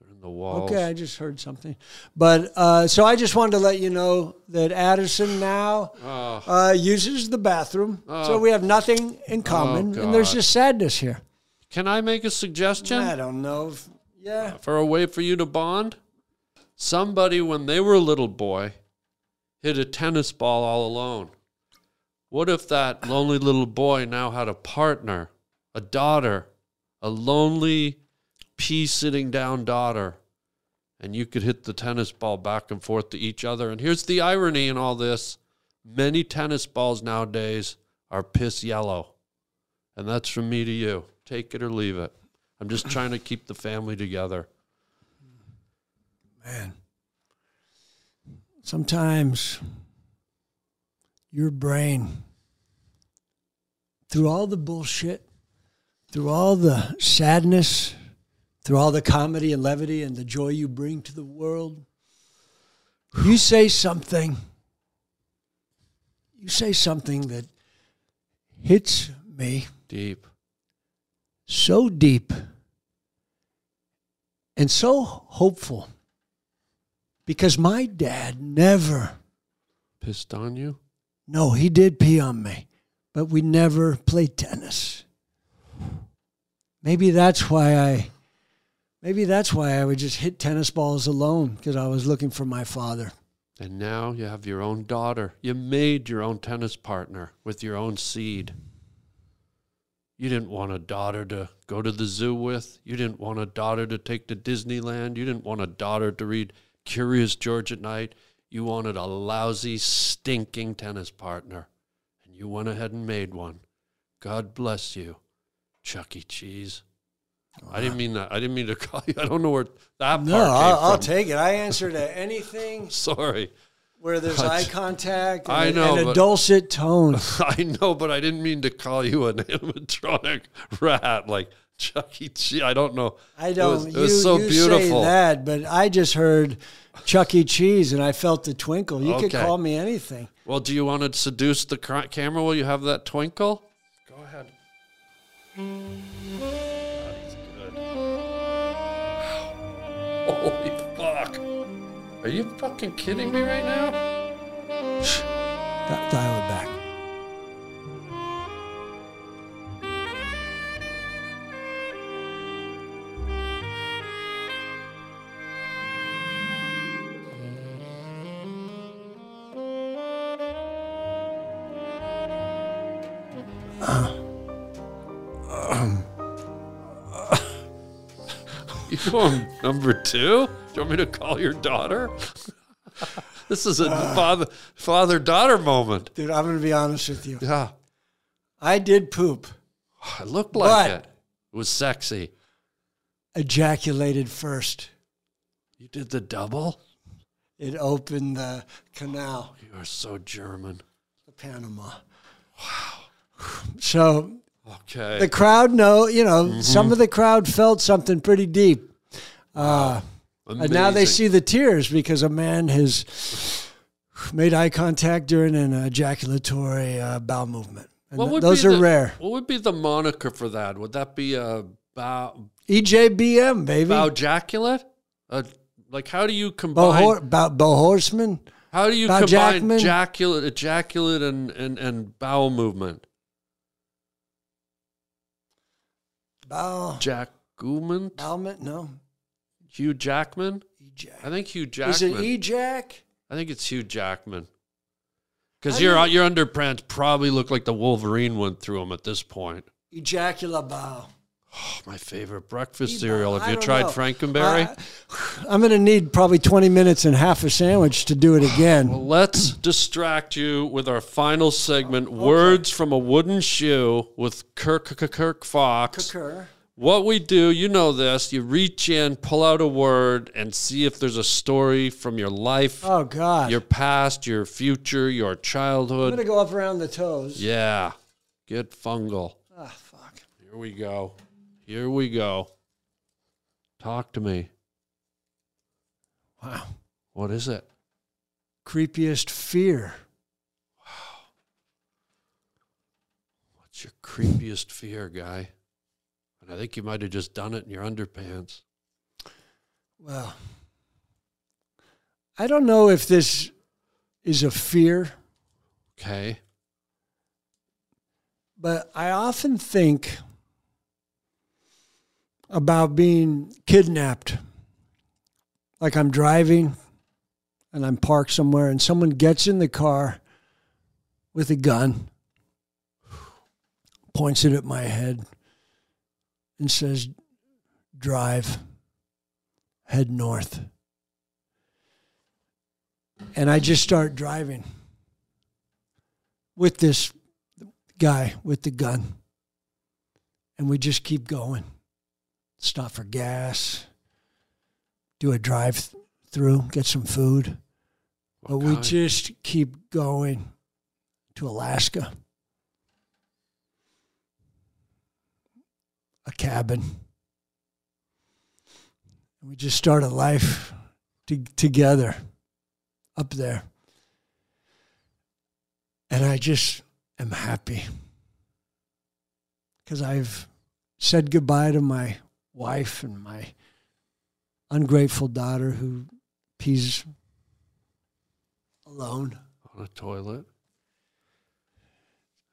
[SPEAKER 2] they're in the walls.
[SPEAKER 1] Okay, I just heard something. But uh, so I just wanted to let you know that Addison now
[SPEAKER 2] Ah.
[SPEAKER 1] uh, uses the bathroom. so we have nothing in common. and there's
[SPEAKER 2] Uh. Oh, God.
[SPEAKER 1] just sadness here.
[SPEAKER 2] Can I make a suggestion
[SPEAKER 1] I don't know. If, yeah.
[SPEAKER 2] for a way for you to bond? Somebody, when they were a little boy, hit a tennis ball all alone. What if that lonely little boy now had a partner, a daughter, a lonely, pea sitting down daughter, and you could hit the tennis ball back and forth to each other? And here's the irony in all this many tennis balls nowadays are piss yellow. And that's from me to you. Take it or leave it. I'm just trying to keep the family together.
[SPEAKER 1] Sometimes your brain through all the bullshit, through all the sadness, through all the comedy and levity and the joy you bring to the world, you say something. You say something that hits me
[SPEAKER 2] Deep.
[SPEAKER 1] so deep and so hopeful because my dad never,
[SPEAKER 2] Pissed on you?
[SPEAKER 1] no, he did pee on me, but we never played tennis. Maybe that's why I, maybe that's why I would just hit tennis balls alone because I was looking for my father.
[SPEAKER 2] And now you have your own daughter. You made your own tennis partner with your own seed. You didn't want a daughter to go to the zoo with. You didn't want a daughter to take to Disneyland. You didn't want a daughter to read Curious George at night. You wanted a lousy, stinking tennis partner. And you went ahead and made one. God bless you, Chuck E. Cheese. I didn't mean that. I didn't mean to call you. I don't know where that part
[SPEAKER 1] No,
[SPEAKER 2] came
[SPEAKER 1] I'll, I'll
[SPEAKER 2] from.
[SPEAKER 1] take it. I answer to anything
[SPEAKER 2] Sorry.
[SPEAKER 1] where there's
[SPEAKER 2] God.
[SPEAKER 1] eye contact and,
[SPEAKER 2] I
[SPEAKER 1] a-
[SPEAKER 2] know,
[SPEAKER 1] and a
[SPEAKER 2] but-
[SPEAKER 1] dulcet tone.
[SPEAKER 2] I know, but I didn't mean to call you an animatronic rat like Chuck E. Cheese. I don't know.
[SPEAKER 1] I
[SPEAKER 2] It
[SPEAKER 1] don't.
[SPEAKER 2] was- It was,
[SPEAKER 1] you,
[SPEAKER 2] so
[SPEAKER 1] you
[SPEAKER 2] beautiful.
[SPEAKER 1] say that, but I just heard Chuck E. Cheese and I felt the twinkle. You could
[SPEAKER 2] Okay.
[SPEAKER 1] call me anything.
[SPEAKER 2] Well, do you want to seduce the cr- camera while you have that twinkle? Go ahead. God, he's good. Holy fuck. Are you fucking kidding me right now?
[SPEAKER 1] Di- Dial it back.
[SPEAKER 2] You on number two? Do you want me to call your daughter? this is a
[SPEAKER 1] Uh.
[SPEAKER 2] father father daughter moment.
[SPEAKER 1] Dude, I'm going to be honest with you.
[SPEAKER 2] Yeah.
[SPEAKER 1] I did poop,
[SPEAKER 2] It looked
[SPEAKER 1] But-
[SPEAKER 2] like it. It was sexy.
[SPEAKER 1] ejaculated first.
[SPEAKER 2] You did the double?
[SPEAKER 1] It opened the canal,
[SPEAKER 2] You are so German.
[SPEAKER 1] the Panama. Wow. So
[SPEAKER 2] Okay.
[SPEAKER 1] the crowd, know, you know, some of the crowd felt something pretty deep. And uh, now they
[SPEAKER 2] Amazing.
[SPEAKER 1] see the tears because a man has made eye contact during an ejaculatory uh, bowel movement. And th-
[SPEAKER 2] be
[SPEAKER 1] those are
[SPEAKER 2] the-
[SPEAKER 1] rare.
[SPEAKER 2] What would be the moniker for that? Would that be a bow,
[SPEAKER 1] E EJBM, baby.
[SPEAKER 2] bow
[SPEAKER 1] Bow,
[SPEAKER 2] jaculate? A, like how do you combine?
[SPEAKER 1] bow, bow, horseman.
[SPEAKER 2] how do you
[SPEAKER 1] bow
[SPEAKER 2] combine
[SPEAKER 1] jackman?
[SPEAKER 2] ejaculate, ejaculate, and, and and bowel movement?
[SPEAKER 1] Bow.
[SPEAKER 2] Jackman?
[SPEAKER 1] Helmet? No.
[SPEAKER 2] Hugh Jackman? I
[SPEAKER 1] Ejac.
[SPEAKER 2] think Hugh
[SPEAKER 1] Is
[SPEAKER 2] Jackman.
[SPEAKER 1] it E- ejac?
[SPEAKER 2] I think it's Hugh Jackman. Because
[SPEAKER 1] I
[SPEAKER 2] your
[SPEAKER 1] mean-
[SPEAKER 2] your underpants probably look like the Wolverine went through them at this point. Oh,
[SPEAKER 1] Ejacula bow.
[SPEAKER 2] My favorite breakfast
[SPEAKER 1] Eba-
[SPEAKER 2] cereal. Have
[SPEAKER 1] I
[SPEAKER 2] you
[SPEAKER 1] don't
[SPEAKER 2] tried
[SPEAKER 1] know. Uh,
[SPEAKER 2] Frankenberry?
[SPEAKER 1] I- I'm going to need probably 20 minutes and half a sandwich to do it again.
[SPEAKER 2] Let's distract you with our final segment Words from a Wooden Shoe with Kirk, Kirk, Kirk Fox.
[SPEAKER 1] Occur.
[SPEAKER 2] What we do, you know this, you reach in, pull out a word, and see if there's a story from your life,
[SPEAKER 1] Oh, God.
[SPEAKER 2] your past, your future, your
[SPEAKER 1] I'm going
[SPEAKER 2] childhood.
[SPEAKER 1] to go up around the toes.
[SPEAKER 2] Yeah. Get fungal.
[SPEAKER 1] Ah, fuck.
[SPEAKER 2] Here we go. Here we go. Talk to me.
[SPEAKER 1] Wow.
[SPEAKER 2] What is it?
[SPEAKER 1] Creepiest fear.
[SPEAKER 2] What's your creepiest fear, guy? And I think you might have just done it in your underpants.
[SPEAKER 1] Well, I don't know if this is a fear,
[SPEAKER 2] Okay.
[SPEAKER 1] but I often think about being kidnapped. Like I'm driving and I'm parked somewhere, and someone gets in the car with a gun, points it at my head, and says, Drive, head north. And I just start driving with this guy with the gun. And we just keep going. Stop for gas, do a drive th- through, get some food. But we
[SPEAKER 2] kind?
[SPEAKER 1] just keep going to Alaska. a cabin. And we just started life to, together up there. And I just am happy because I've said goodbye to my wife and my ungrateful daughter who pees alone.
[SPEAKER 2] on a toilet.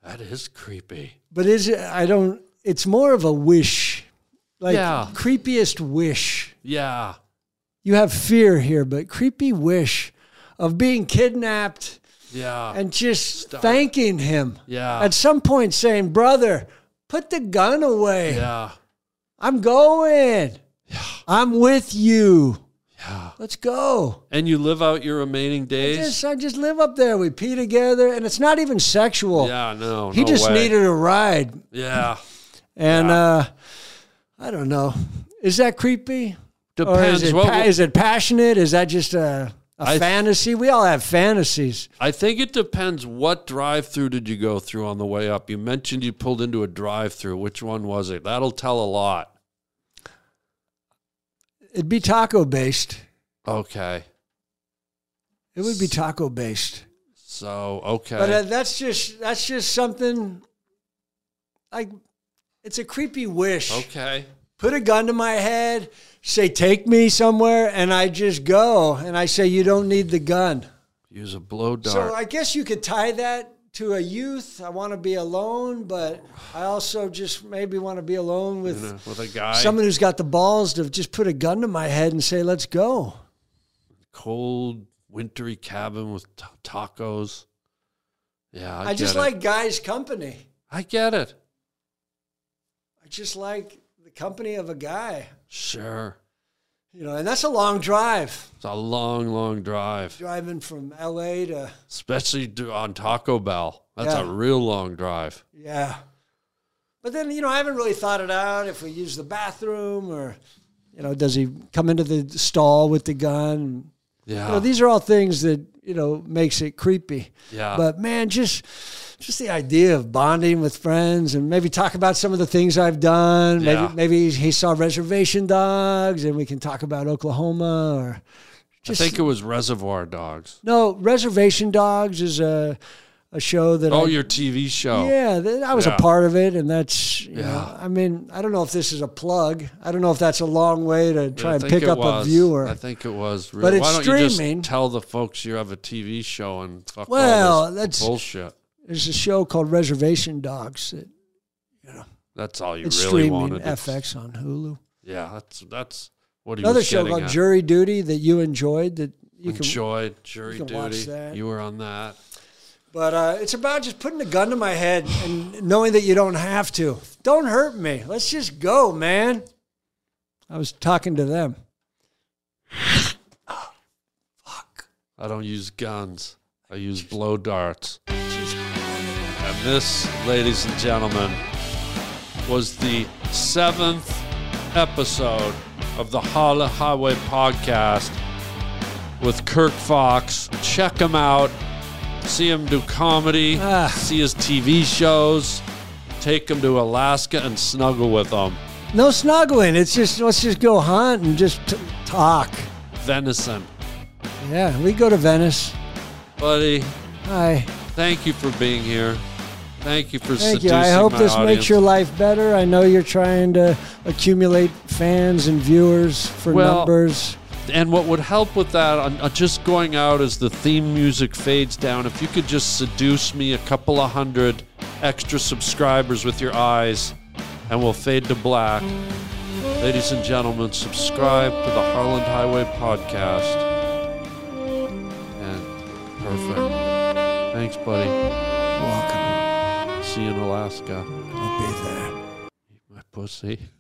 [SPEAKER 2] That is creepy.
[SPEAKER 1] But is it? I don't. It's more of a wish, like
[SPEAKER 2] Yeah.
[SPEAKER 1] creepiest wish.
[SPEAKER 2] Yeah.
[SPEAKER 1] You have fear here, but creepy wish of being kidnapped
[SPEAKER 2] Yeah.
[SPEAKER 1] and just
[SPEAKER 2] Stop.
[SPEAKER 1] thanking him.
[SPEAKER 2] yeah.
[SPEAKER 1] At some point, saying, "Brother, put the gun away.
[SPEAKER 2] yeah.
[SPEAKER 1] I'm going. I'm with you.
[SPEAKER 2] Yeah.
[SPEAKER 1] Let's go."
[SPEAKER 2] And you live out your remaining days?
[SPEAKER 1] Just, I just live up there. We pee together, and it's not even sexual.
[SPEAKER 2] yeah, no.
[SPEAKER 1] he
[SPEAKER 2] no
[SPEAKER 1] just
[SPEAKER 2] way.
[SPEAKER 1] needed a ride.
[SPEAKER 2] Yeah.
[SPEAKER 1] And uh, I don't know. Is that creepy? Or
[SPEAKER 2] Depends.
[SPEAKER 1] is it,
[SPEAKER 2] what,
[SPEAKER 1] pa- is it passionate? Is that just a, a
[SPEAKER 2] I-
[SPEAKER 1] fantasy? We all have fantasies.
[SPEAKER 2] I think it depends what drive through did you go through on the way up. You mentioned you pulled into a drive through. Which one was it? That'll tell a lot.
[SPEAKER 1] It'd be taco based.
[SPEAKER 2] Okay.
[SPEAKER 1] It would be taco based.
[SPEAKER 2] So, okay.
[SPEAKER 1] But uh, that's just that's just something like it's a creepy wish.
[SPEAKER 2] okay.
[SPEAKER 1] Put a gun to my head, say take me somewhere, and I just go and I say you don't need the gun.
[SPEAKER 2] Use a blow dart.
[SPEAKER 1] So I guess you could tie that to a youth. I want to be alone, but I also just maybe want to be alone with
[SPEAKER 2] you know, with a guy.
[SPEAKER 1] someone who's got the balls to just put a gun to my head and say, "Let's go."
[SPEAKER 2] cold, wintry cabin with t- tacos. Yeah, I,
[SPEAKER 1] I, just
[SPEAKER 2] get it.
[SPEAKER 1] like guys' company.
[SPEAKER 2] I get it.
[SPEAKER 1] I just like the company of a guy,
[SPEAKER 2] Sure,
[SPEAKER 1] you know. And that's a long drive,
[SPEAKER 2] it's a long, long drive,
[SPEAKER 1] driving from L.A. to
[SPEAKER 2] especially do- on Taco Bell. That's a
[SPEAKER 1] Yeah.
[SPEAKER 2] real long drive.
[SPEAKER 1] yeah. But then you know, I haven't really thought it out if we use the bathroom or, you know, does he come into the stall with the gun?
[SPEAKER 2] Yeah,
[SPEAKER 1] you know, these are all things that you know makes it creepy.
[SPEAKER 2] Yeah.
[SPEAKER 1] But man, just just the idea of bonding with friends and maybe talk about some of the things I've done.
[SPEAKER 2] Yeah.
[SPEAKER 1] Maybe maybe he saw Reservation Dogs, and we can talk about Oklahoma or
[SPEAKER 2] I
[SPEAKER 1] just
[SPEAKER 2] think it was Reservoir Dogs.
[SPEAKER 1] no Reservation Dogs is a a show that
[SPEAKER 2] Oh,
[SPEAKER 1] I,
[SPEAKER 2] your TV show.
[SPEAKER 1] yeah, th- I was
[SPEAKER 2] Yeah.
[SPEAKER 1] a part of it, and that's you
[SPEAKER 2] Yeah.
[SPEAKER 1] know, I mean, I don't know if this is a plug. I don't know if that's a long way to
[SPEAKER 2] I
[SPEAKER 1] try and
[SPEAKER 2] think
[SPEAKER 1] pick
[SPEAKER 2] it
[SPEAKER 1] up
[SPEAKER 2] was.
[SPEAKER 1] a viewer.
[SPEAKER 2] I think it was. Really.
[SPEAKER 1] But it's
[SPEAKER 2] Why don't you just
[SPEAKER 1] streaming.
[SPEAKER 2] tell the folks you have a TV show and fuck all
[SPEAKER 1] Well,
[SPEAKER 2] this
[SPEAKER 1] that's-
[SPEAKER 2] bullshit.
[SPEAKER 1] There's a show called Reservation Dogs that
[SPEAKER 2] That's all you
[SPEAKER 1] It's
[SPEAKER 2] really
[SPEAKER 1] streaming
[SPEAKER 2] wanted.
[SPEAKER 1] FX on Hulu.
[SPEAKER 2] Yeah, that's that's what he
[SPEAKER 1] Another
[SPEAKER 2] was
[SPEAKER 1] show
[SPEAKER 2] getting
[SPEAKER 1] called
[SPEAKER 2] at.
[SPEAKER 1] Jury Duty that you enjoyed. That you can,
[SPEAKER 2] enjoyed jury
[SPEAKER 1] you can watch
[SPEAKER 2] duty.
[SPEAKER 1] that.
[SPEAKER 2] You were on that.
[SPEAKER 1] but uh, it's about just putting a gun to my head and knowing that you don't have to. Don't hurt me. Let's just go, man. I was talking to them.
[SPEAKER 2] I don't use guns. I use blow darts. And this, ladies and gentlemen, was the seventh episode of the Holla Highway podcast with Kirk Fox. Check him out. See him do comedy.
[SPEAKER 1] Ah.
[SPEAKER 2] See his TV shows. Take him to Alaska and snuggle with him.
[SPEAKER 1] No snuggling. It's just let's just go hunt and just t- talk.
[SPEAKER 2] Venison.
[SPEAKER 1] Yeah, we go to Venice.
[SPEAKER 2] Buddy,
[SPEAKER 1] Hi.
[SPEAKER 2] Thank you for being here. Thank you for
[SPEAKER 1] Thank
[SPEAKER 2] seducing
[SPEAKER 1] you. I hope
[SPEAKER 2] my
[SPEAKER 1] this
[SPEAKER 2] audience.
[SPEAKER 1] makes your life better. I know you're trying to accumulate fans and viewers for
[SPEAKER 2] Well,
[SPEAKER 1] numbers.
[SPEAKER 2] And what would help with that, on, on just going out as the theme music fades down, if you could just seduce me a couple of hundred extra subscribers with your eyes, and we'll fade to black. Ladies and gentlemen, subscribe to the Harland Highway podcast. And perfect. Thanks, buddy.
[SPEAKER 1] Welcome.
[SPEAKER 2] See you in Alaska,
[SPEAKER 1] I'll be there.
[SPEAKER 2] my pussy.